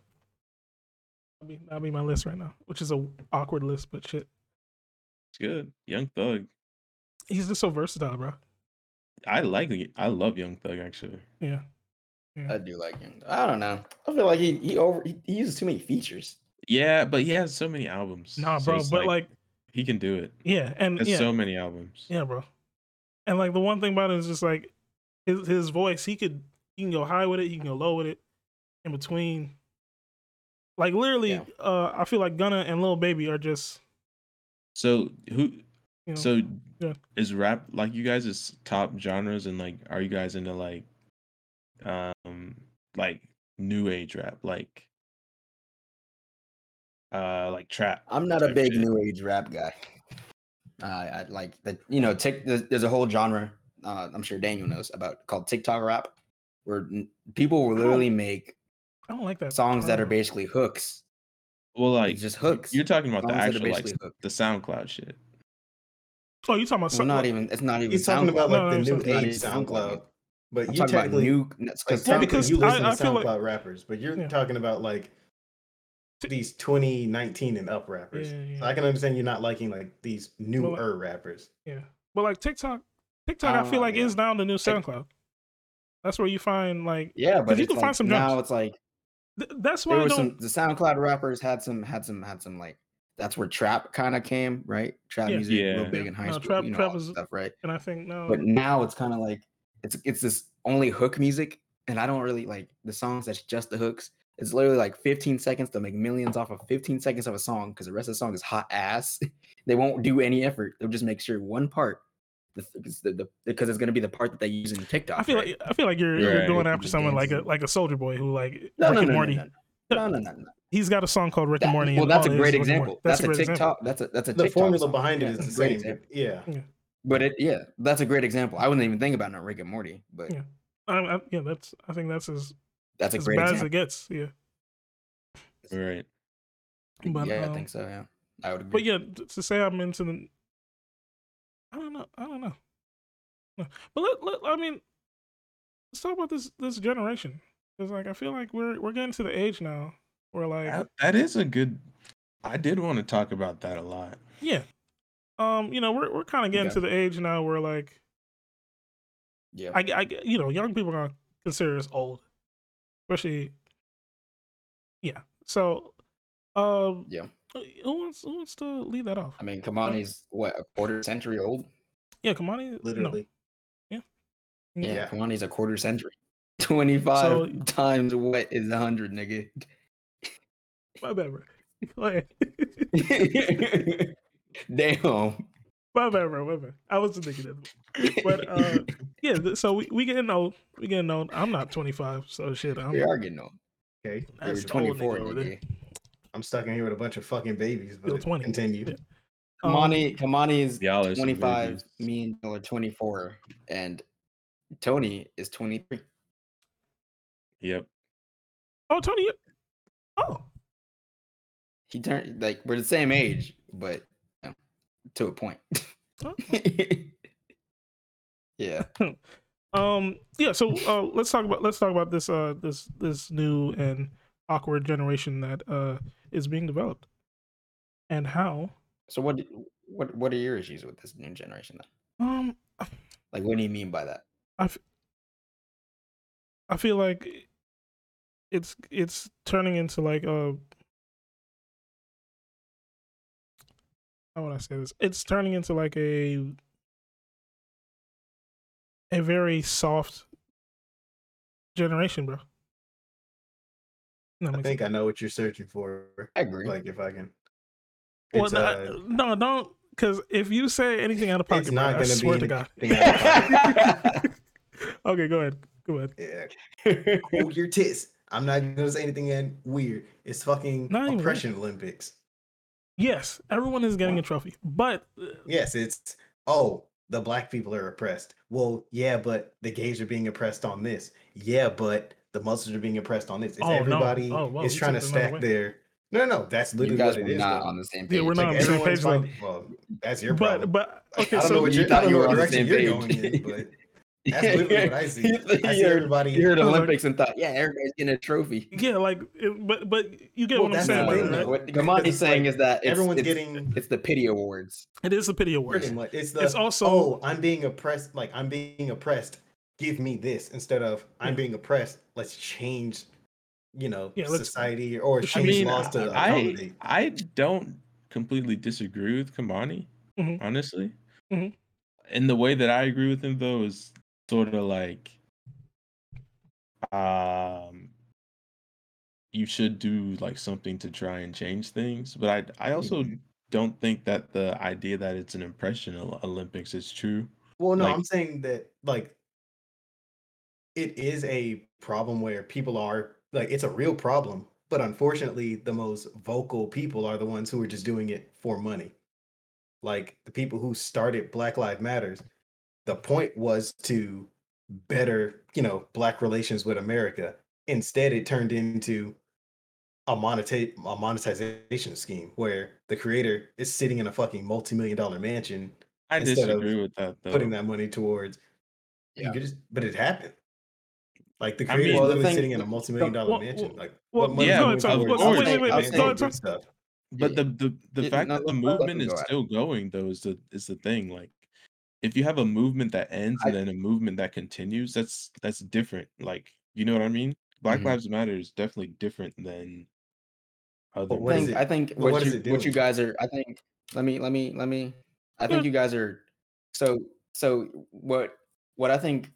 [SPEAKER 1] That'll be, that'll be my list right now, which is a awkward list, but shit,
[SPEAKER 2] It's good. Young Thug.
[SPEAKER 1] he's just so versatile, bro.
[SPEAKER 2] I like it. I love Young Thug actually.
[SPEAKER 1] Yeah,
[SPEAKER 3] I do like him. I don't know. I feel like he he over he, he uses too many features.
[SPEAKER 2] Yeah, but he has so many albums.
[SPEAKER 1] nah,
[SPEAKER 2] so
[SPEAKER 1] bro.
[SPEAKER 2] it's
[SPEAKER 1] but like,
[SPEAKER 2] he can do it.
[SPEAKER 1] yeah, and
[SPEAKER 2] Has
[SPEAKER 1] yeah,
[SPEAKER 2] so many albums.
[SPEAKER 1] yeah, bro. And like the one thing about it is just like his his voice. He could he can go high with it. He can go low with it. In between, like literally,
[SPEAKER 3] Yeah.
[SPEAKER 1] uh, I feel like Gunna and Lil Baby are just
[SPEAKER 2] So who?
[SPEAKER 1] you know.
[SPEAKER 2] So
[SPEAKER 1] yeah.
[SPEAKER 2] is rap like you guys is top genres and like are you guys into like, um, like new age rap like, uh, like trap?
[SPEAKER 3] I'm not a
[SPEAKER 2] type
[SPEAKER 3] big
[SPEAKER 2] shit?
[SPEAKER 3] new age rap guy. Uh, I like the you know tick. There's, there's a whole genre. Uh, I'm sure Daniel knows about called TikTok rap, where n- people will
[SPEAKER 1] Oh.
[SPEAKER 3] literally make
[SPEAKER 1] I don't like that
[SPEAKER 3] songs
[SPEAKER 4] Oh.
[SPEAKER 3] that are
[SPEAKER 1] term.
[SPEAKER 3] basically hooks.
[SPEAKER 2] Well, like
[SPEAKER 3] It's just hooks.
[SPEAKER 2] you're talking about the
[SPEAKER 3] Songs that are
[SPEAKER 2] actual like
[SPEAKER 3] basically hooked.
[SPEAKER 2] the SoundCloud shit.
[SPEAKER 1] Oh, you talking about
[SPEAKER 3] Well,
[SPEAKER 1] something?
[SPEAKER 3] not even. It's not even.
[SPEAKER 4] He's talking about
[SPEAKER 3] SoundCloud.
[SPEAKER 1] No, no,
[SPEAKER 4] like
[SPEAKER 1] it's
[SPEAKER 4] the new
[SPEAKER 1] not-
[SPEAKER 3] It's not
[SPEAKER 4] age
[SPEAKER 3] even SoundCloud.
[SPEAKER 4] SoundCloud, but
[SPEAKER 3] I'm
[SPEAKER 4] you
[SPEAKER 3] talking about
[SPEAKER 4] technically
[SPEAKER 3] new. That's
[SPEAKER 4] like
[SPEAKER 3] because
[SPEAKER 1] Yeah,
[SPEAKER 4] technically
[SPEAKER 1] because
[SPEAKER 4] you listen
[SPEAKER 1] I- I
[SPEAKER 4] to
[SPEAKER 1] feel like-
[SPEAKER 4] SoundCloud rappers, but you're
[SPEAKER 1] Yeah.
[SPEAKER 4] talking about like these 2019 and up rappers.
[SPEAKER 1] Yeah, yeah,
[SPEAKER 4] So I can understand you not liking like these newer rappers.
[SPEAKER 1] yeah, but like TikTok, TikTok, I feel
[SPEAKER 3] Ah,
[SPEAKER 1] like
[SPEAKER 3] yeah.
[SPEAKER 1] is now the new
[SPEAKER 3] Tik-
[SPEAKER 1] SoundCloud. That's where you find like
[SPEAKER 3] yeah, but
[SPEAKER 1] you
[SPEAKER 3] it's
[SPEAKER 1] can
[SPEAKER 3] like,
[SPEAKER 1] find some
[SPEAKER 3] now
[SPEAKER 1] jumps.
[SPEAKER 3] it's like
[SPEAKER 1] th- that's
[SPEAKER 3] there
[SPEAKER 1] why I
[SPEAKER 3] were
[SPEAKER 1] don't.
[SPEAKER 3] some the SoundCloud rappers had some had some had some like that's where trap kind of came right. Trap
[SPEAKER 1] Yeah.
[SPEAKER 3] music real
[SPEAKER 2] Yeah.
[SPEAKER 3] big in high
[SPEAKER 1] No,
[SPEAKER 3] school,
[SPEAKER 1] trap-
[SPEAKER 3] you know,
[SPEAKER 1] trap
[SPEAKER 3] all that
[SPEAKER 1] is-
[SPEAKER 3] stuff, right?
[SPEAKER 1] And I think no,
[SPEAKER 3] But now it's kind of like it's it's this only hook music, and I don't really like the songs that's just the hooks. It's literally like 15 seconds. They'll make millions off of 15 seconds of a song because the rest of the song is hot ass. *laughs* they won't do any effort. They'll just make sure one part, because the, the, because it's gonna be the part that they use in TikTok.
[SPEAKER 1] I feel
[SPEAKER 3] right?
[SPEAKER 1] like I feel like you're you're
[SPEAKER 2] Right.
[SPEAKER 1] going after someone like a
[SPEAKER 3] Dancing.
[SPEAKER 1] like a soldier boy who like
[SPEAKER 3] no,
[SPEAKER 1] Rick
[SPEAKER 3] no,
[SPEAKER 1] and
[SPEAKER 3] no, no,
[SPEAKER 1] Morty.
[SPEAKER 3] no, no, no, no, no, no.
[SPEAKER 1] He's got a song called Rick and
[SPEAKER 3] That-
[SPEAKER 1] Morty.
[SPEAKER 3] well,
[SPEAKER 1] and
[SPEAKER 3] that's a
[SPEAKER 1] all it
[SPEAKER 3] great
[SPEAKER 1] is is Rick and Morty.
[SPEAKER 3] example. That's, a,
[SPEAKER 1] great
[SPEAKER 3] TikTok.
[SPEAKER 1] example.
[SPEAKER 3] That's a that's a
[SPEAKER 4] The
[SPEAKER 3] TikTok
[SPEAKER 4] formula
[SPEAKER 3] song.
[SPEAKER 4] behind
[SPEAKER 3] Yeah,
[SPEAKER 4] it is the
[SPEAKER 3] it's a great
[SPEAKER 4] same.
[SPEAKER 3] example.
[SPEAKER 4] Yeah.
[SPEAKER 3] But it yeah, that's a great example. I wouldn't even think about no Rick and Morty, but
[SPEAKER 1] Yeah. I, I, yeah, that's. I think that's as
[SPEAKER 3] that's a
[SPEAKER 1] as
[SPEAKER 3] great
[SPEAKER 1] bad as
[SPEAKER 3] example.
[SPEAKER 1] it gets. Yeah,
[SPEAKER 2] Right.
[SPEAKER 1] but
[SPEAKER 3] yeah,
[SPEAKER 1] um,
[SPEAKER 3] I think so. Yeah, I would agree.
[SPEAKER 1] But yeah, t- to say I'm into the, I don't know, I don't know. No. But let, let I mean, let's talk about this this generation because like I feel like we're we're getting to the age now where like
[SPEAKER 2] That- that is a good. I did want to talk about that a lot.
[SPEAKER 1] yeah, um you know we're we're kind of getting
[SPEAKER 3] Okay.
[SPEAKER 1] to the age now where like
[SPEAKER 3] yeah.
[SPEAKER 1] I, I you know young people are gonna consider us old, especially yeah. So um
[SPEAKER 3] Yeah.
[SPEAKER 1] who wants who wants to lead that off?
[SPEAKER 3] I mean, Kamani's what a quarter century old.
[SPEAKER 1] Yeah, Kamani no.
[SPEAKER 4] Literally.
[SPEAKER 3] Yeah,
[SPEAKER 4] Yeah.
[SPEAKER 3] Kamani's a quarter century. Twenty five
[SPEAKER 1] So-
[SPEAKER 3] times what is hundred, nigga? *laughs*
[SPEAKER 1] my bad, bro. *laughs* Like,
[SPEAKER 3] Damn.
[SPEAKER 1] my bad, bro. My bad. I wasn't thinking of But, uh, Yeah, th- so we, we getting old. We getting old. I'm not 25, so shit. I'm
[SPEAKER 3] *laughs* we are getting old.
[SPEAKER 4] Okay.
[SPEAKER 3] You're
[SPEAKER 1] that's the old
[SPEAKER 3] twenty
[SPEAKER 1] nigga
[SPEAKER 3] four,
[SPEAKER 1] over there.
[SPEAKER 3] nigga.
[SPEAKER 4] I'm stuck in here with a bunch of fucking babies. But
[SPEAKER 1] Still 20.
[SPEAKER 4] Continue.
[SPEAKER 1] Yeah. Um,
[SPEAKER 3] Kamani, Kamani is
[SPEAKER 2] Y'all are some
[SPEAKER 3] 25,
[SPEAKER 2] babies.
[SPEAKER 3] me and Bill are 24, and Tony is 23.
[SPEAKER 2] Yep.
[SPEAKER 1] Oh, Tony. you- Oh,
[SPEAKER 3] He turned like we're the same age, but you know, to a point. *laughs*
[SPEAKER 1] Oh.
[SPEAKER 3] yeah.
[SPEAKER 1] um, yeah. So uh, let's talk about let's talk about this uh this this new and awkward generation that uh is being developed, and how
[SPEAKER 3] So what do- what what are your issues with this new generation then?
[SPEAKER 1] um
[SPEAKER 3] Like what do you mean by that?
[SPEAKER 1] I feel like it's it's turning into like uh, a how would I say this? It's turning into like a a very soft generation, bro. No,
[SPEAKER 4] I think I know what you're searching for.
[SPEAKER 3] I agree. *laughs*
[SPEAKER 4] Like if I can.
[SPEAKER 1] well,
[SPEAKER 4] it's,
[SPEAKER 1] no,
[SPEAKER 4] uh,
[SPEAKER 1] I- no, don't because if you say anything out of pocket,
[SPEAKER 4] it's
[SPEAKER 1] bro,
[SPEAKER 4] not
[SPEAKER 1] I
[SPEAKER 4] gonna
[SPEAKER 1] swear
[SPEAKER 4] be
[SPEAKER 1] to God.
[SPEAKER 4] anything out of pocket.
[SPEAKER 1] Okay, go ahead, go ahead.
[SPEAKER 4] *laughs* Yeah. Hold your tits. I'm not gonna say anything in weird. It's fucking
[SPEAKER 1] Not even weird.
[SPEAKER 4] oppression Olympics.
[SPEAKER 1] Yes, everyone is getting a trophy, but uh,
[SPEAKER 4] Yes, it's oh, the black people are oppressed. Well, yeah, but the gays are being oppressed on this. Yeah, but the Muslims are being oppressed on this. It's
[SPEAKER 1] Oh, no.
[SPEAKER 4] everybody
[SPEAKER 1] Oh, wow,
[SPEAKER 4] is
[SPEAKER 1] you
[SPEAKER 4] trying to
[SPEAKER 1] took it another way.
[SPEAKER 4] stack their no, no, that's
[SPEAKER 3] you
[SPEAKER 4] *laughs* literally
[SPEAKER 3] guys
[SPEAKER 4] what
[SPEAKER 3] were
[SPEAKER 4] it is.
[SPEAKER 3] not
[SPEAKER 4] though.
[SPEAKER 3] on the same page.
[SPEAKER 1] Yeah, we're not
[SPEAKER 4] Like,
[SPEAKER 1] on the same
[SPEAKER 4] everyone's
[SPEAKER 1] page, though.
[SPEAKER 4] finding- well, that's your
[SPEAKER 1] but
[SPEAKER 4] problem.
[SPEAKER 1] but
[SPEAKER 4] Like,
[SPEAKER 1] okay.
[SPEAKER 4] I don't
[SPEAKER 1] so
[SPEAKER 4] know what
[SPEAKER 3] You
[SPEAKER 4] you, I
[SPEAKER 3] thought
[SPEAKER 4] don't
[SPEAKER 3] you
[SPEAKER 4] know
[SPEAKER 3] were
[SPEAKER 4] what
[SPEAKER 3] on the same
[SPEAKER 4] direction you're
[SPEAKER 3] page.
[SPEAKER 4] going in, but
[SPEAKER 3] *laughs*
[SPEAKER 4] that's literally what I see. I see
[SPEAKER 3] you, heard,
[SPEAKER 4] everybody.
[SPEAKER 3] you heard
[SPEAKER 1] I was like-
[SPEAKER 3] Olympics and thought, yeah, everybody's getting a trophy.
[SPEAKER 1] Yeah, like, it, but but you get
[SPEAKER 4] Well,
[SPEAKER 1] what I'm
[SPEAKER 4] that's the
[SPEAKER 1] saying,
[SPEAKER 3] No,
[SPEAKER 1] by that,
[SPEAKER 4] thing,
[SPEAKER 3] no,
[SPEAKER 1] right?
[SPEAKER 4] though.
[SPEAKER 3] What Gamani's
[SPEAKER 4] Because,
[SPEAKER 3] saying
[SPEAKER 4] like,
[SPEAKER 3] is that it's,
[SPEAKER 4] everyone's
[SPEAKER 3] it's,
[SPEAKER 4] getting
[SPEAKER 3] it's the pity awards.
[SPEAKER 1] It is the pity awards.
[SPEAKER 4] pretty much. It's the
[SPEAKER 1] It's also
[SPEAKER 4] oh, I'm being oppressed. Like I'm being oppressed. Give me this instead of I'm
[SPEAKER 1] Yeah.
[SPEAKER 4] being oppressed. Let's change, you know,
[SPEAKER 1] Yeah, let's-
[SPEAKER 4] society or
[SPEAKER 1] let's
[SPEAKER 2] I
[SPEAKER 4] change
[SPEAKER 2] mean,
[SPEAKER 4] laws to
[SPEAKER 2] I
[SPEAKER 4] accommodate.
[SPEAKER 2] I don't completely disagree with Kamani,
[SPEAKER 1] Mhm.
[SPEAKER 2] honestly.
[SPEAKER 1] Mhm.
[SPEAKER 2] And the way that I agree with him though is sort of like, um, you should do like something to try and change things. But I I also
[SPEAKER 4] Mm-hmm.
[SPEAKER 2] don't think that the idea that it's an impression Ol- Olympics is true.
[SPEAKER 4] Well, no,
[SPEAKER 2] like-
[SPEAKER 4] I'm saying that like it is a problem where people are like it's a real problem, but unfortunately, the most vocal people are the ones who are just doing it for money. Like the people who started Black Lives Matters, the point was to better, you know, black relations with America. Instead, it turned into a monetization a monetization scheme where the creator is sitting in a fucking multi-million dollar mansion
[SPEAKER 2] I
[SPEAKER 4] Instead of
[SPEAKER 2] disagree with that though.
[SPEAKER 4] putting that money towards.
[SPEAKER 3] Yeah.
[SPEAKER 4] You could just, but it happened. Like the
[SPEAKER 2] I
[SPEAKER 4] creator
[SPEAKER 2] mean-
[SPEAKER 4] was
[SPEAKER 3] Well, the
[SPEAKER 4] literally
[SPEAKER 3] thing-
[SPEAKER 4] sitting in a multi-million dollar
[SPEAKER 1] well,
[SPEAKER 4] mansion.
[SPEAKER 1] well,
[SPEAKER 4] Like
[SPEAKER 1] well,
[SPEAKER 4] what money
[SPEAKER 2] yeah,
[SPEAKER 4] going
[SPEAKER 2] it's all-
[SPEAKER 4] towards
[SPEAKER 3] well, wait, wait, wait,
[SPEAKER 4] making
[SPEAKER 3] it's all-
[SPEAKER 4] stupid
[SPEAKER 1] it's
[SPEAKER 4] stuff?
[SPEAKER 2] But
[SPEAKER 3] Yeah.
[SPEAKER 2] the the, the
[SPEAKER 3] Yeah,
[SPEAKER 2] fact
[SPEAKER 3] no,
[SPEAKER 2] that the
[SPEAKER 3] let- let them
[SPEAKER 2] movement is
[SPEAKER 3] go at it.
[SPEAKER 2] still going though is the is the thing. Like if you have a movement that ends and then a movement that continues, that's that's different. Like you know what I mean? Black
[SPEAKER 3] Mhm.
[SPEAKER 2] Lives Matter is definitely different than other
[SPEAKER 4] what is
[SPEAKER 2] movements.
[SPEAKER 3] think-
[SPEAKER 4] it-
[SPEAKER 3] I think
[SPEAKER 4] but
[SPEAKER 3] what,
[SPEAKER 4] what is
[SPEAKER 3] you
[SPEAKER 4] it
[SPEAKER 3] what you
[SPEAKER 4] doing?
[SPEAKER 3] guys are. I think let me let me let me. I think
[SPEAKER 1] Yeah.
[SPEAKER 3] you guys are. So so what what I think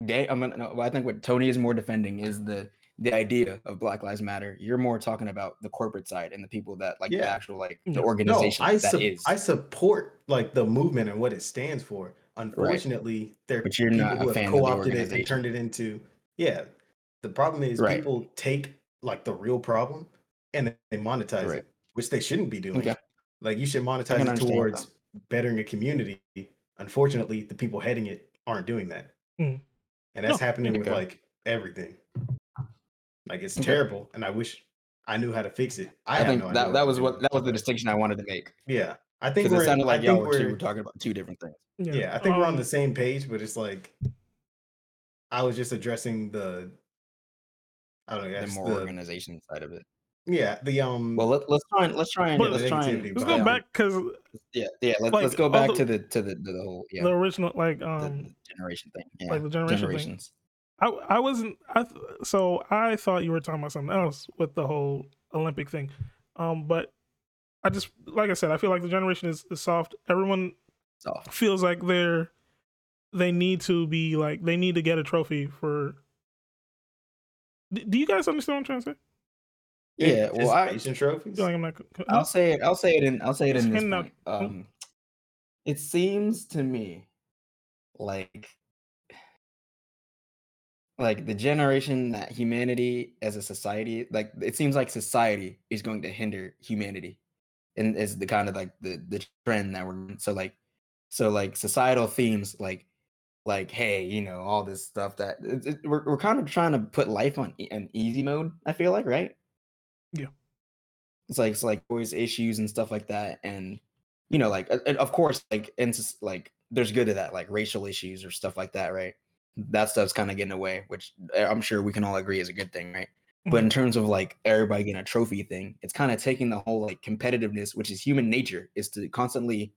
[SPEAKER 3] they I mean no, what I think what Tony is more defending is the the idea of Black Lives Matter. You're more talking about the corporate side and the people that like the
[SPEAKER 4] Yeah.
[SPEAKER 3] actual like
[SPEAKER 1] No,
[SPEAKER 3] the
[SPEAKER 1] I
[SPEAKER 4] No,
[SPEAKER 3] organization
[SPEAKER 4] I
[SPEAKER 3] that
[SPEAKER 4] su-
[SPEAKER 3] is.
[SPEAKER 4] I support like the movement and what it stands for. Unfortunately, there are
[SPEAKER 3] But you're
[SPEAKER 4] people
[SPEAKER 3] not a
[SPEAKER 4] who
[SPEAKER 3] fan
[SPEAKER 4] have
[SPEAKER 3] of the
[SPEAKER 4] co-opted it and
[SPEAKER 3] organization.
[SPEAKER 4] turned it into yeah. The problem is
[SPEAKER 3] Right.
[SPEAKER 4] people take like the real problem and they monetize
[SPEAKER 3] Right.
[SPEAKER 4] it, which they shouldn't be doing.
[SPEAKER 3] Okay.
[SPEAKER 4] Like you should
[SPEAKER 3] I
[SPEAKER 4] monetize
[SPEAKER 3] can
[SPEAKER 4] it
[SPEAKER 3] understand.
[SPEAKER 4] towards bettering a community. Unfortunately, the people heading it aren't doing that,
[SPEAKER 1] Mm.
[SPEAKER 4] and that's
[SPEAKER 1] No.
[SPEAKER 4] happening with
[SPEAKER 3] Okay.
[SPEAKER 4] like everything. Like it's
[SPEAKER 3] Okay.
[SPEAKER 4] terrible, and I wish I knew how to fix it. I,
[SPEAKER 3] I,
[SPEAKER 4] have
[SPEAKER 3] think
[SPEAKER 4] no idea
[SPEAKER 3] that,
[SPEAKER 4] how
[SPEAKER 3] that
[SPEAKER 4] to
[SPEAKER 3] was
[SPEAKER 4] do
[SPEAKER 3] what
[SPEAKER 4] it.
[SPEAKER 3] that was the distinction I wanted to make
[SPEAKER 4] Yeah, I think
[SPEAKER 3] because
[SPEAKER 4] we're.
[SPEAKER 3] it sounded like
[SPEAKER 4] I
[SPEAKER 3] y'all
[SPEAKER 4] think
[SPEAKER 3] were, two,
[SPEAKER 4] we're.
[SPEAKER 3] were talking about two different things.
[SPEAKER 4] Yeah, I think we're on
[SPEAKER 1] um,
[SPEAKER 4] the same page, but it's like I was just addressing the. I don't know.
[SPEAKER 3] The
[SPEAKER 4] that's
[SPEAKER 3] more
[SPEAKER 4] the-
[SPEAKER 3] organization side of it.
[SPEAKER 4] Yeah, the um.
[SPEAKER 3] Well, let, let's try and let's try and
[SPEAKER 1] But-
[SPEAKER 3] let's try and
[SPEAKER 4] Negativity,
[SPEAKER 1] Let's
[SPEAKER 4] but,
[SPEAKER 1] go
[SPEAKER 4] um,
[SPEAKER 1] back because
[SPEAKER 3] Yeah, yeah. Let's,
[SPEAKER 1] like,
[SPEAKER 3] let's go
[SPEAKER 1] all
[SPEAKER 3] back
[SPEAKER 1] the-
[SPEAKER 3] to the to the to the whole yeah
[SPEAKER 1] the original, like,
[SPEAKER 3] the,
[SPEAKER 1] um,
[SPEAKER 3] the generation thing. Yeah,
[SPEAKER 1] like the generation thing.
[SPEAKER 3] generations.
[SPEAKER 1] I I wasn't I th- so I thought you were talking about something else with the whole Olympic thing, um. But I just like I said, I feel like the generation is, is soft. Everyone
[SPEAKER 3] Soft.
[SPEAKER 1] feels like they're they need to be like they need to get a trophy for. D- do you guys understand what I'm trying to say?
[SPEAKER 3] Yeah. Well, I
[SPEAKER 4] Participation trophies.
[SPEAKER 1] feel like I'm not. c- *laughs*
[SPEAKER 3] I'll say it. I'll say it in. I'll say it
[SPEAKER 1] It's
[SPEAKER 3] in this
[SPEAKER 1] in the-
[SPEAKER 3] point.
[SPEAKER 1] *laughs*
[SPEAKER 3] Um, it seems to me like like the generation that humanity as a society, like it seems like society is going to hinder humanity, and is the kind of like the the trend that we're in. so like so like societal themes like like hey you know all this stuff that it, it- we're we're kind of trying to put life on e- an easy mode. I feel like right it's like it's like always issues and stuff like that and you know like uh, and of course like and just, like there's good to that like racial issues or stuff like that right that stuff's kind of getting away which uh, i'm sure we can all agree is a good thing right but in terms of like everybody getting a trophy thing it's kind of taking the whole like competitiveness which is human nature is to constantly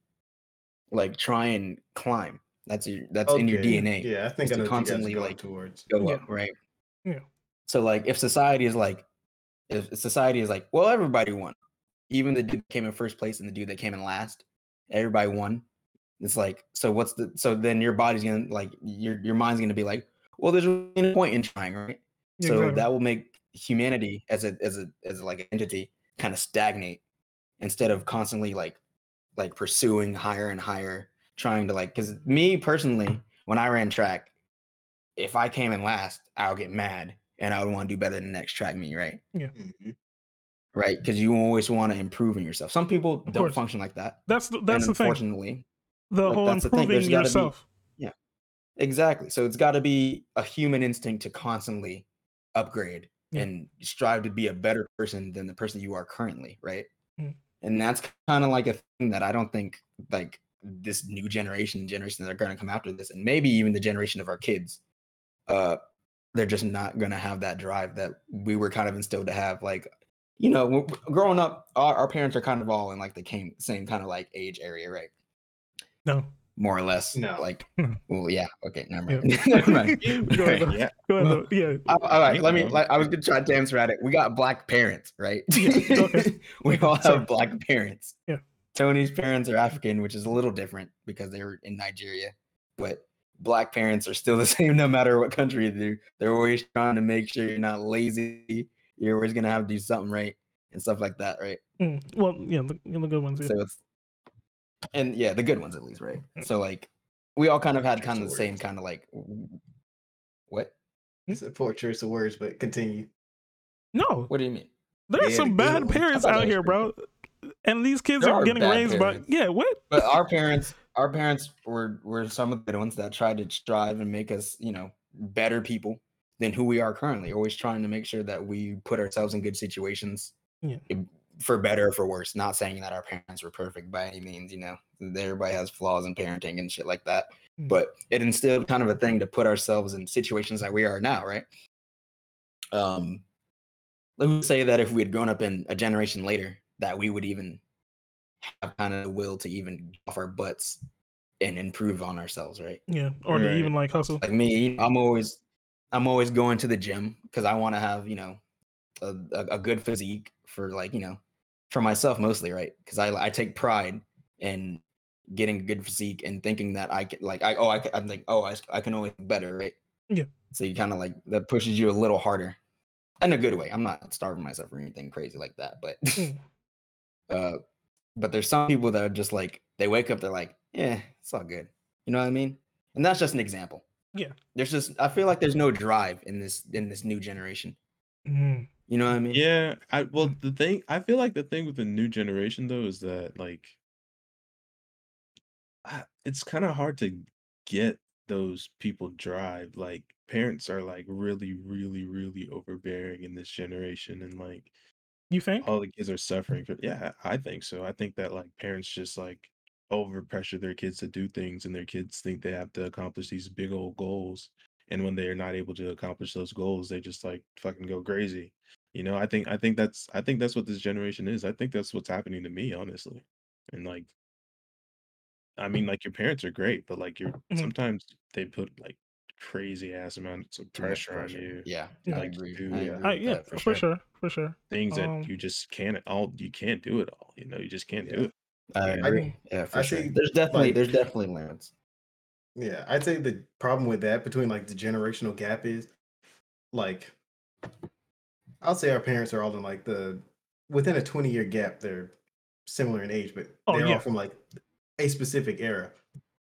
[SPEAKER 3] like try and climb that's your that's in your
[SPEAKER 4] Okay,
[SPEAKER 3] dna
[SPEAKER 4] Yeah, I
[SPEAKER 3] is
[SPEAKER 4] think I
[SPEAKER 3] to
[SPEAKER 4] know
[SPEAKER 3] constantly,
[SPEAKER 4] constantly going
[SPEAKER 3] like,
[SPEAKER 4] towards.
[SPEAKER 3] go
[SPEAKER 1] Yeah.
[SPEAKER 3] up, right?
[SPEAKER 1] Yeah.
[SPEAKER 3] So like, if society is like, if society is like, well, everybody won, even the dude that came in first place and the dude that came in last, everybody won. It's like, so what's the? So then your body's gonna like your your mind's gonna be like, well, there's really no point in trying, right?
[SPEAKER 1] Yeah,
[SPEAKER 3] so
[SPEAKER 1] exactly.
[SPEAKER 3] that will make humanity as a as a as like an entity kind of stagnate instead of constantly like like pursuing higher and higher trying to like because me personally when i ran track if i came in last i'll get mad and i would want to do better than the next track meet right
[SPEAKER 4] Mhm.
[SPEAKER 3] right because you always want to improve in yourself some people don't
[SPEAKER 1] course.
[SPEAKER 3] function like that
[SPEAKER 1] that's the, that's
[SPEAKER 3] and
[SPEAKER 1] the thing.
[SPEAKER 3] unfortunately
[SPEAKER 1] The
[SPEAKER 3] like,
[SPEAKER 1] whole
[SPEAKER 3] that's the thing,
[SPEAKER 1] improving
[SPEAKER 3] there's gotta be-
[SPEAKER 1] yourself.
[SPEAKER 3] Exactly. So it's got to be a human instinct to constantly upgrade
[SPEAKER 1] Yeah.
[SPEAKER 3] and strive to be a better person than the person you are currently, right?
[SPEAKER 1] Mm.
[SPEAKER 3] And that's kind of like a thing that I don't think like this new generation, generation that are going to come after this, and maybe even the generation of our kids, uh, they're just not going to have that drive that we were kind of instilled to have. Like, you know, w- w- growing up, our, our parents are kind of all in like the came, same kind of like age area, right? *laughs*
[SPEAKER 1] No.
[SPEAKER 3] More or less.
[SPEAKER 4] No.
[SPEAKER 1] *laughs*
[SPEAKER 3] Like,
[SPEAKER 1] No.
[SPEAKER 3] well, yeah. Okay. Never
[SPEAKER 1] Yeah.
[SPEAKER 3] mind. *laughs*
[SPEAKER 1] *laughs*
[SPEAKER 3] never mind.
[SPEAKER 1] Go ahead,
[SPEAKER 3] *laughs*
[SPEAKER 1] though.
[SPEAKER 2] Yeah.
[SPEAKER 1] Go ahead, though. Yeah.
[SPEAKER 3] I- all right, let me.
[SPEAKER 2] Yeah.
[SPEAKER 3] Let, I was gonna try to dance around it. We got black parents,
[SPEAKER 1] *laughs*
[SPEAKER 3] right? *laughs*
[SPEAKER 1] okay.
[SPEAKER 3] we all have
[SPEAKER 1] Sorry.
[SPEAKER 3] black parents.
[SPEAKER 1] Yeah.
[SPEAKER 3] Tony's parents are African, which is a little different because they were in Nigeria, but black parents are still the *laughs* same no matter what country they're. They're always trying to make sure you're not lazy. You're always gonna have to do something right and stuff like that, right?
[SPEAKER 1] Mm, Well, yeah, the, the good ones. Yeah.
[SPEAKER 3] So it's and yeah, the good ones at least, right?
[SPEAKER 1] Mm.
[SPEAKER 3] So like, we all kind of had kind of the
[SPEAKER 4] Towards.
[SPEAKER 3] same kind of like, w- what?
[SPEAKER 4] It's a poor choice of words, but continue.
[SPEAKER 1] no,
[SPEAKER 3] What do you mean?
[SPEAKER 1] There are
[SPEAKER 4] Yeah,
[SPEAKER 1] some
[SPEAKER 4] good
[SPEAKER 1] bad
[SPEAKER 4] ones. I
[SPEAKER 1] parents
[SPEAKER 3] thought that
[SPEAKER 1] out
[SPEAKER 3] was
[SPEAKER 1] here, bro.
[SPEAKER 3] pretty
[SPEAKER 1] And these kids
[SPEAKER 3] There
[SPEAKER 1] are
[SPEAKER 3] are
[SPEAKER 1] getting
[SPEAKER 3] bad
[SPEAKER 1] raised
[SPEAKER 3] parents.
[SPEAKER 1] by yeah, what?
[SPEAKER 3] but our parents our parents were were some of the good ones that tried to strive and make us you know better people than who we are currently always trying to make sure that we put ourselves in good situations
[SPEAKER 1] Yeah.
[SPEAKER 3] i- for better or for worse not saying that our parents were perfect by any means you know everybody has flaws in parenting and shit like that
[SPEAKER 1] Mm.
[SPEAKER 3] but it instilled kind of a thing to put ourselves in situations that we are now right um let me say that if we had grown up in a generation later, that we would even have kind of the will to even get off our butts and improve on ourselves, right?
[SPEAKER 1] Yeah, or to
[SPEAKER 2] Right.
[SPEAKER 1] even like hustle.
[SPEAKER 3] Like me, I'm always, I'm always going to the gym because I want to have, you know, a, a, a good physique for like, you know, for myself mostly, right? Because I I take pride in getting a good physique and thinking that I could like I oh I c- I'm like oh I, s- I can always do better, right?
[SPEAKER 1] Yeah.
[SPEAKER 3] So you kind of like that pushes you a little harder, in a good way. I'm not starving myself or anything crazy like that, but
[SPEAKER 1] Mm.
[SPEAKER 3] uh, but there's some people that are just like they wake up, they're like, yeah, it's all good. You know what I mean? And that's just an example.
[SPEAKER 1] Yeah.
[SPEAKER 3] There's just I feel like there's no drive in this in this new generation.
[SPEAKER 1] Mm.
[SPEAKER 3] You know what I mean?
[SPEAKER 2] Yeah, I well the thing I feel like the thing with the new generation though is that like I- it's kind of hard to get those people drive. Like parents are like really really really overbearing in this generation and like
[SPEAKER 1] You think?
[SPEAKER 2] all the kids are suffering from yeah, I think so. I think that like parents just like overpressure their kids to do things and their kids think they have to accomplish these big old goals and when they're not able to accomplish those goals they just like fucking go crazy you know i think i think that's i think that's what this generation is i think that's what's happening to me honestly and like i mean like your parents are great but like you're
[SPEAKER 1] Mhm.
[SPEAKER 2] sometimes they put like crazy ass amounts of
[SPEAKER 3] Too much
[SPEAKER 2] pressure on you
[SPEAKER 3] Yeah,
[SPEAKER 1] Yeah.
[SPEAKER 3] I
[SPEAKER 2] Like,
[SPEAKER 3] agree.
[SPEAKER 2] do- yeah.
[SPEAKER 3] I agree
[SPEAKER 1] I,
[SPEAKER 3] with
[SPEAKER 1] yeah,
[SPEAKER 3] that
[SPEAKER 1] for sure. for sure.
[SPEAKER 2] things that
[SPEAKER 1] Um,
[SPEAKER 2] you just can't all you can't do it all you know you just can't do
[SPEAKER 4] Yeah.
[SPEAKER 2] it
[SPEAKER 3] I
[SPEAKER 2] Yeah.
[SPEAKER 3] agree. Yeah, for
[SPEAKER 4] I
[SPEAKER 3] sure.
[SPEAKER 4] think,
[SPEAKER 3] There's definitely
[SPEAKER 4] like-
[SPEAKER 3] there's definitely limits.
[SPEAKER 4] Yeah, I'd say the problem with that between like the generational gap is like I'll say our parents are all in like the within a 20 year gap, they're similar in age, but
[SPEAKER 1] Oh,
[SPEAKER 4] they're
[SPEAKER 1] yeah.
[SPEAKER 4] all from like a specific era.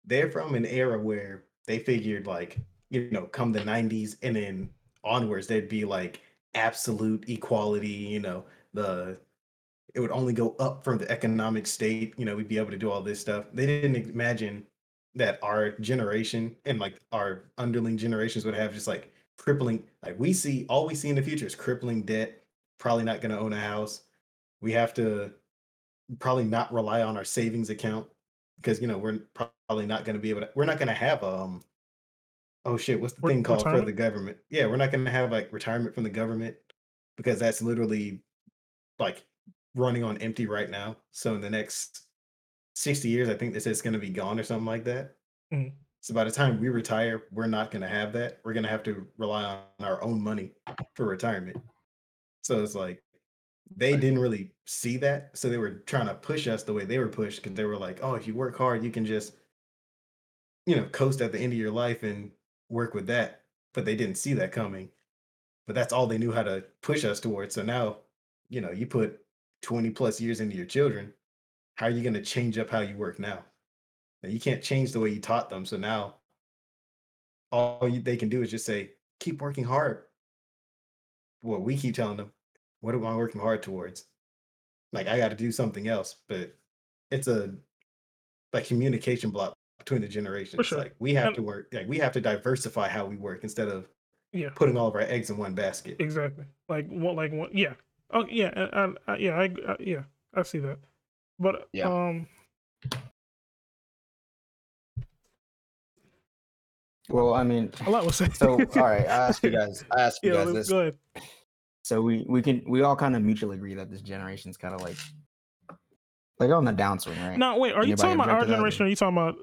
[SPEAKER 4] They're from an era where they figured like, you know, come the 90s and then onwards, there'd be like absolute equality, you know, the it would only go up from the economic state, you know, we'd be able to do all this stuff. They didn't imagine that our generation and like our underling generations would have just like crippling like we see all we see in the future is crippling debt probably not going to own a house we have to probably not rely on our savings account because you know we're probably not going to be able to we're not going to have um oh shit what's the
[SPEAKER 1] Re-
[SPEAKER 4] thing called
[SPEAKER 1] retirement?
[SPEAKER 4] for the government yeah we're not going to have like retirement from the government because that's literally like running on empty right now so in the next 60 years i think they said it's going to be gone or something like that
[SPEAKER 1] Mm.
[SPEAKER 4] so by the time we retire, we're not going to have that. We're going to have to rely on our own money for retirement. So it's like they didn't really see that. So they were trying to push us the way they were pushed because they were like, oh, if you work hard, you can just, you know, coast at the end of your life and work with that. But they didn't see that coming. But that's all they knew how to push us towards. So now, you know, you put 20 plus years into your children. How are you going to change up how you work now? Now, you can't change the way you taught them. So now all you, they can do is just say, keep working hard. What we keep telling them, what am I working hard towards? Like, I got to do something else. But it's a like communication block between the generations.
[SPEAKER 1] sure.
[SPEAKER 4] Like, we have
[SPEAKER 1] And-
[SPEAKER 4] to work, like, we have to diversify how we work instead of
[SPEAKER 1] Yeah.
[SPEAKER 4] putting all of our eggs in one basket.
[SPEAKER 1] Exactly. Like what? Like what? Yeah. Oh yeah. I, I, yeah. I, I yeah. I see that. But
[SPEAKER 3] Yeah.
[SPEAKER 1] um.
[SPEAKER 3] Well,
[SPEAKER 1] *laughs*
[SPEAKER 3] I mean,
[SPEAKER 1] A lot was said.
[SPEAKER 3] so all right, I ask
[SPEAKER 1] *laughs*
[SPEAKER 3] you guys, I ask you
[SPEAKER 1] Yeah.
[SPEAKER 3] guys
[SPEAKER 1] Luke,
[SPEAKER 3] this.
[SPEAKER 1] Go ahead.
[SPEAKER 3] So we we can we all kind of mutually agree that this generation's kind of like like on the downswing, right?
[SPEAKER 1] No, wait. Are you
[SPEAKER 3] Anybody
[SPEAKER 1] talking about our
[SPEAKER 3] objected to that?
[SPEAKER 1] generation? Or are you talking about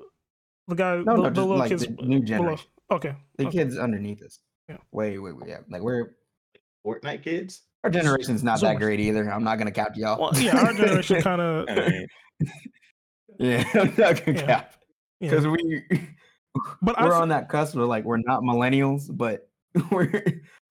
[SPEAKER 1] the guy?
[SPEAKER 3] no,
[SPEAKER 1] the,
[SPEAKER 3] no,
[SPEAKER 1] the
[SPEAKER 3] just
[SPEAKER 1] little
[SPEAKER 3] like
[SPEAKER 1] kids. uh,
[SPEAKER 3] the new
[SPEAKER 1] below?
[SPEAKER 3] generation,
[SPEAKER 1] Okay.
[SPEAKER 3] the
[SPEAKER 1] okay.
[SPEAKER 3] kids underneath us.
[SPEAKER 1] Yeah.
[SPEAKER 3] Wait, wait, wait, yeah, like we're
[SPEAKER 4] Fortnite kids?
[SPEAKER 3] our generation's not that
[SPEAKER 1] Zoomers.
[SPEAKER 3] great either. I'm not gonna cap y'all.
[SPEAKER 1] Well, yeah. Our
[SPEAKER 3] *laughs*
[SPEAKER 1] generation kind of.
[SPEAKER 2] I mean,
[SPEAKER 3] yeah, I'm not gonna
[SPEAKER 1] Yeah.
[SPEAKER 3] cap
[SPEAKER 1] Yeah.
[SPEAKER 3] because we
[SPEAKER 1] But I,
[SPEAKER 3] we're
[SPEAKER 1] f-
[SPEAKER 3] on that cusp of like we're not millennials, but *laughs* we're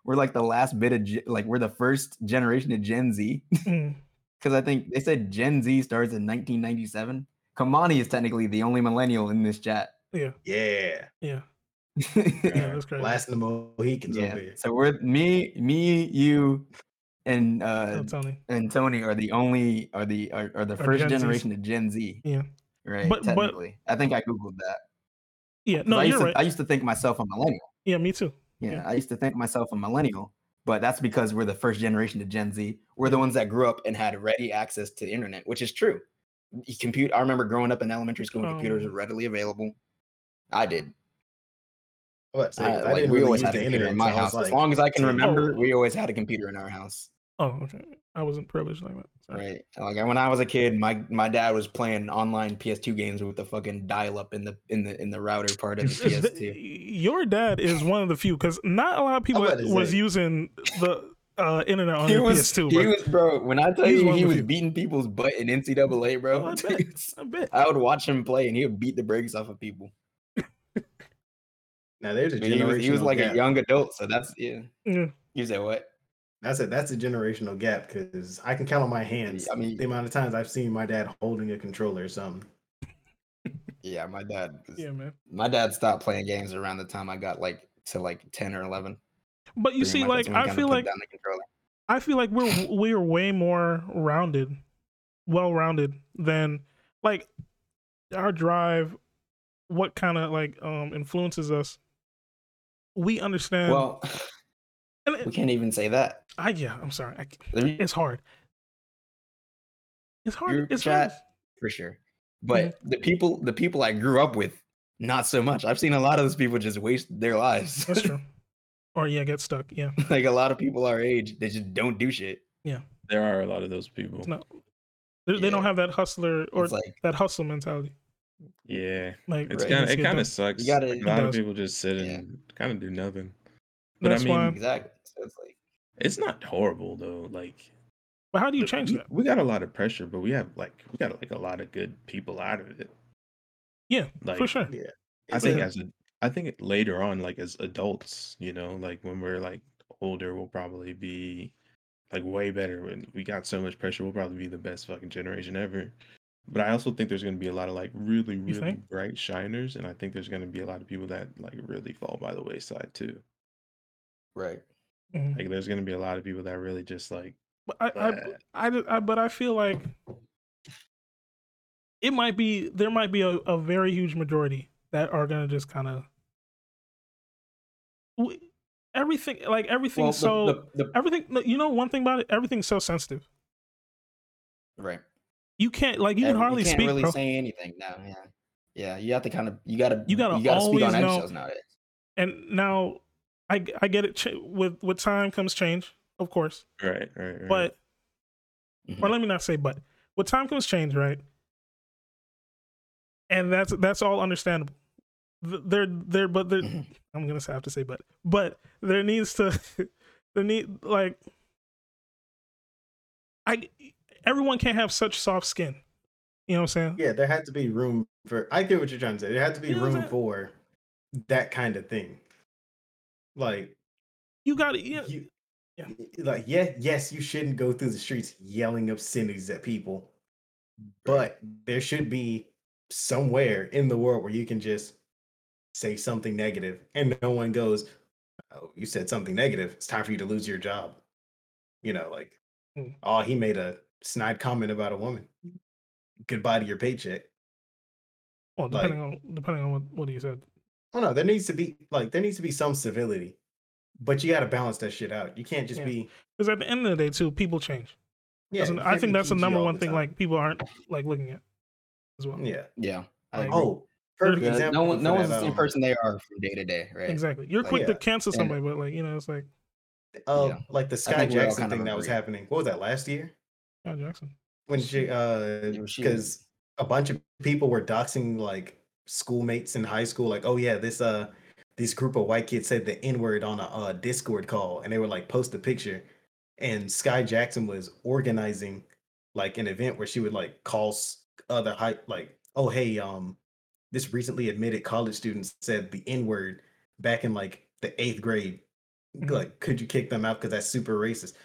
[SPEAKER 3] we're like the last bit of ge- like we're the first generation of Gen Z
[SPEAKER 1] *laughs*
[SPEAKER 3] *laughs*
[SPEAKER 1] mm,
[SPEAKER 3] because I think they said Gen Z starts in 1997. Kamani is technically the only millennial in this chat. *laughs*
[SPEAKER 1] yeah.
[SPEAKER 4] Yeah.
[SPEAKER 1] Yeah. Yeah.
[SPEAKER 3] yeah,
[SPEAKER 1] That's crazy.
[SPEAKER 4] Last of the Mohicans over here.
[SPEAKER 3] so we're me, me, you, and uh
[SPEAKER 1] No, Tony.
[SPEAKER 3] and Tony are the only are the are, are the
[SPEAKER 1] Are
[SPEAKER 3] first
[SPEAKER 1] Gen Zs.
[SPEAKER 3] generation of Gen Z.
[SPEAKER 1] Yeah.
[SPEAKER 3] Right.
[SPEAKER 1] But- but-
[SPEAKER 3] technically, I think I googled that. 'cause
[SPEAKER 1] Yeah. No,
[SPEAKER 3] I used
[SPEAKER 1] you're
[SPEAKER 3] to,
[SPEAKER 1] right.
[SPEAKER 3] I used to think myself a millennial.
[SPEAKER 1] yeah. Me too.
[SPEAKER 3] Yeah,
[SPEAKER 1] Yeah.
[SPEAKER 3] I used to think myself a millennial, but that's because we're the first generation to Gen Z. We're the ones that grew up and had ready access to the internet, which is true. You compute. I remember growing up in elementary school, when computers
[SPEAKER 1] Um,
[SPEAKER 3] were readily available. I did.
[SPEAKER 4] I, was about to say,
[SPEAKER 3] I,
[SPEAKER 4] 'cause I
[SPEAKER 3] like,
[SPEAKER 4] didn't
[SPEAKER 3] we
[SPEAKER 4] really
[SPEAKER 3] always
[SPEAKER 4] use
[SPEAKER 3] had a
[SPEAKER 4] the
[SPEAKER 3] computer
[SPEAKER 4] internet
[SPEAKER 3] in
[SPEAKER 4] until
[SPEAKER 3] my
[SPEAKER 4] I was
[SPEAKER 3] house. as
[SPEAKER 4] like
[SPEAKER 3] long as I can
[SPEAKER 4] 10.
[SPEAKER 3] remember, we always had a computer in our house.
[SPEAKER 1] Oh. Okay. I wasn't privileged like that. Sorry.
[SPEAKER 3] Right. Like when I was a kid, my my dad was playing online PS2 games with the fucking dial up in the in the in the router part of
[SPEAKER 1] *laughs*
[SPEAKER 3] the
[SPEAKER 1] Is the-
[SPEAKER 3] PS2.
[SPEAKER 1] your dad is one of the few because not a lot of people
[SPEAKER 4] about to
[SPEAKER 1] was
[SPEAKER 4] say.
[SPEAKER 1] using the uh, internet on
[SPEAKER 3] He
[SPEAKER 1] their
[SPEAKER 3] was,
[SPEAKER 1] PS2.
[SPEAKER 3] he
[SPEAKER 1] Bro.
[SPEAKER 3] was, bro. When I tell
[SPEAKER 1] He's
[SPEAKER 3] you
[SPEAKER 1] one of
[SPEAKER 3] he
[SPEAKER 1] the
[SPEAKER 3] was
[SPEAKER 1] few.
[SPEAKER 3] beating people's butt in NCAA,
[SPEAKER 1] Oh,
[SPEAKER 3] bro.
[SPEAKER 1] I
[SPEAKER 3] *laughs*
[SPEAKER 1] bet.
[SPEAKER 3] dude, it's-
[SPEAKER 1] I bet.
[SPEAKER 3] I would watch him play, and he would beat the brakes off of people.
[SPEAKER 4] Now there's a
[SPEAKER 3] But he was,
[SPEAKER 4] generation.
[SPEAKER 3] he was like a young adult, so that's yeah.
[SPEAKER 1] Yeah.
[SPEAKER 3] You said what?
[SPEAKER 4] I said that's a generational gap because I can count on my hands
[SPEAKER 3] I mean-
[SPEAKER 4] the amount of times I've seen my dad holding a controller or something.
[SPEAKER 3] Yeah, my dad. was-
[SPEAKER 1] Yeah, man.
[SPEAKER 3] My dad stopped playing games around the time I got like to like ten or eleven.
[SPEAKER 1] But you
[SPEAKER 3] pretty
[SPEAKER 1] see,
[SPEAKER 3] much. That's
[SPEAKER 1] like
[SPEAKER 3] when he
[SPEAKER 1] I
[SPEAKER 3] kinda
[SPEAKER 1] feel
[SPEAKER 3] put
[SPEAKER 1] like
[SPEAKER 3] down the controller.
[SPEAKER 1] I feel like we're we're way more rounded, well rounded than like our drive. What kind of like um influences us? We understand.
[SPEAKER 3] Well, *laughs*
[SPEAKER 1] and
[SPEAKER 3] we
[SPEAKER 1] it-
[SPEAKER 3] can't even say that.
[SPEAKER 1] I yeah. I'm sorry. I,
[SPEAKER 3] I mean,
[SPEAKER 1] it's hard. It's hard.
[SPEAKER 3] Group
[SPEAKER 1] it's hard.
[SPEAKER 3] chat. for sure. But the people, the people I grew up with, not so much. I've seen a lot of those people just waste their lives.
[SPEAKER 1] That's true. *laughs* Or yeah, get stuck. Yeah.
[SPEAKER 3] *laughs* like a lot of people our age, they just don't do shit.
[SPEAKER 2] There are a lot of those people.
[SPEAKER 1] No. They, they don't
[SPEAKER 3] Yeah.
[SPEAKER 1] have that hustler or
[SPEAKER 3] it's like
[SPEAKER 1] that hustle mentality.
[SPEAKER 2] Yeah,
[SPEAKER 1] Like
[SPEAKER 2] it's
[SPEAKER 1] let's
[SPEAKER 2] kind
[SPEAKER 3] Right.
[SPEAKER 2] of
[SPEAKER 1] get
[SPEAKER 2] it kind
[SPEAKER 1] done.
[SPEAKER 2] of sucks.
[SPEAKER 3] You
[SPEAKER 2] a
[SPEAKER 3] gotta- It
[SPEAKER 2] lot of
[SPEAKER 1] does.
[SPEAKER 2] people just sit
[SPEAKER 3] Yeah.
[SPEAKER 2] and kind of do nothing. but I
[SPEAKER 1] That's why.
[SPEAKER 2] mean-
[SPEAKER 3] exactly. So it's like
[SPEAKER 2] It's not horrible though. Like
[SPEAKER 1] But how do you
[SPEAKER 2] th-
[SPEAKER 1] change
[SPEAKER 2] we-
[SPEAKER 1] that?
[SPEAKER 2] We got a lot of pressure, but we have like we got like a lot of good people out of it.
[SPEAKER 1] Yeah,
[SPEAKER 2] Like
[SPEAKER 1] For sure.
[SPEAKER 2] I
[SPEAKER 4] It's
[SPEAKER 2] think
[SPEAKER 4] like-
[SPEAKER 2] as a, I think later on, like as adults, you know, like when we're like older, we'll probably be like way better. When we got so much pressure, we'll probably be the best fucking generation ever. But I also think there's going to be a lot of like really, really
[SPEAKER 1] think?
[SPEAKER 2] bright shiners, and I think there's going to be a lot of people that like really fall by the wayside too.
[SPEAKER 3] right.
[SPEAKER 1] Mhm.
[SPEAKER 2] Like uh, there's going to be a lot of people that really just like
[SPEAKER 1] But I, I,
[SPEAKER 2] bleh.
[SPEAKER 1] I, ju- I- but I feel like it might be there might be a, a very huge majority that are gonna just kind of everything like everything
[SPEAKER 3] Well, the-
[SPEAKER 1] so
[SPEAKER 3] the- the-
[SPEAKER 1] everything no, you know one thing about it everything's so sensitive
[SPEAKER 3] right.
[SPEAKER 1] you can't like you can
[SPEAKER 3] Every-
[SPEAKER 1] hardly
[SPEAKER 3] can't
[SPEAKER 1] speak
[SPEAKER 3] really
[SPEAKER 1] bro.
[SPEAKER 3] say anything now. Yeah, yeah. You have to kind of you gotta
[SPEAKER 1] You gotta
[SPEAKER 3] speak
[SPEAKER 1] always
[SPEAKER 3] on
[SPEAKER 1] know-
[SPEAKER 3] eggshells nowadays.
[SPEAKER 1] and now I g- I get it ch- with with time comes change of course
[SPEAKER 2] right, right, right.
[SPEAKER 1] but or
[SPEAKER 3] Mhm.
[SPEAKER 1] let me not say but with time comes change right and that's that's all understandable Th- there there but there
[SPEAKER 3] Mhm.
[SPEAKER 1] i'm gonna have to say but but there needs to *laughs* there need like i everyone can't have such soft skin you know what i'm saying
[SPEAKER 4] Yeah, there had to be room for. I get what you're trying to say. There had to be
[SPEAKER 1] You know what I'm
[SPEAKER 4] room
[SPEAKER 1] saying?
[SPEAKER 4] for that kind of thing. Like
[SPEAKER 1] you gotta yeah,
[SPEAKER 4] you,
[SPEAKER 1] yeah.
[SPEAKER 4] y- like yeah, yes, you shouldn't go through the streets yelling obscenities at people, but there should be somewhere in the world where you can just say something negative and no one goes, "Oh, you said something negative. It's time for you to lose your job." You know, like,
[SPEAKER 1] Mm.
[SPEAKER 4] oh, he made a snide comment about a woman. Goodbye to your paycheck.
[SPEAKER 1] well
[SPEAKER 4] like-
[SPEAKER 1] depending on depending on what, what you said
[SPEAKER 4] I don't know. There needs to be like there needs to be some civility, but you got to balance that shit out. You can't just
[SPEAKER 1] Yeah.
[SPEAKER 4] be.
[SPEAKER 1] because at the end of the day too people change
[SPEAKER 4] Yeah,
[SPEAKER 1] That's an-
[SPEAKER 4] you
[SPEAKER 1] i
[SPEAKER 4] can't
[SPEAKER 1] think
[SPEAKER 4] be
[SPEAKER 1] that's the
[SPEAKER 4] PG
[SPEAKER 1] number
[SPEAKER 4] all
[SPEAKER 1] one
[SPEAKER 4] the
[SPEAKER 1] thing
[SPEAKER 4] time.
[SPEAKER 1] like people aren't like looking at as well
[SPEAKER 4] yeah.
[SPEAKER 3] Yeah. I
[SPEAKER 1] Like,
[SPEAKER 3] agree.
[SPEAKER 4] Oh, perfect
[SPEAKER 1] Yeah,
[SPEAKER 3] Yeah, no
[SPEAKER 4] example.
[SPEAKER 3] one,
[SPEAKER 4] for
[SPEAKER 3] no one's
[SPEAKER 4] that,
[SPEAKER 3] the same
[SPEAKER 4] um,
[SPEAKER 3] person they are from day to day, right?
[SPEAKER 1] exactly you're
[SPEAKER 3] Like,
[SPEAKER 1] quick to
[SPEAKER 4] yeah,
[SPEAKER 1] cancel
[SPEAKER 3] and-
[SPEAKER 1] somebody but like you know it's like
[SPEAKER 4] Uh,
[SPEAKER 3] Yeah.
[SPEAKER 4] Like the
[SPEAKER 3] we're
[SPEAKER 4] Sky
[SPEAKER 3] all
[SPEAKER 4] Jackson
[SPEAKER 3] kind of
[SPEAKER 4] thing that was
[SPEAKER 3] agree.
[SPEAKER 4] happening. What was that last year?
[SPEAKER 1] John Jackson.
[SPEAKER 4] When
[SPEAKER 3] She-
[SPEAKER 4] she, uh,
[SPEAKER 3] it was she.
[SPEAKER 4] because a bunch of people were doxing like schoolmates in high school. Like, oh yeah, this uh, this group of white kids said the n word on a uh, Discord call, and they were like post a picture, and Sky Jackson was organizing like an event where she would like call s- other high like, oh hey, um, this recently admitted college student said the n word back in like the eighth grade.
[SPEAKER 1] Mhm.
[SPEAKER 4] Like, could you kick them out because that's super racist?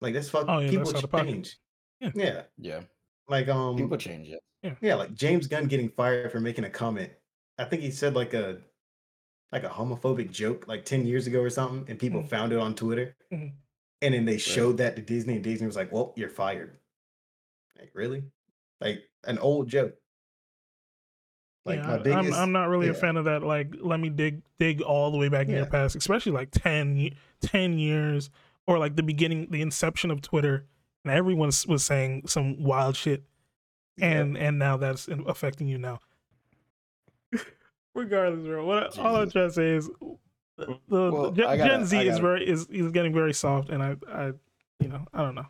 [SPEAKER 4] Like, that's fuck.
[SPEAKER 1] Oh, yeah,
[SPEAKER 4] people
[SPEAKER 1] that's out of pocket.
[SPEAKER 4] change.
[SPEAKER 1] Yeah.
[SPEAKER 4] yeah,
[SPEAKER 3] Yeah.
[SPEAKER 4] like um,
[SPEAKER 3] People change it.
[SPEAKER 4] yeah, like James Gunn getting fired for making a comment. I think he said like a like a homophobic joke like 10 years ago or something, and people
[SPEAKER 1] Mhm.
[SPEAKER 4] found it on Twitter.
[SPEAKER 1] Mhm.
[SPEAKER 4] And then they showed that to Disney, and Disney was like, Well, you're fired. Like, really? Like an old joke. Like
[SPEAKER 1] yeah,
[SPEAKER 4] my
[SPEAKER 1] I- I'm,
[SPEAKER 4] biggest
[SPEAKER 1] I'm not really a
[SPEAKER 4] yeah.
[SPEAKER 1] fan of that. Like, let me dig dig all the way back in your
[SPEAKER 4] Yeah.
[SPEAKER 1] past, especially like 10, ye- 10 years or like the beginning, the inception of Twitter, and everyone s- was saying some wild shit,
[SPEAKER 4] yeah,
[SPEAKER 1] and and now that's in- affecting you now. *laughs* Regardless, bro, what I- all I'm
[SPEAKER 3] Jesus.
[SPEAKER 1] trying to say is the, the
[SPEAKER 3] Well,
[SPEAKER 1] Gen,
[SPEAKER 3] I gotta-
[SPEAKER 1] Gen Z
[SPEAKER 3] I
[SPEAKER 1] is
[SPEAKER 3] gotta-
[SPEAKER 1] very is is getting very soft, and I I you know I don't know,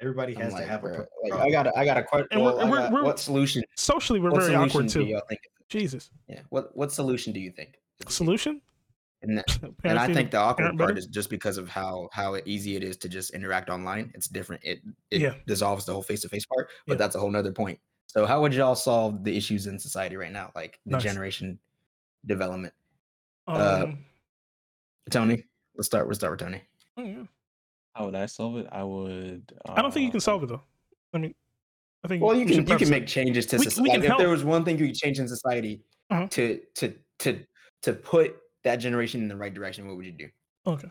[SPEAKER 4] everybody
[SPEAKER 3] I'm
[SPEAKER 4] has
[SPEAKER 3] like,
[SPEAKER 4] to have a
[SPEAKER 3] bruh,
[SPEAKER 4] pro-
[SPEAKER 3] like, I
[SPEAKER 4] problem.
[SPEAKER 3] got a, I got a question.
[SPEAKER 1] And we're-
[SPEAKER 3] well, I
[SPEAKER 1] we're-
[SPEAKER 3] got-
[SPEAKER 1] we're-
[SPEAKER 3] what solution?
[SPEAKER 1] socially we're
[SPEAKER 3] what
[SPEAKER 1] very
[SPEAKER 3] solution uh,
[SPEAKER 1] awkward too.
[SPEAKER 3] do y'all think?
[SPEAKER 1] Jesus,
[SPEAKER 3] Yeah. What what solution do you think?
[SPEAKER 1] solution? *laughs*
[SPEAKER 3] And, that-
[SPEAKER 1] Parents
[SPEAKER 3] and I
[SPEAKER 1] need to
[SPEAKER 3] think the awkward
[SPEAKER 1] parent
[SPEAKER 3] part
[SPEAKER 1] better?
[SPEAKER 3] is just because of how how easy it is to just interact online. It's different. It it
[SPEAKER 1] Yeah.
[SPEAKER 3] dissolves the whole face to face part, but
[SPEAKER 1] Yeah.
[SPEAKER 3] that's a whole nother point. So how would y'all solve the issues in society right now, like the
[SPEAKER 1] Nice.
[SPEAKER 3] generation development? uh,
[SPEAKER 1] um,
[SPEAKER 3] Tony, let's start. We'll start with Tony.
[SPEAKER 1] oh, yeah.
[SPEAKER 2] how would I solve it? I would. Uh,
[SPEAKER 1] I don't think you can solve it though. I mean, I think
[SPEAKER 3] Well, you
[SPEAKER 1] we should
[SPEAKER 3] can you
[SPEAKER 1] preface
[SPEAKER 3] can
[SPEAKER 1] it.
[SPEAKER 3] make changes to
[SPEAKER 1] We- we
[SPEAKER 3] society.
[SPEAKER 1] can
[SPEAKER 3] Like, if there
[SPEAKER 1] help.
[SPEAKER 3] was one thing you could change in society
[SPEAKER 1] Uh-huh.
[SPEAKER 3] to to to to put that generation in the right direction, what would you do?
[SPEAKER 1] okay.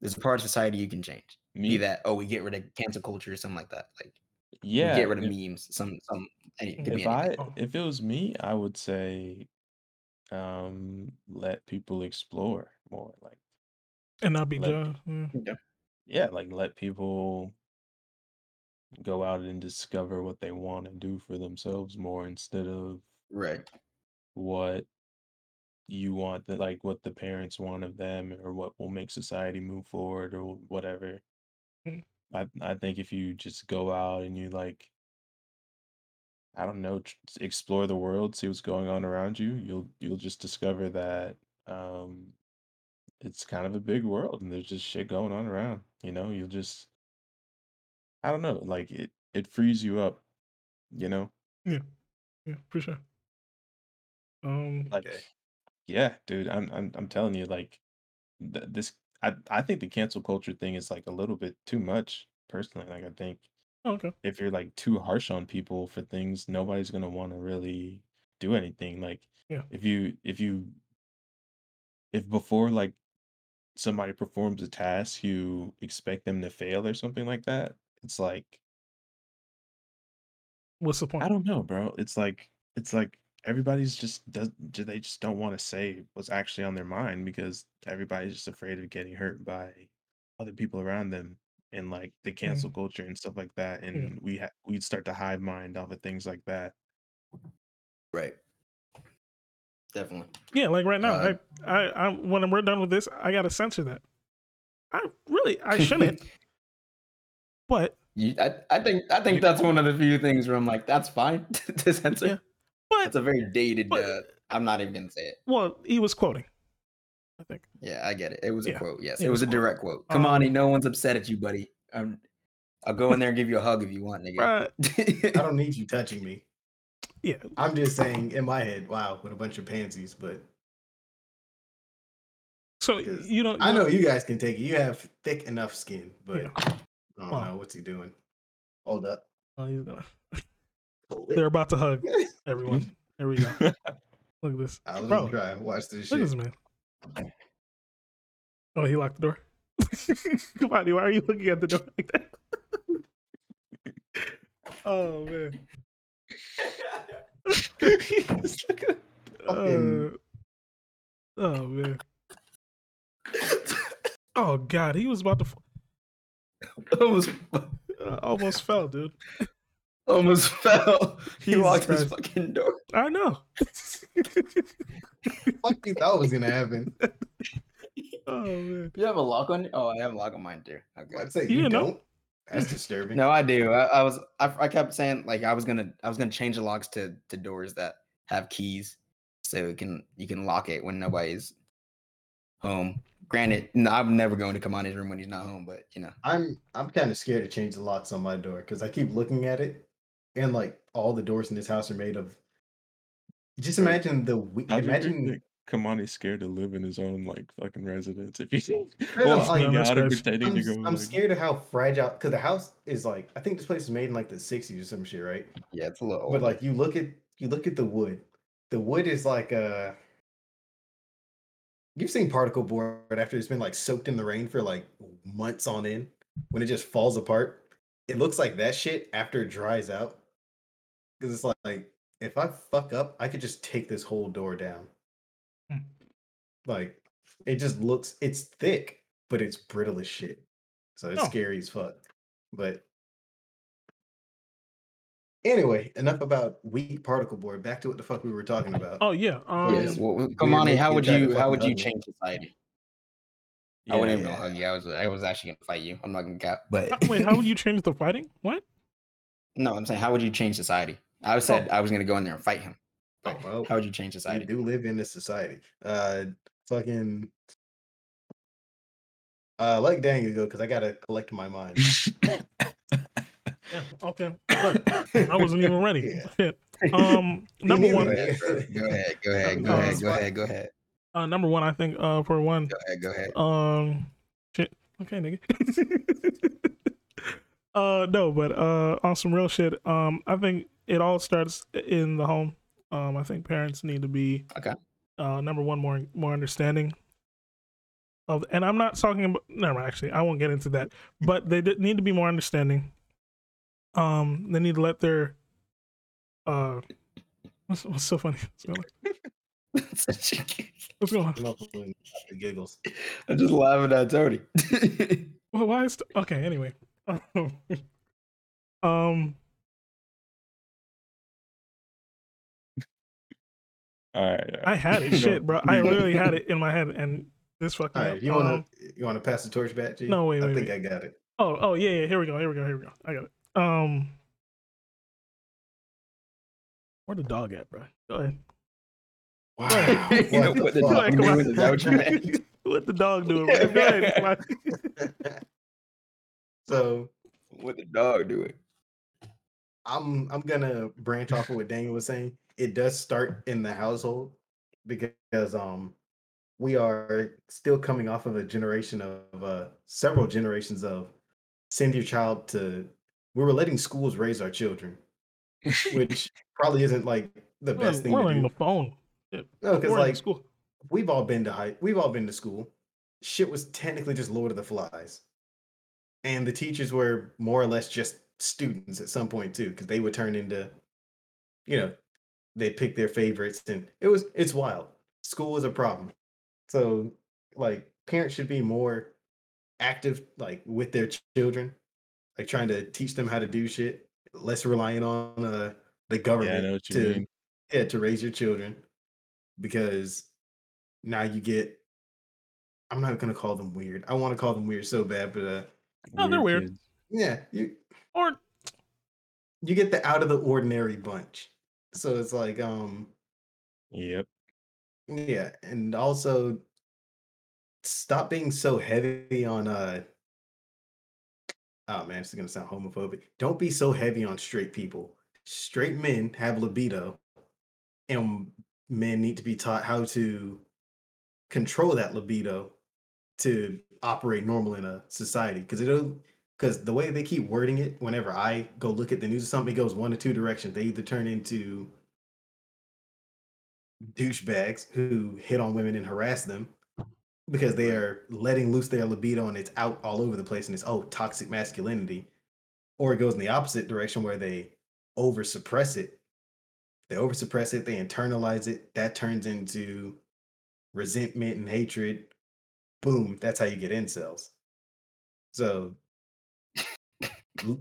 [SPEAKER 3] There's a part of society you can change. Be
[SPEAKER 2] Me,
[SPEAKER 3] that oh, we get rid of cancel culture or something like that. Like we
[SPEAKER 2] yeah.
[SPEAKER 3] get rid of
[SPEAKER 2] if-
[SPEAKER 3] memes. Some some. Any, it could be
[SPEAKER 2] if
[SPEAKER 3] anything.
[SPEAKER 2] I
[SPEAKER 1] Oh.
[SPEAKER 2] if it was me, I would say um let people explore more. Like
[SPEAKER 1] and not be
[SPEAKER 2] Like-
[SPEAKER 1] judged. Yeah.
[SPEAKER 2] yeah, like let people go out and discover what they want to do for themselves more instead of
[SPEAKER 3] right.
[SPEAKER 2] what you want that like what the parents want of them or what will make society move forward or whatever.
[SPEAKER 1] Mm.
[SPEAKER 2] I I think if you just go out and you like I don't know, tr- s- explore the world, see what's going on around you, you'll you'll just discover that um it's kind of a big world and there's just shit going on around. You know, you'll just I don't know, like it it frees you up, you know?
[SPEAKER 1] Yeah, for sure. Um,
[SPEAKER 2] Like
[SPEAKER 4] *laughs* Okay.
[SPEAKER 2] yeah, dude, I'm I'm I'm telling you like th- this I I think the cancel culture thing is like a little bit too much personally. Like I think
[SPEAKER 1] okay.
[SPEAKER 2] if you're like too harsh on people for things, nobody's gonna want to really do anything. Like
[SPEAKER 1] Yeah.
[SPEAKER 2] if you if you if before like somebody performs a task, you expect them to fail or something like that. It's like
[SPEAKER 1] What's the
[SPEAKER 2] I
[SPEAKER 1] point?
[SPEAKER 2] don't know, bro. It's like it's like everybody's just does do they just don't want to say what's actually on their mind because everybody's just afraid of getting hurt by other people around them and like the cancel culture and stuff like that. And we ha- we start to hive mind off of things like that.
[SPEAKER 3] Right. Definitely.
[SPEAKER 1] Yeah, like right now,
[SPEAKER 3] Uh,
[SPEAKER 1] I, I, I, when we're done with this, I gotta censor that. I really,
[SPEAKER 3] *laughs*
[SPEAKER 1] I shouldn't, but,
[SPEAKER 3] You, I, I think I think that's one of the few things where I'm like, that's fine *laughs* to censor.
[SPEAKER 1] Yeah. but,
[SPEAKER 3] That's a very dated.
[SPEAKER 1] But-
[SPEAKER 3] uh, I'm not even gonna say it.
[SPEAKER 1] well, he was quoting. I think.
[SPEAKER 3] Yeah, I get it. It was a
[SPEAKER 1] Yeah.
[SPEAKER 3] quote. Yes,
[SPEAKER 1] Yeah,
[SPEAKER 3] it
[SPEAKER 1] it
[SPEAKER 3] was
[SPEAKER 1] was
[SPEAKER 3] a
[SPEAKER 1] a quote.
[SPEAKER 3] direct quote. Come on,
[SPEAKER 1] Um,
[SPEAKER 3] no one's upset at you, buddy. Um, I'll go in there and give you a hug if you want, nigga.
[SPEAKER 1] Bruh,
[SPEAKER 4] I don't need you touching me.
[SPEAKER 1] Uh, yeah,
[SPEAKER 4] I'm just saying in my head, wow, with a bunch of pansies, but
[SPEAKER 1] So
[SPEAKER 4] Because
[SPEAKER 1] you don't.
[SPEAKER 4] I
[SPEAKER 1] you
[SPEAKER 4] know
[SPEAKER 1] don't- *laughs*
[SPEAKER 4] you guys can take it. You have thick enough skin, but
[SPEAKER 1] Yeah.
[SPEAKER 4] I don't
[SPEAKER 1] Wow.
[SPEAKER 4] know what's he doing. Hold up.
[SPEAKER 1] Oh, he's gonna- They're about to hug everyone. There we go. Look at this.
[SPEAKER 4] *laughs* I was
[SPEAKER 1] Bro.
[SPEAKER 4] gonna try. Watch this
[SPEAKER 1] Look at this
[SPEAKER 4] shit.
[SPEAKER 1] man. Oh, he locked the door. *laughs* Come on, dude, why are you looking at the door like that? *laughs* oh man.
[SPEAKER 3] *laughs*
[SPEAKER 1] Uh,
[SPEAKER 4] Fucking-
[SPEAKER 1] oh *laughs* man. Oh god, he was about to f-
[SPEAKER 3] almost
[SPEAKER 1] uh, almost fell, *laughs* dude.
[SPEAKER 3] almost
[SPEAKER 1] *laughs*
[SPEAKER 3] fell. He
[SPEAKER 1] Jesus
[SPEAKER 3] locked his
[SPEAKER 1] Christ.
[SPEAKER 3] fucking door.
[SPEAKER 1] I *laughs* know.
[SPEAKER 4] Fuck you thought
[SPEAKER 1] *laughs*
[SPEAKER 4] was gonna happen.
[SPEAKER 1] oh man.
[SPEAKER 3] You have a lock on? Oh, I have a lock on mine too. Okay.
[SPEAKER 4] I'd say
[SPEAKER 1] You
[SPEAKER 4] you,
[SPEAKER 1] didn't know?
[SPEAKER 4] don't.
[SPEAKER 1] *laughs*
[SPEAKER 4] That's disturbing.
[SPEAKER 3] No, I do. I, I was I, I kept saying like I was gonna I was gonna change the locks to to doors that have keys so you can you can lock it when nobody's home. Granted, no, I'm never going to Kamani's room when he's not home, but you know.
[SPEAKER 4] I'm I'm kind of scared to change the locks on my door because I keep looking at it, and like all the doors in this house are made of. Just
[SPEAKER 2] Right.
[SPEAKER 4] imagine the we-
[SPEAKER 2] I imagine
[SPEAKER 4] imagine.
[SPEAKER 2] think Kamani's scared to live in his own like fucking residence. If you *laughs* think,
[SPEAKER 4] No, no,
[SPEAKER 2] well,
[SPEAKER 4] like,
[SPEAKER 2] yeah,
[SPEAKER 1] that's
[SPEAKER 2] I'd
[SPEAKER 1] crazy.
[SPEAKER 2] pretending
[SPEAKER 4] I'm,
[SPEAKER 2] to
[SPEAKER 4] s-
[SPEAKER 2] go
[SPEAKER 4] I'm
[SPEAKER 2] like-
[SPEAKER 4] scared of how fragile because the house is like I think this place was made in like the 60s or some shit, right?
[SPEAKER 3] Yeah, it's a little
[SPEAKER 4] But like you look at you look at the wood, the wood is like uh You've seen particle board after it's been like soaked in the rain for like months on end when it just falls apart. It looks like that shit after it dries out. Because it's like, like, if I fuck up, I could just take this whole door down.
[SPEAKER 1] Hmm.
[SPEAKER 4] Like it just looks it's thick, but it's brittle as shit. So it's
[SPEAKER 1] Oh.
[SPEAKER 4] scary as fuck. But anyway, enough about weak particle board. Back to what the fuck we were talking about.
[SPEAKER 1] Oh yeah. Um,
[SPEAKER 3] Yes. Well, well,
[SPEAKER 4] weird
[SPEAKER 3] Kamani,
[SPEAKER 4] that
[SPEAKER 3] how
[SPEAKER 4] you
[SPEAKER 3] would
[SPEAKER 4] tried to
[SPEAKER 3] you how
[SPEAKER 4] fucking
[SPEAKER 3] would you
[SPEAKER 4] hug me.
[SPEAKER 3] change society? I
[SPEAKER 2] Yeah,
[SPEAKER 3] wouldn't even
[SPEAKER 2] yeah.
[SPEAKER 3] hug you. I was I was actually gonna fight you. I'm not gonna cap. But
[SPEAKER 1] uh, Wait, *laughs* how would you change the fighting? What?
[SPEAKER 3] No, I'm saying how would you change society? I said I was gonna go in there and fight him. But
[SPEAKER 4] Oh, well,
[SPEAKER 3] how would you change
[SPEAKER 4] I
[SPEAKER 3] society?
[SPEAKER 4] do live in this society. Uh, fucking. Uh, like Daniel go because I gotta collect my mind.
[SPEAKER 1] Yeah, okay. Look, I wasn't even ready. Shit. *laughs* Um, number
[SPEAKER 4] Anyway.
[SPEAKER 3] Go
[SPEAKER 1] one.
[SPEAKER 3] ahead, bro. go ahead,
[SPEAKER 4] *laughs*
[SPEAKER 3] go ahead, go
[SPEAKER 1] Uh,
[SPEAKER 3] ahead, go ahead, go ahead,
[SPEAKER 1] Uh, number one, I think. Uh, for one.
[SPEAKER 3] go ahead, go ahead.
[SPEAKER 4] *laughs*
[SPEAKER 3] *laughs*
[SPEAKER 1] Um, shit. Okay, nigga. *laughs* uh, no, but uh, on some real shit. Um, I think it all starts in the home. Um, I think parents need to be
[SPEAKER 3] Okay.
[SPEAKER 1] Uh, number one, more more understanding. of, and I'm not talking about. No, actually, I won't get into that. But they d- need to be more understanding. Um, they need to let their. Uh, what's, what's so funny? What's going on? What's going on?
[SPEAKER 4] I'm up with the giggles.
[SPEAKER 3] I'm just laughing at Tony. *laughs*
[SPEAKER 1] Well, why is okay? Anyway, *laughs* um,
[SPEAKER 2] All right.
[SPEAKER 1] I had
[SPEAKER 4] *laughs*
[SPEAKER 1] it, shit, bro. I literally had it in my head, and this fucking.
[SPEAKER 4] All right, you wanna you wanna pass the torch back? G?
[SPEAKER 1] uh-huh. No, wait,
[SPEAKER 4] I
[SPEAKER 1] wait,
[SPEAKER 4] think
[SPEAKER 1] wait.
[SPEAKER 4] I got it.
[SPEAKER 1] Um, Oh, oh yeah, yeah. Here we go. Here we go. Here we go. I got it. Um, where the dog at, bro? Go ahead.
[SPEAKER 4] Wow.
[SPEAKER 1] *laughs* Right.
[SPEAKER 3] You know,
[SPEAKER 4] what the
[SPEAKER 3] put the
[SPEAKER 4] fuck?
[SPEAKER 1] dog down.
[SPEAKER 3] Is that what you meant?
[SPEAKER 1] What the dog doing? Bro? Go ahead. Fly.
[SPEAKER 4] *laughs* so
[SPEAKER 3] *laughs* what the dog *laughs* doing?
[SPEAKER 4] I'm I'm gonna branch off of what Daniel was saying. It does start in the household because um we are still coming off of a generation of uh several generations of send your child to we were letting schools raise our children,
[SPEAKER 1] *laughs*
[SPEAKER 4] which probably isn't like the best thing
[SPEAKER 1] We're
[SPEAKER 4] to
[SPEAKER 1] on
[SPEAKER 4] do.
[SPEAKER 1] the phone.
[SPEAKER 4] No, because
[SPEAKER 1] We're in
[SPEAKER 4] like
[SPEAKER 1] school.
[SPEAKER 4] we've all been to high we've all been to school. Shit was technically just Lord of the Flies. And the teachers were more or less just students at some point too, because they would turn into, you know, they pick their favorites and it was it's wild. School is a problem. So like parents should be more active like with their ch- children, like trying to teach them how to do shit, less relying on uh the government
[SPEAKER 2] yeah, I know what you
[SPEAKER 4] to
[SPEAKER 2] mean.
[SPEAKER 4] yeah to raise your children because now you get i'm not going to call them weird i want to call them weird so bad but uh
[SPEAKER 1] No, they're weird.
[SPEAKER 2] kids.
[SPEAKER 4] yeah you
[SPEAKER 1] Or
[SPEAKER 4] you get the out of the ordinary bunch so it's like um
[SPEAKER 2] Yep.
[SPEAKER 4] yeah and also stop being so heavy on uh oh man this is going to sound homophobic don't be so heavy on straight people straight men have libido and men need to be taught how to control that libido to operate normal in a society because it'll because the way they keep wording it whenever i go look at the news or something it goes one of two directions they either turn into douchebags who hit on women and harass them because they are letting loose their libido and it's out all over the place and it's oh toxic masculinity or it goes in the opposite direction where they over suppress it they over suppress it they internalize it that turns into resentment and hatred boom that's how you get incels so l-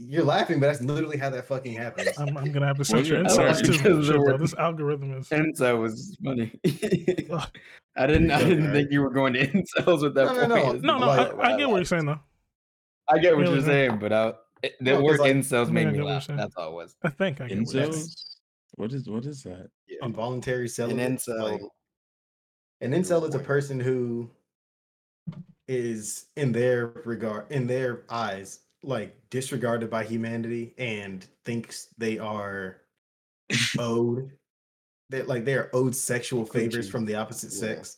[SPEAKER 4] you're laughing but that's literally how that fucking
[SPEAKER 1] *laughs*
[SPEAKER 4] happens
[SPEAKER 1] I'm, I'm gonna have to
[SPEAKER 2] Well,
[SPEAKER 1] censor
[SPEAKER 2] yeah,
[SPEAKER 1] insults
[SPEAKER 2] sorry.
[SPEAKER 1] too.
[SPEAKER 3] Because
[SPEAKER 1] Shit,
[SPEAKER 3] the
[SPEAKER 1] bro,
[SPEAKER 3] word-
[SPEAKER 1] this algorithm is.
[SPEAKER 3] Enzo was funny.
[SPEAKER 1] Ugh.
[SPEAKER 3] *laughs* I didn't. I
[SPEAKER 4] Yeah,
[SPEAKER 3] didn't
[SPEAKER 4] right.
[SPEAKER 3] think you were going to *laughs* incels with that
[SPEAKER 4] No, no,
[SPEAKER 3] point.
[SPEAKER 4] no.
[SPEAKER 3] It's
[SPEAKER 1] No, no,
[SPEAKER 3] like-
[SPEAKER 1] I, I get what you're saying though.
[SPEAKER 3] I get what
[SPEAKER 1] Really,
[SPEAKER 3] you're
[SPEAKER 1] huh?
[SPEAKER 3] saying, but I, it, the
[SPEAKER 4] No, 'cause
[SPEAKER 3] word
[SPEAKER 4] like-
[SPEAKER 3] incels
[SPEAKER 1] I
[SPEAKER 3] made
[SPEAKER 1] mean, I
[SPEAKER 3] me
[SPEAKER 1] get what you're
[SPEAKER 3] laugh.
[SPEAKER 1] saying.
[SPEAKER 3] That's all it was.
[SPEAKER 1] I think I get what you're saying.
[SPEAKER 2] Incels. What is what is that?
[SPEAKER 4] involuntary
[SPEAKER 3] An
[SPEAKER 4] celibate.
[SPEAKER 3] incel.
[SPEAKER 4] like, an
[SPEAKER 2] Your
[SPEAKER 4] incel is a
[SPEAKER 2] point.
[SPEAKER 4] person who is in their regard, in their eyes, like disregarded by humanity and thinks they are owed. That like they are owed sexual favors
[SPEAKER 3] Coochie.
[SPEAKER 4] from the opposite
[SPEAKER 3] Yeah.
[SPEAKER 4] sex.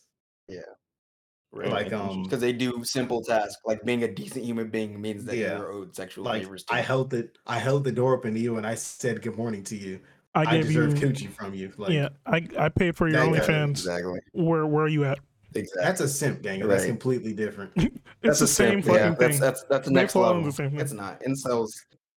[SPEAKER 2] Right.
[SPEAKER 4] Like um,
[SPEAKER 3] Because they do simple tasks like being a decent human being means that
[SPEAKER 4] Yeah.
[SPEAKER 3] you're owed sexual
[SPEAKER 4] like
[SPEAKER 3] favors. To
[SPEAKER 4] I
[SPEAKER 3] you.
[SPEAKER 4] held the I held the door open to you and I said good morning to you.
[SPEAKER 1] I
[SPEAKER 4] I,
[SPEAKER 1] gave
[SPEAKER 4] deserve
[SPEAKER 1] you.
[SPEAKER 4] coochie from you. Like
[SPEAKER 1] yeah, I I paid for your
[SPEAKER 4] That guy,
[SPEAKER 1] OnlyFans.
[SPEAKER 3] Exactly.
[SPEAKER 1] Where where are you at?
[SPEAKER 3] Exactly.
[SPEAKER 4] that's a simp, dang That's
[SPEAKER 3] Right.
[SPEAKER 4] completely different.
[SPEAKER 1] It's
[SPEAKER 3] That's
[SPEAKER 1] the
[SPEAKER 3] a
[SPEAKER 1] same
[SPEAKER 3] simp.
[SPEAKER 1] fucking
[SPEAKER 3] yeah,
[SPEAKER 1] thing.
[SPEAKER 3] That's that's that's the
[SPEAKER 1] They
[SPEAKER 3] next
[SPEAKER 1] fall under
[SPEAKER 3] level.
[SPEAKER 1] the same thing.
[SPEAKER 3] It's not incels.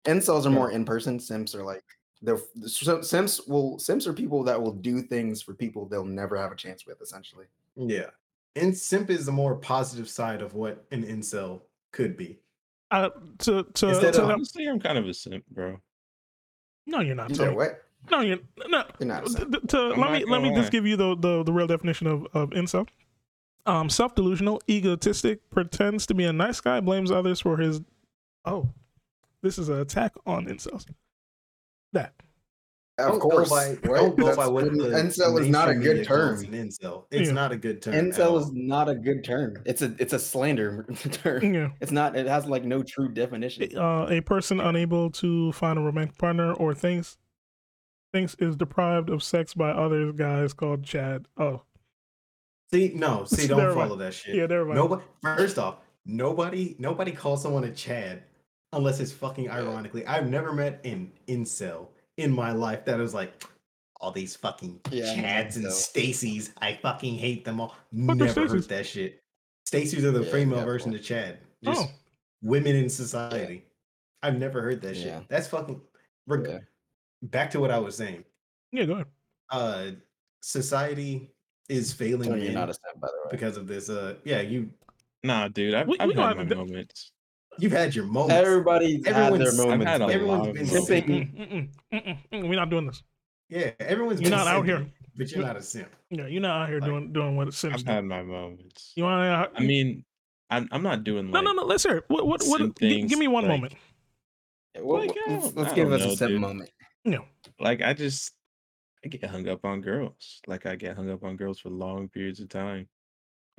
[SPEAKER 3] Incels are
[SPEAKER 4] Yeah.
[SPEAKER 3] more in person. Sims are like they're so Sims will Sims are people that will do things for people they'll never have a chance with. Essentially,
[SPEAKER 4] Yeah. And simp is the more positive side of what an incel could be.
[SPEAKER 1] Uh, to to,
[SPEAKER 4] Instead
[SPEAKER 1] to
[SPEAKER 4] of-
[SPEAKER 1] that-
[SPEAKER 2] Honestly, I'm kind of a simp, bro.
[SPEAKER 1] no, you're not.
[SPEAKER 3] you know
[SPEAKER 1] Tony.
[SPEAKER 3] what?
[SPEAKER 1] No, you're no.
[SPEAKER 3] You're not. a simp.
[SPEAKER 1] Th- th- to,
[SPEAKER 2] I'm
[SPEAKER 1] let me
[SPEAKER 2] not
[SPEAKER 1] let me
[SPEAKER 2] gonna lie.
[SPEAKER 1] just give you the, the, the real definition of, of incel. Um, self delusional, egotistic, pretends to be a nice guy, blames others for his. Oh, this is an attack on incels. That
[SPEAKER 3] Of
[SPEAKER 4] Don't go
[SPEAKER 3] course,
[SPEAKER 4] by-
[SPEAKER 3] right?
[SPEAKER 4] Don't go by
[SPEAKER 3] That's what-
[SPEAKER 4] what the
[SPEAKER 3] incel is not a
[SPEAKER 4] mainstream
[SPEAKER 3] good
[SPEAKER 4] media calls
[SPEAKER 3] term.
[SPEAKER 4] An incel. It's
[SPEAKER 1] Yeah.
[SPEAKER 4] not a good term. at
[SPEAKER 3] Incel
[SPEAKER 4] all.
[SPEAKER 3] is not a good term. It's a it's a slander *laughs*
[SPEAKER 2] Mm.
[SPEAKER 3] term.
[SPEAKER 1] yeah.
[SPEAKER 3] It's not. It has like no true definition.
[SPEAKER 1] Uh, a person unable to find a romantic partner or thinks thinks is deprived of sex by other guys called Chad. Oh,
[SPEAKER 4] See, no, see,
[SPEAKER 1] Never
[SPEAKER 4] don't
[SPEAKER 1] mind.
[SPEAKER 4] follow that shit.
[SPEAKER 1] yeah, never mind.
[SPEAKER 4] Nobody. First off, nobody, nobody calls someone a Chad unless it's fucking ironically. I've never met an incel in my life that was like all these fucking
[SPEAKER 3] Yeah, I know,
[SPEAKER 4] Chads and
[SPEAKER 3] though.
[SPEAKER 4] Stacies. I fucking hate them all.
[SPEAKER 1] are
[SPEAKER 4] Never
[SPEAKER 1] Stacys?
[SPEAKER 4] heard that shit. Stacey's are the
[SPEAKER 3] Yeah,
[SPEAKER 4] female
[SPEAKER 3] yeah,
[SPEAKER 4] version
[SPEAKER 3] cool.
[SPEAKER 4] of Chad. Just
[SPEAKER 1] Oh,
[SPEAKER 4] women in society. I've never heard that
[SPEAKER 3] Yeah.
[SPEAKER 4] shit. That's fucking. Reg-
[SPEAKER 3] Yeah.
[SPEAKER 4] Back to what I was saying.
[SPEAKER 1] yeah, go ahead.
[SPEAKER 4] Uh, society is failing
[SPEAKER 3] So Oh, you're
[SPEAKER 4] men
[SPEAKER 3] not a step, by the way.
[SPEAKER 4] because of this. Uh, yeah, you
[SPEAKER 2] Nah, dude, I've,
[SPEAKER 1] We-
[SPEAKER 2] I've
[SPEAKER 1] we gonna
[SPEAKER 2] had my
[SPEAKER 1] have to-
[SPEAKER 2] moments.
[SPEAKER 4] you've had your moments.
[SPEAKER 3] Everybody's had their
[SPEAKER 4] Everyone's- I've
[SPEAKER 3] moments.
[SPEAKER 2] had a
[SPEAKER 3] man.
[SPEAKER 4] Everyone's
[SPEAKER 2] lot of
[SPEAKER 4] been
[SPEAKER 2] moments.
[SPEAKER 3] Tipping-
[SPEAKER 2] *laughs*
[SPEAKER 1] Mm, mm, mm, mm, mm, we're not doing this.
[SPEAKER 4] yeah, everyone's
[SPEAKER 1] You're
[SPEAKER 4] been
[SPEAKER 1] not out
[SPEAKER 4] simp,
[SPEAKER 1] here.
[SPEAKER 4] but you're not a simp.
[SPEAKER 1] Yeah, you're not out here
[SPEAKER 4] Like-
[SPEAKER 1] doing doing what it seems.
[SPEAKER 2] I've had my moments.
[SPEAKER 1] You want to?
[SPEAKER 2] I mean, I'm I'm not doing
[SPEAKER 1] no,
[SPEAKER 2] like
[SPEAKER 1] no, no. Let's hear. It. What? What?
[SPEAKER 2] some
[SPEAKER 1] What? G-
[SPEAKER 2] things,
[SPEAKER 1] give me one
[SPEAKER 2] like-
[SPEAKER 1] moment.
[SPEAKER 3] Yeah, well,
[SPEAKER 2] Like, I
[SPEAKER 3] let's
[SPEAKER 2] don't-
[SPEAKER 3] let's
[SPEAKER 2] I
[SPEAKER 3] give
[SPEAKER 2] don't
[SPEAKER 3] us a
[SPEAKER 2] know,
[SPEAKER 3] step
[SPEAKER 2] dude.
[SPEAKER 3] moment.
[SPEAKER 1] No.
[SPEAKER 2] like I just I get hung up on girls. Like I get hung up on girls for long periods of time.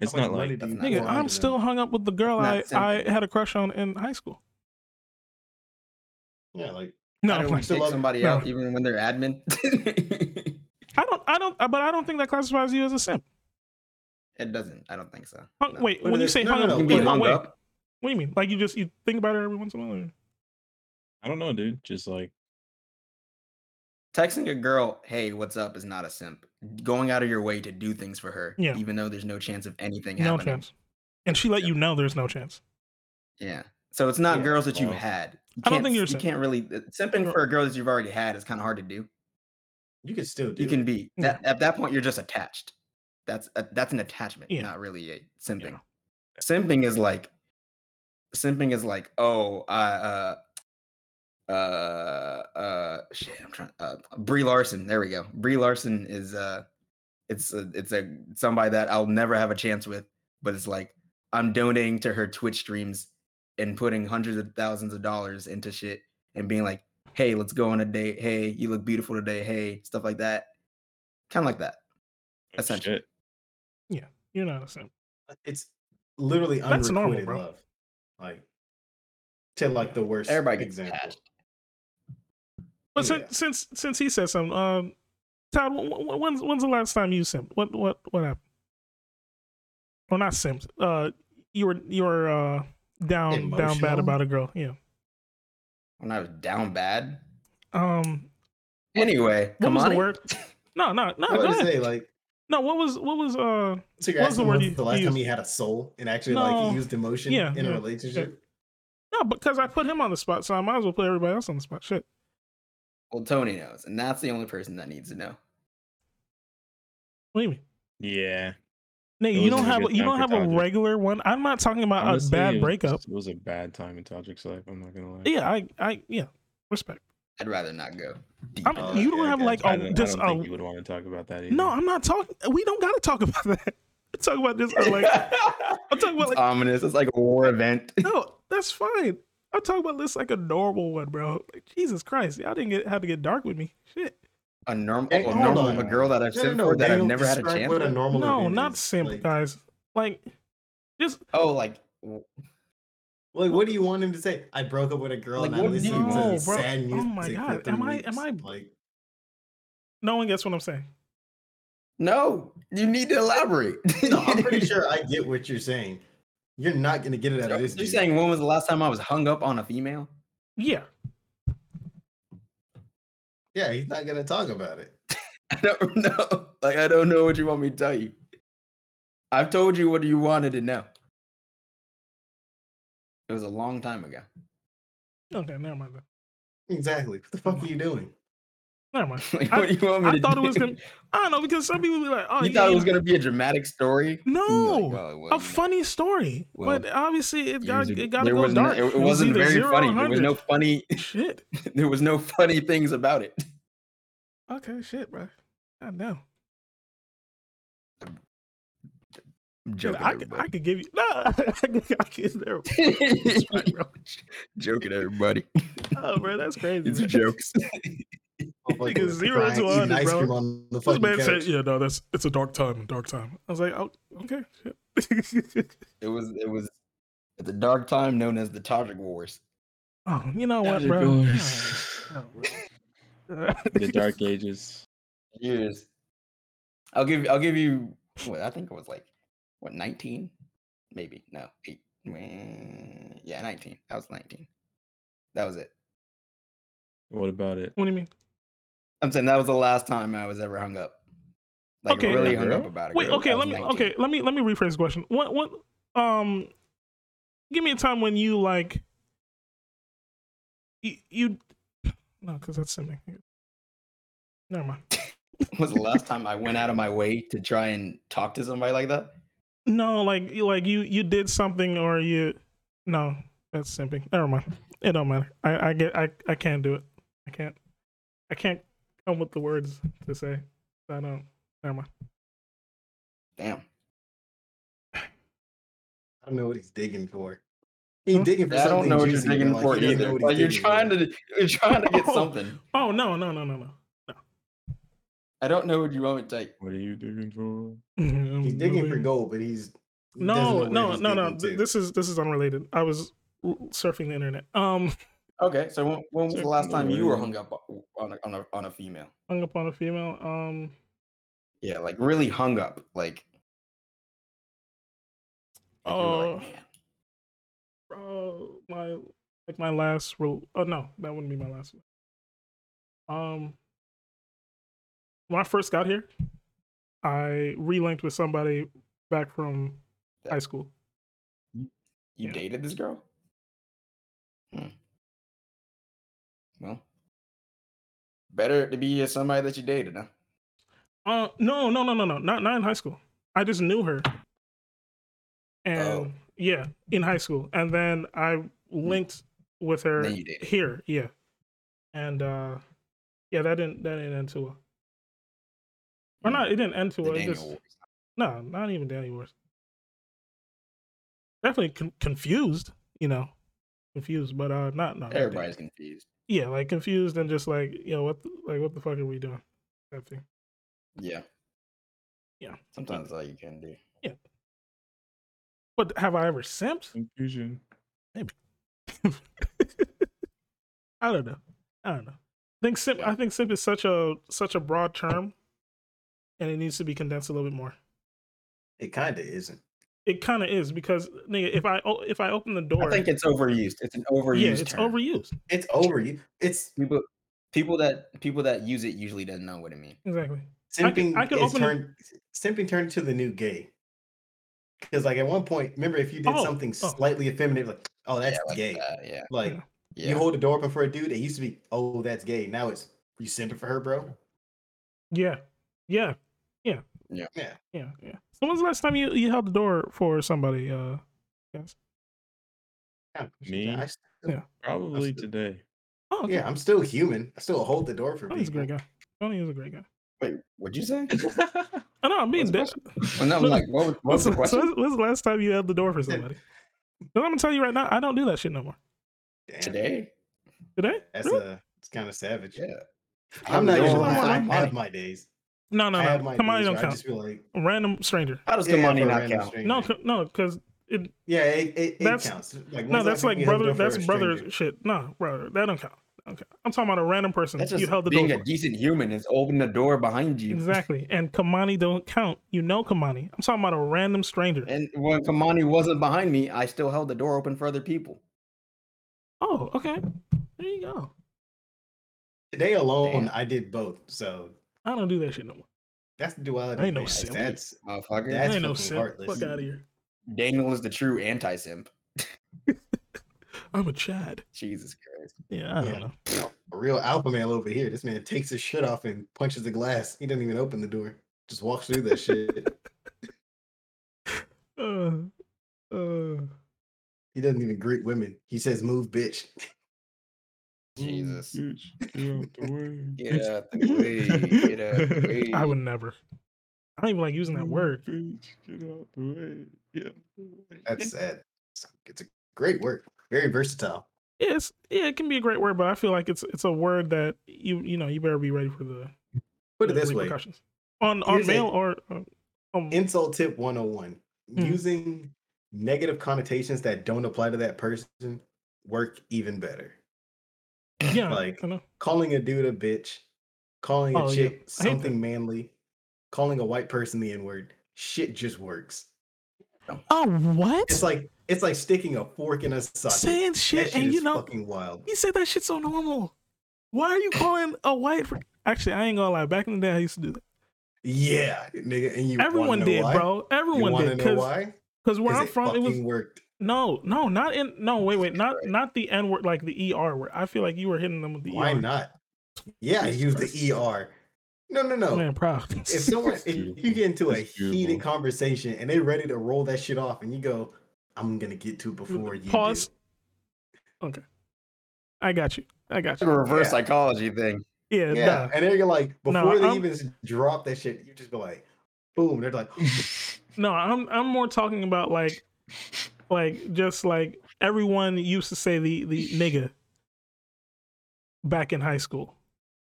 [SPEAKER 2] It's
[SPEAKER 4] much
[SPEAKER 2] not
[SPEAKER 4] money
[SPEAKER 2] like
[SPEAKER 4] do you
[SPEAKER 3] That's
[SPEAKER 1] Nigga,
[SPEAKER 4] pour
[SPEAKER 1] I'm
[SPEAKER 4] into them?
[SPEAKER 1] still hung up with the girl
[SPEAKER 3] It's not
[SPEAKER 1] I, I
[SPEAKER 3] simple.
[SPEAKER 1] had a crush on in high school.
[SPEAKER 4] Yeah, like
[SPEAKER 1] No,
[SPEAKER 3] I
[SPEAKER 1] I'm
[SPEAKER 3] don't
[SPEAKER 1] playing.
[SPEAKER 3] want to take
[SPEAKER 4] Still-
[SPEAKER 3] somebody
[SPEAKER 1] no.
[SPEAKER 3] out even when they're admin.
[SPEAKER 1] I don't, I don't, uh, but I don't think that classifies you as a simp.
[SPEAKER 3] *laughs* it doesn't. I don't think so.
[SPEAKER 1] Hung,
[SPEAKER 3] No.
[SPEAKER 1] Wait,
[SPEAKER 4] What
[SPEAKER 1] when
[SPEAKER 4] is
[SPEAKER 1] you say
[SPEAKER 4] it? No,
[SPEAKER 1] hung
[SPEAKER 4] no,
[SPEAKER 1] up,
[SPEAKER 4] no,
[SPEAKER 3] You
[SPEAKER 1] wait,
[SPEAKER 3] can be
[SPEAKER 1] wait,
[SPEAKER 3] hung
[SPEAKER 1] wait,
[SPEAKER 3] up.
[SPEAKER 1] what do you mean? Like you just you think about it every once in a while? or-
[SPEAKER 2] I don't know, dude. Just like
[SPEAKER 3] Texting a girl, hey, what's up, is not a simp. Going out of your way to do things for her,
[SPEAKER 1] Yeah.
[SPEAKER 3] even though there's no chance of anything
[SPEAKER 1] No
[SPEAKER 3] happening.
[SPEAKER 1] chance. And she let you know there's no chance.
[SPEAKER 3] Yeah. So it's not
[SPEAKER 4] Yeah,
[SPEAKER 3] girls that you've
[SPEAKER 2] well,
[SPEAKER 3] had. You
[SPEAKER 1] I don't
[SPEAKER 3] can't-
[SPEAKER 1] think you're a
[SPEAKER 3] you
[SPEAKER 1] simp.
[SPEAKER 3] can't really uh, simping for a girl that you've already had is kind of hard to do.
[SPEAKER 4] you can still do.
[SPEAKER 3] You
[SPEAKER 4] it.
[SPEAKER 3] can be
[SPEAKER 1] Yeah.
[SPEAKER 3] that, at that point you're just attached. That's a, that's an attachment,
[SPEAKER 1] Yeah.
[SPEAKER 3] not really a simping. Simping is like simping is like oh I uh uh uh shit I'm trying uh Brie Larson there we go Brie Larson is uh it's a, it's a somebody that I'll never have a chance with but it's like I'm donating to her Twitch streams and putting hundreds of thousands of dollars into shit and being like hey let's go on a date hey you look beautiful today hey stuff like that kind of like that
[SPEAKER 2] oh,
[SPEAKER 3] Essentially.
[SPEAKER 2] shit.
[SPEAKER 1] You're not a simp.
[SPEAKER 4] It's literally
[SPEAKER 1] That's normal,
[SPEAKER 4] unrequited
[SPEAKER 1] bro.
[SPEAKER 4] love. Like to like the worst
[SPEAKER 3] everybody gets
[SPEAKER 4] example.
[SPEAKER 3] attached
[SPEAKER 1] But
[SPEAKER 4] Yeah.
[SPEAKER 1] since since since he said something, um, Todd, wh- wh- when's when's the last time you simped? What what what happened? Well, not simped. Uh, you were you were uh down down bad
[SPEAKER 4] Emotional?
[SPEAKER 1] about a girl. Yeah.
[SPEAKER 3] when I was down bad
[SPEAKER 1] Um,
[SPEAKER 3] Anyway,
[SPEAKER 1] what
[SPEAKER 3] come
[SPEAKER 1] was
[SPEAKER 3] on.
[SPEAKER 1] the word?
[SPEAKER 4] *laughs*
[SPEAKER 1] No, no, no. Oh,
[SPEAKER 4] I was
[SPEAKER 1] Go
[SPEAKER 4] about to
[SPEAKER 1] ahead.
[SPEAKER 4] say like
[SPEAKER 1] No, what was what was uh?
[SPEAKER 4] so you're
[SPEAKER 1] What's the
[SPEAKER 4] asking
[SPEAKER 1] word
[SPEAKER 4] when's
[SPEAKER 1] you-
[SPEAKER 4] the last
[SPEAKER 1] you
[SPEAKER 4] time
[SPEAKER 1] use?
[SPEAKER 4] he had a soul and actually like
[SPEAKER 1] No.
[SPEAKER 4] he used emotion
[SPEAKER 1] Yeah,
[SPEAKER 4] in
[SPEAKER 1] yeah,
[SPEAKER 4] a relationship.
[SPEAKER 1] No, because I put him on the spot, so I might as well put everybody else on the spot. Shit.
[SPEAKER 3] Well, Tony knows, and that's the only person that needs to know.
[SPEAKER 1] What do you mean?
[SPEAKER 2] Yeah.
[SPEAKER 1] Nigga,
[SPEAKER 2] It
[SPEAKER 1] you
[SPEAKER 2] wasn't
[SPEAKER 1] don't
[SPEAKER 2] a
[SPEAKER 1] have
[SPEAKER 2] good
[SPEAKER 1] you
[SPEAKER 2] time
[SPEAKER 1] don't
[SPEAKER 2] for
[SPEAKER 1] have a
[SPEAKER 2] Todrick.
[SPEAKER 1] regular one. I'm not talking about
[SPEAKER 2] Honestly,
[SPEAKER 1] a bad
[SPEAKER 2] it was-
[SPEAKER 1] breakup.
[SPEAKER 2] It was a bad time in Todrick's life. I'm not gonna lie.
[SPEAKER 1] Yeah, I I yeah, respect.
[SPEAKER 3] I'd rather not
[SPEAKER 4] *laughs*
[SPEAKER 3] go. Deep
[SPEAKER 1] I'm,
[SPEAKER 4] Oh,
[SPEAKER 3] into
[SPEAKER 1] you
[SPEAKER 3] that.
[SPEAKER 1] don't
[SPEAKER 4] yeah,
[SPEAKER 1] have
[SPEAKER 4] yeah.
[SPEAKER 1] like
[SPEAKER 2] I
[SPEAKER 1] a
[SPEAKER 2] don't, I
[SPEAKER 1] just
[SPEAKER 2] don't think
[SPEAKER 1] a
[SPEAKER 2] you would want to talk about that either.
[SPEAKER 1] oh no. I'm not talking. We don't gotta talk *laughs* about that. Talk about this. uh,
[SPEAKER 3] *laughs*
[SPEAKER 1] Like I'm talking about like
[SPEAKER 3] it's *laughs* ominous. It's like a war event.
[SPEAKER 1] no, that's fine. I'm talking about this like a normal one, bro. Like, Jesus Christ, y'all didn't get have to get dark with me. Shit.
[SPEAKER 3] A normal,
[SPEAKER 4] Hey,
[SPEAKER 3] a,
[SPEAKER 4] hold
[SPEAKER 3] normal
[SPEAKER 4] on.
[SPEAKER 3] a girl that I've
[SPEAKER 4] No,
[SPEAKER 3] sent
[SPEAKER 4] no,
[SPEAKER 3] for
[SPEAKER 4] no,
[SPEAKER 3] that I've
[SPEAKER 4] Daniel,
[SPEAKER 3] never had a
[SPEAKER 4] describe
[SPEAKER 3] chance.
[SPEAKER 4] What a
[SPEAKER 3] with?
[SPEAKER 4] normal
[SPEAKER 1] No,
[SPEAKER 4] event
[SPEAKER 1] not
[SPEAKER 4] is.
[SPEAKER 1] simp,
[SPEAKER 4] Like,
[SPEAKER 1] guys. Like just
[SPEAKER 3] Oh, like w-
[SPEAKER 4] like, what do you want him to say? I broke up with a girl
[SPEAKER 3] Like,
[SPEAKER 4] and I
[SPEAKER 3] what do you
[SPEAKER 4] listened
[SPEAKER 1] want?
[SPEAKER 4] to
[SPEAKER 1] No, bro.
[SPEAKER 4] sad music.
[SPEAKER 1] Oh my
[SPEAKER 4] for
[SPEAKER 1] God,
[SPEAKER 4] three
[SPEAKER 1] am I-
[SPEAKER 4] weeks.
[SPEAKER 1] am I- *laughs*
[SPEAKER 4] like?
[SPEAKER 1] no one gets what I'm saying.
[SPEAKER 3] no. You need to elaborate. *laughs*
[SPEAKER 4] No, I'm pretty sure I get what you're saying. You're not gonna get it out
[SPEAKER 3] You're
[SPEAKER 4] of this. dude.
[SPEAKER 3] saying when was the last time I was hung up on a female? *laughs*
[SPEAKER 1] Yeah.
[SPEAKER 4] Yeah, he's not gonna talk about it.
[SPEAKER 3] I don't *laughs* know. Like I don't know what you want me to tell you. I've told you what you wanted to know. It was a long time ago.
[SPEAKER 1] Okay, never mind. Then.
[SPEAKER 4] Exactly. What the fuck are
[SPEAKER 1] *laughs*
[SPEAKER 4] you doing?
[SPEAKER 1] Never mind.
[SPEAKER 3] *laughs* Like,
[SPEAKER 1] I-
[SPEAKER 3] what do you want me
[SPEAKER 1] I
[SPEAKER 3] to
[SPEAKER 1] thought
[SPEAKER 3] do?
[SPEAKER 1] it was
[SPEAKER 3] *laughs*
[SPEAKER 1] gonna. I don't know because some people be like, "Oh,
[SPEAKER 3] you
[SPEAKER 1] yeah,
[SPEAKER 3] thought it
[SPEAKER 1] you
[SPEAKER 3] was gonna be a dramatic story?
[SPEAKER 1] No,
[SPEAKER 3] And you're like, "Oh, it
[SPEAKER 1] a
[SPEAKER 3] wasn't."
[SPEAKER 1] funny story,
[SPEAKER 3] Well,
[SPEAKER 1] but obviously it got
[SPEAKER 3] Years ag-
[SPEAKER 1] it got to
[SPEAKER 3] there
[SPEAKER 1] go
[SPEAKER 3] was
[SPEAKER 1] dark.
[SPEAKER 3] No, it, it
[SPEAKER 1] was
[SPEAKER 3] wasn't
[SPEAKER 1] either
[SPEAKER 3] very
[SPEAKER 1] zero or
[SPEAKER 3] funny. There
[SPEAKER 1] 100.
[SPEAKER 3] was no *laughs* funny.
[SPEAKER 1] shit.
[SPEAKER 3] There was no funny things about it.
[SPEAKER 1] Okay, shit, bro. I know.
[SPEAKER 3] I'm
[SPEAKER 1] *laughs* Dude,
[SPEAKER 3] joking.
[SPEAKER 1] I, could- I could give you. No, *laughs* I could. I could there.
[SPEAKER 3] *laughs* everybody.
[SPEAKER 1] That's right, bro. *laughs*
[SPEAKER 3] joking, everybody.
[SPEAKER 1] Oh, bro, that's crazy.
[SPEAKER 3] These are
[SPEAKER 1] man.
[SPEAKER 3] jokes.
[SPEAKER 4] Hopefully,
[SPEAKER 1] Nigga,
[SPEAKER 4] they're
[SPEAKER 1] zero to
[SPEAKER 4] crying,
[SPEAKER 1] 100,
[SPEAKER 4] eating ice
[SPEAKER 1] bro.
[SPEAKER 4] cream on the
[SPEAKER 1] This
[SPEAKER 4] fucking
[SPEAKER 1] man said,
[SPEAKER 4] couch.
[SPEAKER 1] "Yeah, no, that's it's a dark time, dark time." I was like, "Oh, okay." Shit.
[SPEAKER 3] *laughs*
[SPEAKER 1] *laughs*
[SPEAKER 3] It was. It was at the dark time known as the Todrick Wars.
[SPEAKER 1] oh, you know what,
[SPEAKER 2] Todrick
[SPEAKER 1] bro? *laughs*
[SPEAKER 2] Wars.
[SPEAKER 4] *laughs*
[SPEAKER 1] Oh, bro.
[SPEAKER 2] the Dark Ages.
[SPEAKER 3] Years. I'll give. I'll give you. What I think it was like what nineteen, maybe no eight. mm, Yeah, nineteen. That was nineteen. That was it.
[SPEAKER 2] What about it?
[SPEAKER 1] *laughs* What do you mean?
[SPEAKER 3] I'm saying that was the last time I was ever hung up. Like
[SPEAKER 1] Okay.
[SPEAKER 3] really hung
[SPEAKER 2] Girl?
[SPEAKER 3] up about it.
[SPEAKER 1] Wait, okay, let me okay, let me let me rephrase the question. What what um give me a time when you like you, you *sighs* no because that's something never mind
[SPEAKER 3] was the last time I went out of *laughs* my way to try and talk to somebody like that?
[SPEAKER 1] no like you like you you did something or you no that's simping never mind it don't matter i i get i i can't do it i can't i can't come with the words to say i don't never mind
[SPEAKER 3] Damn.
[SPEAKER 4] I don't know what he's digging for. He's
[SPEAKER 1] Hmm?
[SPEAKER 4] digging for
[SPEAKER 3] I
[SPEAKER 4] something
[SPEAKER 3] don't know what you're
[SPEAKER 4] juicy, but,
[SPEAKER 3] digging
[SPEAKER 4] like,
[SPEAKER 3] for
[SPEAKER 4] he doesn't know
[SPEAKER 3] either.
[SPEAKER 4] what he's
[SPEAKER 3] Like you're
[SPEAKER 4] digging
[SPEAKER 3] trying
[SPEAKER 4] for.
[SPEAKER 3] to you're trying *laughs* to get
[SPEAKER 1] Oh.
[SPEAKER 3] something.
[SPEAKER 1] oh no no no no no
[SPEAKER 3] I don't know what you want me to take.
[SPEAKER 2] What are you digging for?
[SPEAKER 1] no
[SPEAKER 4] He's digging for gold, but he's he doesn't
[SPEAKER 1] Mm,
[SPEAKER 4] know
[SPEAKER 1] no
[SPEAKER 4] where
[SPEAKER 1] no
[SPEAKER 4] he's
[SPEAKER 1] no no
[SPEAKER 4] digging
[SPEAKER 1] Th-
[SPEAKER 4] to.
[SPEAKER 1] this is this is unrelated i was surfing the internet um
[SPEAKER 3] Okay, so when, when was the last time you were
[SPEAKER 2] Circling
[SPEAKER 3] hung up o- on a, on a, on a female?
[SPEAKER 1] hung up on a female um
[SPEAKER 3] Yeah, like really hung up. Like, like you were
[SPEAKER 1] Uh,
[SPEAKER 3] like, man.
[SPEAKER 1] uh, my like my last role. Oh no, that wouldn't be my last. One. Um, when I first got here, I relinked with somebody back from high school.
[SPEAKER 3] You
[SPEAKER 1] Yeah.
[SPEAKER 3] dated this girl? Hmm. Well, better to be with somebody that you dated, huh?
[SPEAKER 1] Uh, no, no, no, no, no, not not in high school. I just knew her, and
[SPEAKER 3] Oh. Hmm.
[SPEAKER 1] yeah, in high school, and then I linked with her
[SPEAKER 3] Then you dated.
[SPEAKER 1] here, yeah, and uh, yeah, that didn't that didn't end too well. Or
[SPEAKER 3] Mm,
[SPEAKER 1] not, it didn't end too
[SPEAKER 3] the
[SPEAKER 1] well. It
[SPEAKER 3] Daniel
[SPEAKER 1] just,
[SPEAKER 3] Wars.
[SPEAKER 1] No, not even Danny Wars. Definitely con- confused, you know, confused, but uh, not not like that.
[SPEAKER 3] Everybody's confused.
[SPEAKER 1] Yeah, like confused and just like, yo, what, the, like, what the fuck are we doing? That thing.
[SPEAKER 3] Yeah.
[SPEAKER 1] Yeah.
[SPEAKER 3] Sometimes that's all you can do.
[SPEAKER 1] But have I ever simped?
[SPEAKER 3] Mm.
[SPEAKER 2] Confusion.
[SPEAKER 1] *laughs* I don't know. I don't know. I think simp.
[SPEAKER 3] Yeah.
[SPEAKER 1] I think simp is such a such a broad term, and it needs to be condensed a little bit more.
[SPEAKER 4] It kind of isn't.
[SPEAKER 1] It kind of is because nigga, if I o- if I open the door,
[SPEAKER 3] I think it's overused. It's an overused
[SPEAKER 1] yeah, it's
[SPEAKER 3] term.
[SPEAKER 1] overused.
[SPEAKER 4] It's over. You. It's
[SPEAKER 3] people people that people that use it usually doesn't know what it means.
[SPEAKER 1] Exactly. I could-
[SPEAKER 4] simping.
[SPEAKER 1] I could
[SPEAKER 4] is
[SPEAKER 1] open a-
[SPEAKER 4] turned, simping turned to the new gay. Because like at one point, remember if you did
[SPEAKER 1] Oh,
[SPEAKER 4] something
[SPEAKER 1] oh.
[SPEAKER 4] slightly effeminate, like oh that's
[SPEAKER 3] yeah, like
[SPEAKER 4] gay.
[SPEAKER 3] that, yeah,
[SPEAKER 4] Like
[SPEAKER 1] Yeah.
[SPEAKER 3] yeah.
[SPEAKER 4] you hold the door open for a dude, it used to be oh that's gay. Now it's you simping for her, bro.
[SPEAKER 1] Yeah, yeah,
[SPEAKER 4] Yeah.
[SPEAKER 1] yeah, yeah. So when's the last time you you held the door for somebody? Uh,
[SPEAKER 4] Yeah, shit,
[SPEAKER 2] Me?
[SPEAKER 4] I s-
[SPEAKER 2] Probably
[SPEAKER 4] the-
[SPEAKER 2] today.
[SPEAKER 1] oh, okay.
[SPEAKER 4] yeah, I'm still human. I still hold the door for
[SPEAKER 1] Tony's a
[SPEAKER 4] people.
[SPEAKER 1] great guy. Tony is a great guy.
[SPEAKER 3] Wait, what'd you say? *laughs*
[SPEAKER 4] *laughs*
[SPEAKER 1] I know. I'm being
[SPEAKER 3] What's the
[SPEAKER 1] dead.
[SPEAKER 3] And I'm
[SPEAKER 1] Look,
[SPEAKER 3] like, what was,
[SPEAKER 1] *laughs*
[SPEAKER 3] what was
[SPEAKER 1] What's,
[SPEAKER 3] *laughs* the
[SPEAKER 1] what's,
[SPEAKER 3] question?
[SPEAKER 1] when's when's the last time you held the door for
[SPEAKER 4] *laughs*
[SPEAKER 1] somebody? 'Cause I'm gonna tell you right now, I don't do that shit no more.
[SPEAKER 4] Damn,
[SPEAKER 3] Today?
[SPEAKER 1] Today?
[SPEAKER 4] That's
[SPEAKER 1] Really?
[SPEAKER 4] a it's kind of savage.
[SPEAKER 3] Yeah.
[SPEAKER 4] I'm
[SPEAKER 3] How
[SPEAKER 4] not
[SPEAKER 3] do
[SPEAKER 4] even
[SPEAKER 3] you-
[SPEAKER 1] lying.
[SPEAKER 4] lying.
[SPEAKER 1] I'm
[SPEAKER 4] I have my days.
[SPEAKER 1] No, no,
[SPEAKER 4] I have
[SPEAKER 1] no.
[SPEAKER 4] my
[SPEAKER 1] Come on, you
[SPEAKER 4] days
[SPEAKER 1] don't
[SPEAKER 4] where I
[SPEAKER 1] count.
[SPEAKER 4] just feel like
[SPEAKER 1] Random stranger.
[SPEAKER 3] How does
[SPEAKER 4] yeah,
[SPEAKER 3] the money
[SPEAKER 4] for a
[SPEAKER 3] not
[SPEAKER 4] random
[SPEAKER 3] count?
[SPEAKER 1] No,
[SPEAKER 4] stranger.
[SPEAKER 1] c- no, because it.
[SPEAKER 4] Yeah, it, it, it
[SPEAKER 1] That's-
[SPEAKER 4] counts. Like,
[SPEAKER 1] No,
[SPEAKER 4] when's
[SPEAKER 1] that's
[SPEAKER 4] the last time
[SPEAKER 1] like
[SPEAKER 4] you held
[SPEAKER 1] brother.
[SPEAKER 4] the door for
[SPEAKER 1] That's
[SPEAKER 4] a
[SPEAKER 1] brother
[SPEAKER 4] stranger?
[SPEAKER 1] shit. No, brother, that don't count. Okay, I'm talking about a random person.
[SPEAKER 3] That's
[SPEAKER 1] You
[SPEAKER 3] just
[SPEAKER 1] held the door.
[SPEAKER 3] being a
[SPEAKER 1] for.
[SPEAKER 3] decent human is open the door behind you.
[SPEAKER 1] Exactly. And Kamani don't count. You know Kamani. I'm talking about a random stranger.
[SPEAKER 3] *laughs* And when Kamani wasn't behind me, I still held the door open for other people.
[SPEAKER 1] Oh, okay. There you go.
[SPEAKER 4] Today alone,
[SPEAKER 3] Damn.
[SPEAKER 4] I did both. So
[SPEAKER 1] I don't do that shit no more.
[SPEAKER 4] that's the duality.
[SPEAKER 1] Ain't no
[SPEAKER 4] man. Like,
[SPEAKER 1] simp.
[SPEAKER 4] That's
[SPEAKER 3] Motherfucker.
[SPEAKER 4] That's
[SPEAKER 1] ain't no
[SPEAKER 4] fucking
[SPEAKER 1] simp.
[SPEAKER 4] heartless.
[SPEAKER 1] Fuck out of here.
[SPEAKER 3] Daniel is the true anti simp.
[SPEAKER 1] I'm a Chad.
[SPEAKER 3] Jesus Christ.
[SPEAKER 1] Yeah, I don't
[SPEAKER 4] Yeah.
[SPEAKER 1] know.
[SPEAKER 4] a real alpha male over here. This man takes his shit off and punches the glass. He doesn't even open the door. Just walks through
[SPEAKER 1] *laughs*
[SPEAKER 4] that shit.
[SPEAKER 1] Uh, uh,
[SPEAKER 4] He doesn't even greet women. He says, "Move, bitch."
[SPEAKER 3] Jesus.
[SPEAKER 2] Mm, Bitch, get out the
[SPEAKER 3] *laughs*
[SPEAKER 2] way.
[SPEAKER 3] Get out the way. Get out the way.
[SPEAKER 1] I would never. I don't even like using that
[SPEAKER 4] Mm-hmm.
[SPEAKER 2] Move,
[SPEAKER 1] word.
[SPEAKER 2] Bitch, get out the way. Get out the way.
[SPEAKER 3] *laughs*
[SPEAKER 4] That's sad. It's, it's a great work. Very versatile.
[SPEAKER 1] Yeah, it's yeah, it can be a great word, but I feel like it's it's a word that you you know you better be ready for the,
[SPEAKER 4] Put it
[SPEAKER 1] the
[SPEAKER 4] this way:
[SPEAKER 1] repercussions on on
[SPEAKER 4] Here's a-
[SPEAKER 1] mail or oh, on, on
[SPEAKER 4] insult tip 101
[SPEAKER 1] Mhm.
[SPEAKER 4] using negative connotations that don't apply to that person work even better
[SPEAKER 1] yeah,
[SPEAKER 4] like,
[SPEAKER 1] I know.
[SPEAKER 4] calling a dude a bitch calling
[SPEAKER 1] Oh,
[SPEAKER 4] a
[SPEAKER 1] yeah.
[SPEAKER 4] chick
[SPEAKER 1] I hate that.
[SPEAKER 4] something manly calling a white person the n-word shit just works
[SPEAKER 1] Oh, what?
[SPEAKER 4] it's like it's like sticking a fork in a socket
[SPEAKER 1] Saying
[SPEAKER 4] That
[SPEAKER 1] shit, and
[SPEAKER 4] is
[SPEAKER 1] you know
[SPEAKER 4] fucking wild
[SPEAKER 1] you said that shit so normal. Why are
[SPEAKER 4] *laughs*
[SPEAKER 1] you calling a white? fr- Actually, I ain't gonna lie. Back in the day, I used to do that.
[SPEAKER 4] yeah nigga and you wanna
[SPEAKER 1] Everyone
[SPEAKER 4] know
[SPEAKER 1] did,
[SPEAKER 4] why?
[SPEAKER 1] bro.
[SPEAKER 4] you
[SPEAKER 1] Everyone
[SPEAKER 4] want to
[SPEAKER 1] did
[SPEAKER 4] know
[SPEAKER 1] because
[SPEAKER 4] why
[SPEAKER 1] Because where
[SPEAKER 4] 'Cause
[SPEAKER 1] I'm
[SPEAKER 4] it
[SPEAKER 1] from, it was
[SPEAKER 4] fucking worked.
[SPEAKER 1] no, no, not in no. Wait, wait, not not the N word, like the ER word. I feel like you were hitting them with the
[SPEAKER 4] Why
[SPEAKER 1] ER.
[SPEAKER 4] not? Yeah,
[SPEAKER 1] Jesus
[SPEAKER 4] use
[SPEAKER 1] Christ.
[SPEAKER 4] the ER. No, no, no.
[SPEAKER 1] Man, proud.
[SPEAKER 4] if someone if
[SPEAKER 2] Beautiful.
[SPEAKER 4] you get into a
[SPEAKER 2] That's beautiful.
[SPEAKER 4] heated conversation and they ready to roll that shit off and you go i'm gonna get to it before you
[SPEAKER 1] Pause.
[SPEAKER 4] do.
[SPEAKER 1] Okay, *laughs* I got you. I got
[SPEAKER 3] It's a
[SPEAKER 1] you.
[SPEAKER 3] reverse
[SPEAKER 4] Yeah.
[SPEAKER 3] psychology thing. *laughs*
[SPEAKER 1] Yeah,
[SPEAKER 4] yeah
[SPEAKER 1] nah.
[SPEAKER 4] and then you're like before
[SPEAKER 1] Nah,
[SPEAKER 4] they
[SPEAKER 1] I'm-
[SPEAKER 4] even s- drop that shit you just be like boom
[SPEAKER 1] *laughs*
[SPEAKER 4] they're like
[SPEAKER 1] No, I'm I'm more talking about like like just like everyone used to say the the nigga back in high school.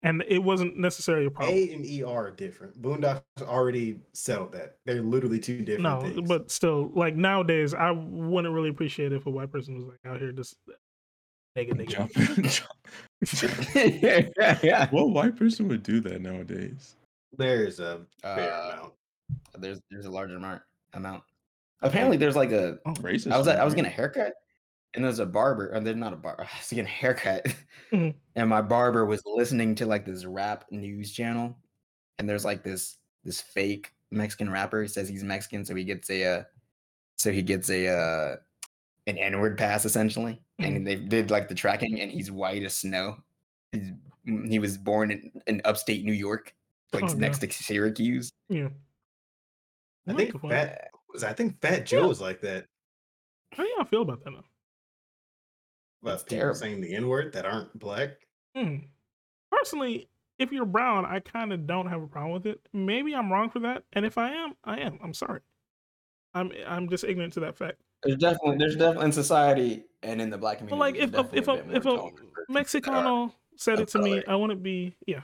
[SPEAKER 1] And it wasn't necessarily a problem.
[SPEAKER 4] a and er are different boondocks already settled that they're literally two different
[SPEAKER 1] No,
[SPEAKER 4] things
[SPEAKER 1] but still, like nowadays, I wouldn't really appreciate it if a white person was like out here just nigga nigga. *laughs*
[SPEAKER 2] Jump- jump-
[SPEAKER 3] yeah, yeah, *laughs* yeah.
[SPEAKER 2] what white person would do that nowadays?
[SPEAKER 4] there's a fair
[SPEAKER 3] Uh,
[SPEAKER 4] amount
[SPEAKER 3] there's there's a large amount amount. Apparently, there's like a
[SPEAKER 2] Racist.
[SPEAKER 3] I was at, I was
[SPEAKER 2] right?
[SPEAKER 3] getting a haircut, and there's a barber, or there's not a barber. *laughs* I was getting a haircut,
[SPEAKER 1] Mhm.
[SPEAKER 3] *laughs* and my barber was listening to like this rap news channel, and there's like this this fake Mexican rapper says he's Mexican, so he gets a uh, so he gets a uh, an N-word pass essentially, and they did like the tracking, and he's white as snow. He's, mm, he was born in, in upstate New York, like
[SPEAKER 1] Oh,
[SPEAKER 3] next to Syracuse.
[SPEAKER 1] Yeah.
[SPEAKER 4] i
[SPEAKER 1] What
[SPEAKER 4] think
[SPEAKER 1] the fuck?
[SPEAKER 4] fat was i think fat joe
[SPEAKER 1] Yeah.
[SPEAKER 4] was like that
[SPEAKER 1] How y'all feel about that now?
[SPEAKER 4] about
[SPEAKER 3] That's
[SPEAKER 4] people
[SPEAKER 3] terrible.
[SPEAKER 4] saying the n-word that aren't black
[SPEAKER 1] Hmm. Personally, if you're brown, I kind of don't have a problem with it. Maybe I'm wrong for that, and if I am, I am. I'm sorry. I'm I'm just ignorant to that fact.
[SPEAKER 3] There's definitely there's definitely in society and in the black
[SPEAKER 1] But
[SPEAKER 3] community.
[SPEAKER 1] like, if a, if a, if a Mexicano said
[SPEAKER 3] of
[SPEAKER 1] it to me,
[SPEAKER 3] color.
[SPEAKER 1] I wouldn't be. Yeah,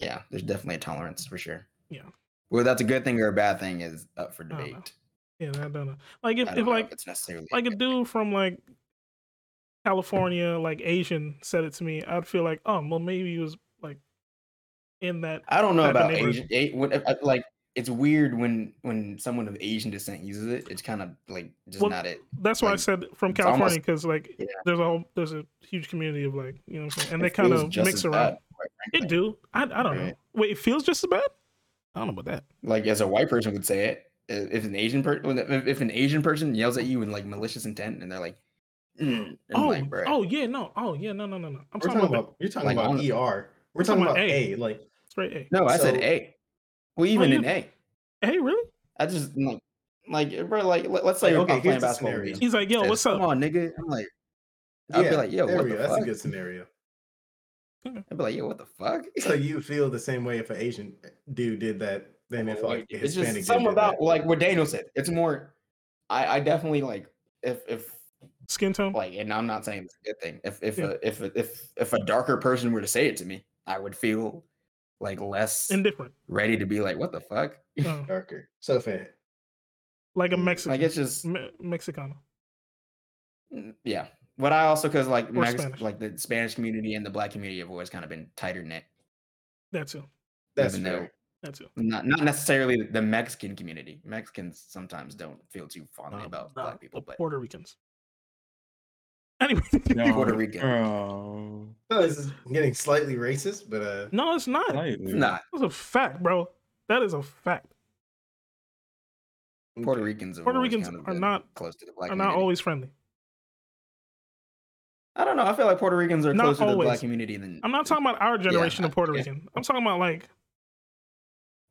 [SPEAKER 3] yeah, there's definitely a tolerance for sure.
[SPEAKER 1] Yeah.
[SPEAKER 3] Whether that's a good thing or a bad thing is up for
[SPEAKER 1] don't know.
[SPEAKER 3] debate.
[SPEAKER 1] yeah, I don't know. Like
[SPEAKER 3] I
[SPEAKER 1] if,
[SPEAKER 3] don't
[SPEAKER 1] if
[SPEAKER 3] know
[SPEAKER 1] like
[SPEAKER 3] it's necessarily
[SPEAKER 1] like a
[SPEAKER 3] good thing.
[SPEAKER 1] dude from like California, like Asian, said it to me, I'd feel like, oh, well, maybe he was like in that.
[SPEAKER 3] I don't know
[SPEAKER 1] type of
[SPEAKER 3] about
[SPEAKER 1] neighborhood.
[SPEAKER 3] Asian. A, what, I- like it's weird when when someone of Asian descent uses it. It's kind of like just
[SPEAKER 1] Well,
[SPEAKER 3] not it.
[SPEAKER 1] That's why I
[SPEAKER 3] like,
[SPEAKER 1] said from
[SPEAKER 3] it's almost-
[SPEAKER 1] California because like
[SPEAKER 3] Yeah.
[SPEAKER 1] there's a whole there's a huge community of like you know what I'm saying, and
[SPEAKER 3] It
[SPEAKER 1] they kind
[SPEAKER 3] feels
[SPEAKER 1] of
[SPEAKER 3] just
[SPEAKER 1] mix
[SPEAKER 3] as
[SPEAKER 1] around.
[SPEAKER 3] bad, quite
[SPEAKER 1] It
[SPEAKER 3] frankly.
[SPEAKER 1] do. I, I don't know.
[SPEAKER 3] Right.
[SPEAKER 1] Wait, it feels just as bad. I don't know about that.
[SPEAKER 3] Like as a white person would say it. i- If an Asian person if if an Asian person yells at you in like malicious intent and they're like, mm, and I'm
[SPEAKER 1] Oh,
[SPEAKER 3] like, bruh.
[SPEAKER 1] oh yeah, no, oh yeah, no, no, no, no. I'm
[SPEAKER 4] we're
[SPEAKER 1] talking about, that
[SPEAKER 4] you're talking
[SPEAKER 3] like,
[SPEAKER 4] about
[SPEAKER 3] on-
[SPEAKER 4] er we're talking
[SPEAKER 1] about
[SPEAKER 4] about
[SPEAKER 1] A.
[SPEAKER 4] a like
[SPEAKER 1] straight A.
[SPEAKER 3] No, I said
[SPEAKER 4] So-
[SPEAKER 3] A. Well, even
[SPEAKER 1] yeah.
[SPEAKER 3] in A,
[SPEAKER 1] Hey, really?
[SPEAKER 3] I just like, like, eh, bro, like, let, us say
[SPEAKER 4] Like,
[SPEAKER 3] we're
[SPEAKER 4] okay,
[SPEAKER 3] not
[SPEAKER 4] here's
[SPEAKER 3] playing
[SPEAKER 4] the
[SPEAKER 3] basketball.
[SPEAKER 4] scenario.
[SPEAKER 3] He's
[SPEAKER 1] He's like, yo, what's up?
[SPEAKER 3] Come on, nigga. I'm like, I'd be like, yo,
[SPEAKER 4] there
[SPEAKER 3] what
[SPEAKER 4] we
[SPEAKER 3] the
[SPEAKER 4] go. That's
[SPEAKER 3] fuck?
[SPEAKER 4] a
[SPEAKER 3] *laughs*
[SPEAKER 4] good scenario.
[SPEAKER 3] I'd be like, yo, what the fuck?
[SPEAKER 4] So you feel the same way if an Asian dude did that than if like a
[SPEAKER 3] it's
[SPEAKER 4] Hispanic
[SPEAKER 3] just
[SPEAKER 4] dude
[SPEAKER 3] something
[SPEAKER 4] did
[SPEAKER 3] about
[SPEAKER 4] that.
[SPEAKER 3] like what Daniel said. It's more, I, I definitely like if if
[SPEAKER 1] Skin tone?
[SPEAKER 3] like, and I'm not saying it's a good thing. If if
[SPEAKER 1] Yeah.
[SPEAKER 3] a, if if if a darker person were to say it to me, I would feel like
[SPEAKER 1] *laughs*
[SPEAKER 3] less *laughs*
[SPEAKER 1] Indifferent.
[SPEAKER 3] ready to be like, what the fuck?
[SPEAKER 1] Uh,
[SPEAKER 4] darker. So fat.
[SPEAKER 1] like a
[SPEAKER 4] Mm,
[SPEAKER 1] Mexican.
[SPEAKER 3] Like it's just
[SPEAKER 1] Me- Mexicano.
[SPEAKER 3] Mm, yeah but i also because like
[SPEAKER 1] Or
[SPEAKER 3] Mex-
[SPEAKER 1] Spanish.
[SPEAKER 3] like the spanish community and the black community have always kind of been tighter knit
[SPEAKER 1] That's it.
[SPEAKER 4] That's
[SPEAKER 3] Even though-
[SPEAKER 4] fair.
[SPEAKER 1] That's it.
[SPEAKER 3] not not necessarily the- the mexican community mexicans sometimes don't feel too fondly about black people but
[SPEAKER 1] Um, Puerto Ricans. Anyway,
[SPEAKER 2] No,
[SPEAKER 3] Puerto Rican. *laughs*
[SPEAKER 2] Bro,
[SPEAKER 4] No, this is getting slightly racist, but uh,
[SPEAKER 1] *laughs* no, it's not.
[SPEAKER 2] slightly.
[SPEAKER 3] nah
[SPEAKER 1] That's a fact, bro. That is a fact.
[SPEAKER 3] puerto ricans have
[SPEAKER 1] Puerto
[SPEAKER 3] always
[SPEAKER 1] Ricans
[SPEAKER 3] kind of
[SPEAKER 1] are
[SPEAKER 3] been
[SPEAKER 1] not-
[SPEAKER 3] close to the black
[SPEAKER 1] Are not
[SPEAKER 3] community.
[SPEAKER 1] always friendly.
[SPEAKER 3] i don't know i feel like puerto ricans are
[SPEAKER 1] Not
[SPEAKER 3] closer to the
[SPEAKER 1] always.
[SPEAKER 3] black community than
[SPEAKER 1] I'm not talking about our generation of Puerto
[SPEAKER 3] yeah.
[SPEAKER 1] Rican. I'm talking about like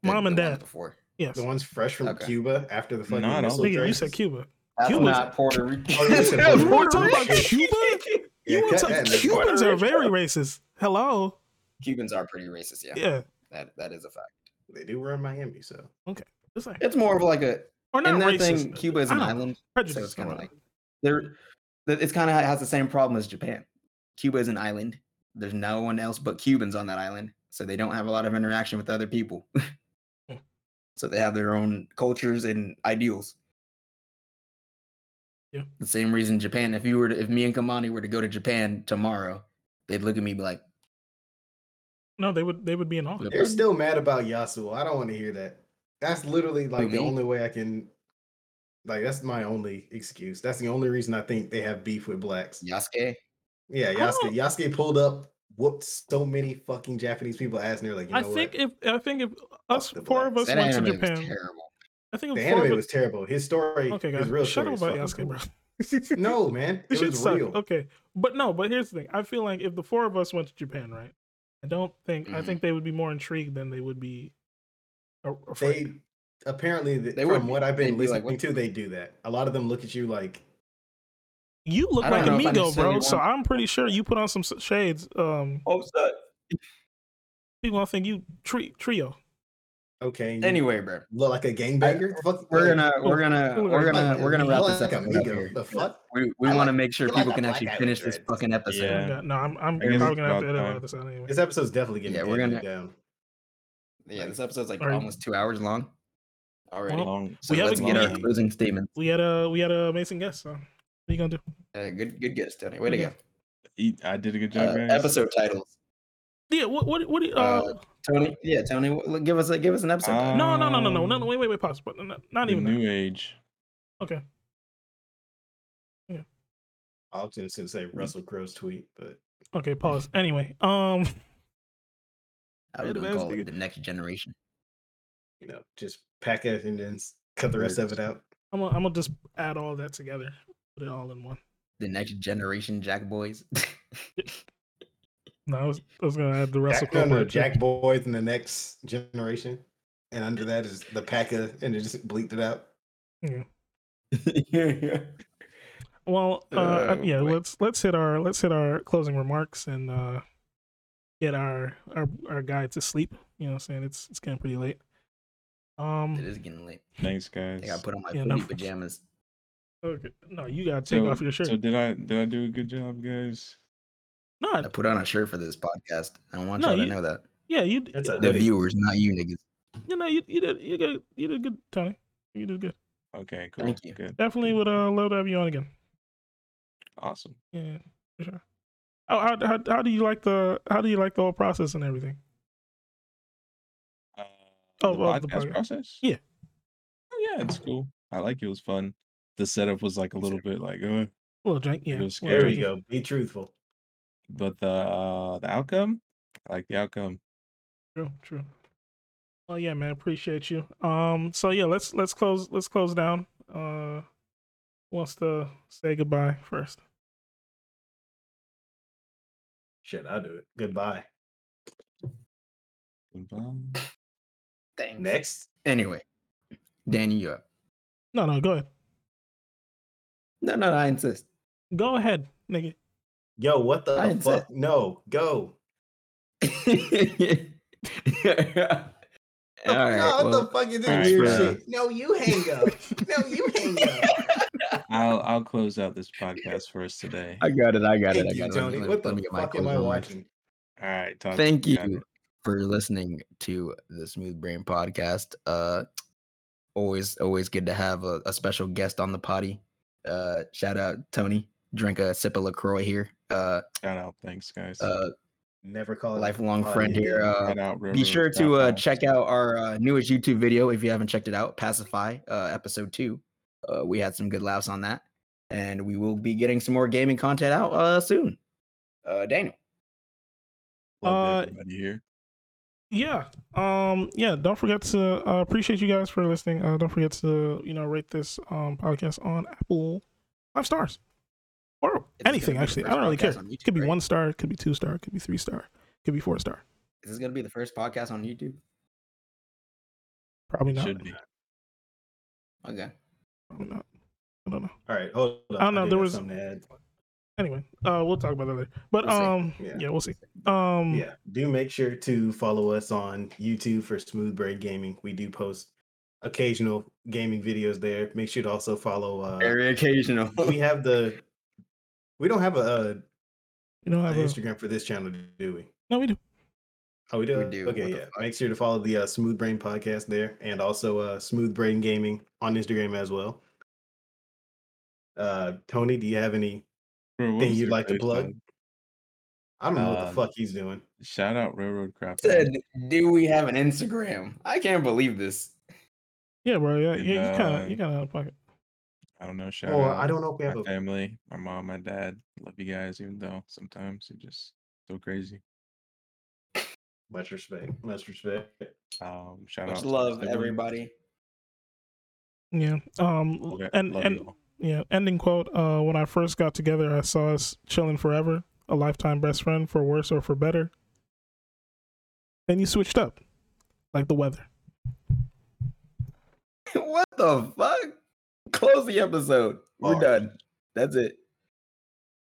[SPEAKER 3] than
[SPEAKER 1] mom and
[SPEAKER 3] the ones
[SPEAKER 1] dad.
[SPEAKER 3] before
[SPEAKER 1] yes.
[SPEAKER 4] the ones fresh from
[SPEAKER 3] Okay.
[SPEAKER 4] Cuba after the fucking
[SPEAKER 2] Not
[SPEAKER 4] missile
[SPEAKER 2] all-
[SPEAKER 1] Nigga, you
[SPEAKER 4] crisis.
[SPEAKER 1] said
[SPEAKER 4] *laughs*
[SPEAKER 1] Cuba.
[SPEAKER 3] that's
[SPEAKER 1] Cuba's-
[SPEAKER 3] not puerto rican
[SPEAKER 4] Oh,
[SPEAKER 3] *laughs*
[SPEAKER 4] you said
[SPEAKER 1] You want
[SPEAKER 4] Puerto
[SPEAKER 1] to talk about
[SPEAKER 4] Rican. *laughs*
[SPEAKER 1] Cuba?
[SPEAKER 4] Yeah,
[SPEAKER 1] You want
[SPEAKER 4] cut
[SPEAKER 1] to talk?
[SPEAKER 4] that, nigga.
[SPEAKER 1] Cubans are
[SPEAKER 3] Puerto
[SPEAKER 1] very racist. Hello.
[SPEAKER 3] cubans are pretty racist yeah,
[SPEAKER 1] Yeah.
[SPEAKER 3] That, that is a fact
[SPEAKER 4] They do were in Miami, so
[SPEAKER 1] It's like,
[SPEAKER 3] it's more of like a
[SPEAKER 1] or not
[SPEAKER 3] and that
[SPEAKER 1] racist.
[SPEAKER 3] thing cuba is
[SPEAKER 1] I
[SPEAKER 3] an
[SPEAKER 1] don't know,
[SPEAKER 3] island
[SPEAKER 1] Prejudice.
[SPEAKER 3] it's kinda
[SPEAKER 1] around
[SPEAKER 3] like-
[SPEAKER 1] it.
[SPEAKER 3] there that it's kind of has the same problem as Japan. Cuba is an island. There's no one else but Cubans on that island, so they don't have a lot of interaction with other people. *laughs*
[SPEAKER 1] Hmm.
[SPEAKER 3] so they have their own cultures and ideals.
[SPEAKER 1] Yeah.
[SPEAKER 3] The same reason Japan. If you were to, if me and Kamani were to go to Japan tomorrow, they'd look at me and be like,
[SPEAKER 1] no, they would they would be in awe.
[SPEAKER 4] they're still mad about Yasuo. I don't want to hear that. That's literally like the
[SPEAKER 3] me?
[SPEAKER 4] only way I can. Like that's my only excuse. That's the only reason I think they have beef with blacks.
[SPEAKER 3] "Yasuke."
[SPEAKER 4] Yeah,
[SPEAKER 1] I
[SPEAKER 4] Yasuke.
[SPEAKER 1] don't-
[SPEAKER 4] Yasuke pulled up, whooped so many fucking Japanese people ass, and they're like, you know
[SPEAKER 1] I think
[SPEAKER 4] what?
[SPEAKER 1] if I think if us
[SPEAKER 4] the
[SPEAKER 1] four of us
[SPEAKER 3] That
[SPEAKER 1] went to
[SPEAKER 3] anime was
[SPEAKER 1] Japan,
[SPEAKER 3] terrible.
[SPEAKER 1] I think
[SPEAKER 4] The
[SPEAKER 1] it was
[SPEAKER 4] anime
[SPEAKER 1] four,
[SPEAKER 4] was terrible. His story,
[SPEAKER 1] but- okay,
[SPEAKER 4] his
[SPEAKER 1] guys.
[SPEAKER 4] real
[SPEAKER 1] shut
[SPEAKER 4] story.
[SPEAKER 1] up
[SPEAKER 4] is
[SPEAKER 1] about
[SPEAKER 4] fucking
[SPEAKER 1] Yasuke,
[SPEAKER 4] cool.
[SPEAKER 1] bro.
[SPEAKER 4] *laughs* No, man,
[SPEAKER 1] This
[SPEAKER 4] it
[SPEAKER 1] shit
[SPEAKER 4] was
[SPEAKER 1] sucked.
[SPEAKER 4] real.
[SPEAKER 1] Okay, but no, but here's the thing. I feel like if the four of us went to Japan, right? I don't think I
[SPEAKER 3] Mhm.
[SPEAKER 1] think they would be more intrigued than they would be. a-
[SPEAKER 4] They
[SPEAKER 1] Afraid.
[SPEAKER 4] apparently, th-
[SPEAKER 3] They
[SPEAKER 4] from
[SPEAKER 3] would.
[SPEAKER 4] what I've been
[SPEAKER 3] They'd be like,
[SPEAKER 4] listening
[SPEAKER 3] what
[SPEAKER 4] to, they do that. A lot of them look at you like,
[SPEAKER 1] you look
[SPEAKER 3] I don't
[SPEAKER 1] like
[SPEAKER 3] know if I
[SPEAKER 1] Amigo,
[SPEAKER 3] necessarily
[SPEAKER 1] bro. So
[SPEAKER 3] want-
[SPEAKER 1] I'm pretty sure you put on some s- shades. Um,
[SPEAKER 3] Oh, so
[SPEAKER 1] people gonna think you tri- trio.
[SPEAKER 4] okay, you
[SPEAKER 3] anyway, bro.
[SPEAKER 4] look like a gangbanger. Fuck,
[SPEAKER 3] We're
[SPEAKER 4] like,
[SPEAKER 3] gonna we're gonna we're gonna we're gonna wrap
[SPEAKER 4] you
[SPEAKER 3] this
[SPEAKER 4] look
[SPEAKER 3] up.
[SPEAKER 4] like
[SPEAKER 3] up
[SPEAKER 4] Amigo.
[SPEAKER 3] here.
[SPEAKER 4] The fuck?
[SPEAKER 3] We, we
[SPEAKER 4] I
[SPEAKER 3] want to
[SPEAKER 4] like-
[SPEAKER 3] make sure
[SPEAKER 4] you like
[SPEAKER 3] people
[SPEAKER 4] a
[SPEAKER 3] can
[SPEAKER 4] black
[SPEAKER 3] actually
[SPEAKER 4] guy with
[SPEAKER 3] finish this
[SPEAKER 4] dreads.
[SPEAKER 3] fucking episode.
[SPEAKER 2] Yeah.
[SPEAKER 1] Yeah, Oh, No, I'm I'm
[SPEAKER 2] I
[SPEAKER 1] probably
[SPEAKER 2] guess it's
[SPEAKER 1] gonna have to
[SPEAKER 2] about
[SPEAKER 1] edit
[SPEAKER 2] time.
[SPEAKER 1] out this out anyway.
[SPEAKER 4] This episode's definitely getting
[SPEAKER 3] Yeah, we're
[SPEAKER 4] edited
[SPEAKER 3] gonna-
[SPEAKER 4] down.
[SPEAKER 3] Yeah, this episode's like
[SPEAKER 1] Alright.
[SPEAKER 3] almost two hours long already.
[SPEAKER 1] Well,
[SPEAKER 2] Long-
[SPEAKER 3] so
[SPEAKER 1] we have
[SPEAKER 3] let's
[SPEAKER 1] a
[SPEAKER 3] get our
[SPEAKER 1] game.
[SPEAKER 3] closing statement.
[SPEAKER 1] We had a we had a amazing guest. So what are you gonna do?
[SPEAKER 3] Uh, good good guess, Tony. Way to go.
[SPEAKER 1] Okay.
[SPEAKER 2] Eat- I did a good job,
[SPEAKER 3] Uh,
[SPEAKER 2] guys.
[SPEAKER 3] episode titles.
[SPEAKER 1] Yeah. What what what? do you-
[SPEAKER 3] Uh,
[SPEAKER 1] Uh,
[SPEAKER 3] Tony, yeah, Tony, wh- look, give us a give us an episode. title.
[SPEAKER 1] no no no no no no
[SPEAKER 2] um,
[SPEAKER 1] no. Wait wait wait. Pause. But not, not
[SPEAKER 2] The
[SPEAKER 1] even that.
[SPEAKER 2] New
[SPEAKER 3] *laughs*
[SPEAKER 2] Age.
[SPEAKER 1] Okay.
[SPEAKER 4] I was just gonna say
[SPEAKER 3] Mm-hmm.
[SPEAKER 4] Russell Crowe's tweet, but
[SPEAKER 1] Okay. Pause. Anyway. Um.
[SPEAKER 3] I
[SPEAKER 1] Wait
[SPEAKER 3] was
[SPEAKER 1] a
[SPEAKER 3] gonna
[SPEAKER 1] minute,
[SPEAKER 3] call it
[SPEAKER 1] nigga.
[SPEAKER 3] the next generation.
[SPEAKER 4] you know, just pack it and then s- cut the rest of it out.
[SPEAKER 1] I'm gonna, I'm gonna just add all that together, put it all in one.
[SPEAKER 3] The next generation Jack Boys. *laughs*
[SPEAKER 1] No, I was, I was gonna add the Russell
[SPEAKER 4] Jack, no,
[SPEAKER 1] Crowe.
[SPEAKER 4] no,
[SPEAKER 1] part too.
[SPEAKER 4] Jack Boys in the next generation, and under that is the Packer, and it just bleeped it out.
[SPEAKER 1] Well, uh, uh,
[SPEAKER 3] Uh,
[SPEAKER 1] yeah,
[SPEAKER 3] wait.
[SPEAKER 1] let's let's hit our let's hit our closing remarks and uh, get our our our guy to sleep. You know, what I'm saying it's it's getting pretty late.
[SPEAKER 3] it
[SPEAKER 1] Um.
[SPEAKER 3] is getting late.
[SPEAKER 2] Thanks,
[SPEAKER 3] I
[SPEAKER 2] guys.
[SPEAKER 3] gotta put on my
[SPEAKER 1] Yeah, no.
[SPEAKER 3] footy pajamas.
[SPEAKER 1] Okay. No, you gotta take off your shirt.
[SPEAKER 2] So did I did I do a good job, guys?
[SPEAKER 1] no,
[SPEAKER 3] I put on a shirt for this podcast. I want
[SPEAKER 1] No,
[SPEAKER 3] y'all to
[SPEAKER 1] you-
[SPEAKER 3] know that.
[SPEAKER 1] yeah, you
[SPEAKER 4] That's a
[SPEAKER 3] The
[SPEAKER 4] hoodie.
[SPEAKER 3] viewers, not you niggas.
[SPEAKER 1] you know you, you did you did you did good, Tony. You did good.
[SPEAKER 2] Okay, cool.
[SPEAKER 3] Thank you.
[SPEAKER 2] Good.
[SPEAKER 1] Definitely would uh love to have you on again.
[SPEAKER 2] Awesome.
[SPEAKER 1] Yeah, for sure. How, how how how do you like the how do you like the whole process and everything?
[SPEAKER 2] Uh,
[SPEAKER 1] Oh,
[SPEAKER 2] the
[SPEAKER 1] well, the
[SPEAKER 2] podcast
[SPEAKER 1] podcast.
[SPEAKER 2] process?
[SPEAKER 1] Yeah.
[SPEAKER 2] Oh, yeah, it's cool. I like it. It was fun. The setup was like a little bit like, uh,
[SPEAKER 1] A little drink, yeah.
[SPEAKER 2] was
[SPEAKER 1] a little
[SPEAKER 4] There
[SPEAKER 2] scary.
[SPEAKER 1] janky.
[SPEAKER 4] you go. Be truthful.
[SPEAKER 2] but the uh, the outcome, I like the outcome.
[SPEAKER 1] True, true. Well, yeah, man, appreciate you. Um, so yeah, let's let's close let's close down. Uh, who wants to say goodbye first.
[SPEAKER 4] Shit, I'll do it. Goodbye.
[SPEAKER 2] Goodbye.
[SPEAKER 3] Thanks.
[SPEAKER 4] Next.
[SPEAKER 3] Anyway, Danny, you up?
[SPEAKER 1] No, no, go ahead,
[SPEAKER 3] No, no, no, I insist.
[SPEAKER 1] go ahead, nigga.
[SPEAKER 4] Yo, what the
[SPEAKER 3] I didn't say-
[SPEAKER 4] fuck? No, go.
[SPEAKER 3] All right. well,
[SPEAKER 4] *laughs*
[SPEAKER 3] uh,
[SPEAKER 4] fuck is
[SPEAKER 2] thanks for-
[SPEAKER 4] No, you hang up.
[SPEAKER 3] *laughs*
[SPEAKER 4] no, you hang up.
[SPEAKER 2] I'll I'll close out this podcast for us today.
[SPEAKER 3] I got it. I got it. I got
[SPEAKER 4] Thank you,
[SPEAKER 3] it.
[SPEAKER 4] Tony.
[SPEAKER 3] Let me-
[SPEAKER 4] What
[SPEAKER 3] let
[SPEAKER 4] the
[SPEAKER 3] me get my
[SPEAKER 4] fuck am
[SPEAKER 3] clothes
[SPEAKER 4] I
[SPEAKER 3] on.
[SPEAKER 4] watching?
[SPEAKER 2] All right. Talk
[SPEAKER 3] Thank
[SPEAKER 2] got
[SPEAKER 3] you
[SPEAKER 2] it.
[SPEAKER 3] for listening to the Smooth Brain podcast. Uh, always, always good to have a, a special guest on the potty. Uh, shout out Tony. Drink a sip of Lacroix here. Uh,
[SPEAKER 2] Shout out. Thanks, guys.
[SPEAKER 3] uh,
[SPEAKER 4] Never call it
[SPEAKER 3] lifelong
[SPEAKER 4] potty
[SPEAKER 3] friend here.
[SPEAKER 4] again.
[SPEAKER 3] Uh,
[SPEAKER 2] Shout out,
[SPEAKER 3] be
[SPEAKER 2] Railroad
[SPEAKER 3] sure
[SPEAKER 2] Stop
[SPEAKER 3] to uh,
[SPEAKER 2] Off.
[SPEAKER 3] check out our uh, newest YouTube video if you haven't checked it out, Pacify uh, episode two. Uh, we had some good laughs on that, and we will be getting some more gaming content out uh, soon. Uh, Daniel,
[SPEAKER 2] Love
[SPEAKER 1] uh,
[SPEAKER 2] everybody here.
[SPEAKER 1] Yeah, um, yeah. Don't forget to uh, appreciate you guys for listening. Uh, don't forget to you know rate this um podcast on Apple five stars or
[SPEAKER 3] It's gonna
[SPEAKER 1] anything.
[SPEAKER 3] be the
[SPEAKER 1] Actually, I
[SPEAKER 3] first
[SPEAKER 1] don't really care.
[SPEAKER 3] podcast on
[SPEAKER 1] It
[SPEAKER 3] YouTube,
[SPEAKER 1] could be
[SPEAKER 3] right?
[SPEAKER 1] one star, it could be two star, it could be three star, it could be four star.
[SPEAKER 3] is this gonna be the first podcast on YouTube?
[SPEAKER 1] Probably not.
[SPEAKER 2] Should be.
[SPEAKER 3] Okay,
[SPEAKER 1] Probably not. I don't know.
[SPEAKER 4] All right, hold on.
[SPEAKER 1] I don't know,
[SPEAKER 4] did
[SPEAKER 1] there
[SPEAKER 4] have
[SPEAKER 1] was-
[SPEAKER 4] something to add.
[SPEAKER 1] Anyway, uh, we'll talk about that later. But
[SPEAKER 3] We'll see.
[SPEAKER 1] um, yeah.
[SPEAKER 4] Yeah.
[SPEAKER 1] we'll see. Um,
[SPEAKER 4] Yeah, do make sure to follow us on YouTube for Smooth Braid Gaming. We do post occasional gaming videos there. Make sure to also follow. Uh,
[SPEAKER 3] very occasional.
[SPEAKER 4] we have the. We don't have a,
[SPEAKER 1] we don't
[SPEAKER 4] a,
[SPEAKER 1] have a,
[SPEAKER 4] Instagram for this channel, do we?
[SPEAKER 1] no, we do.
[SPEAKER 4] Oh, we do.
[SPEAKER 3] We
[SPEAKER 4] Uh,
[SPEAKER 3] do,
[SPEAKER 4] Okay,
[SPEAKER 3] what the
[SPEAKER 4] yeah.
[SPEAKER 3] fuck?
[SPEAKER 4] Make sure to follow the uh, Smooth Brain podcast there, and also uh, Smooth Brain Gaming on Instagram as well. Uh, Tony, do you have any?
[SPEAKER 2] Bro, what
[SPEAKER 4] Thing
[SPEAKER 2] was
[SPEAKER 4] you'd
[SPEAKER 2] your
[SPEAKER 4] like to
[SPEAKER 2] first
[SPEAKER 4] plug?
[SPEAKER 2] one?
[SPEAKER 4] I don't know what
[SPEAKER 2] Um,
[SPEAKER 4] the fuck he's doing.
[SPEAKER 2] Shout out Railroad Craft. House.
[SPEAKER 3] *laughs* Said, do we have an Instagram? I can't believe this.
[SPEAKER 1] Yeah, bro. Yeah,
[SPEAKER 2] And,
[SPEAKER 1] yeah you kind of you
[SPEAKER 2] uh,
[SPEAKER 1] kind of out of pocket.
[SPEAKER 2] I don't know. Shout
[SPEAKER 4] Well,
[SPEAKER 2] out.
[SPEAKER 4] I don't know if we have
[SPEAKER 2] my
[SPEAKER 4] a.
[SPEAKER 2] family, my mom, my dad. Love you guys, even though sometimes you're just so crazy.
[SPEAKER 4] Much respect. Much respect.
[SPEAKER 2] Um, shout out
[SPEAKER 3] Much
[SPEAKER 2] to my
[SPEAKER 3] love, *laughs*
[SPEAKER 2] siblings.
[SPEAKER 3] everybody.
[SPEAKER 1] Yeah. Um.
[SPEAKER 2] Love it-
[SPEAKER 1] and
[SPEAKER 2] love
[SPEAKER 1] and
[SPEAKER 2] y'all.
[SPEAKER 1] yeah. Ending quote. Uh. When I first got together, I saw us chilling forever, a lifetime best friend for worse or for better. Then you switched up, like the weather.
[SPEAKER 3] what the fuck? Close the episode. We're
[SPEAKER 2] Bars.
[SPEAKER 1] Oh.
[SPEAKER 3] done. That's it.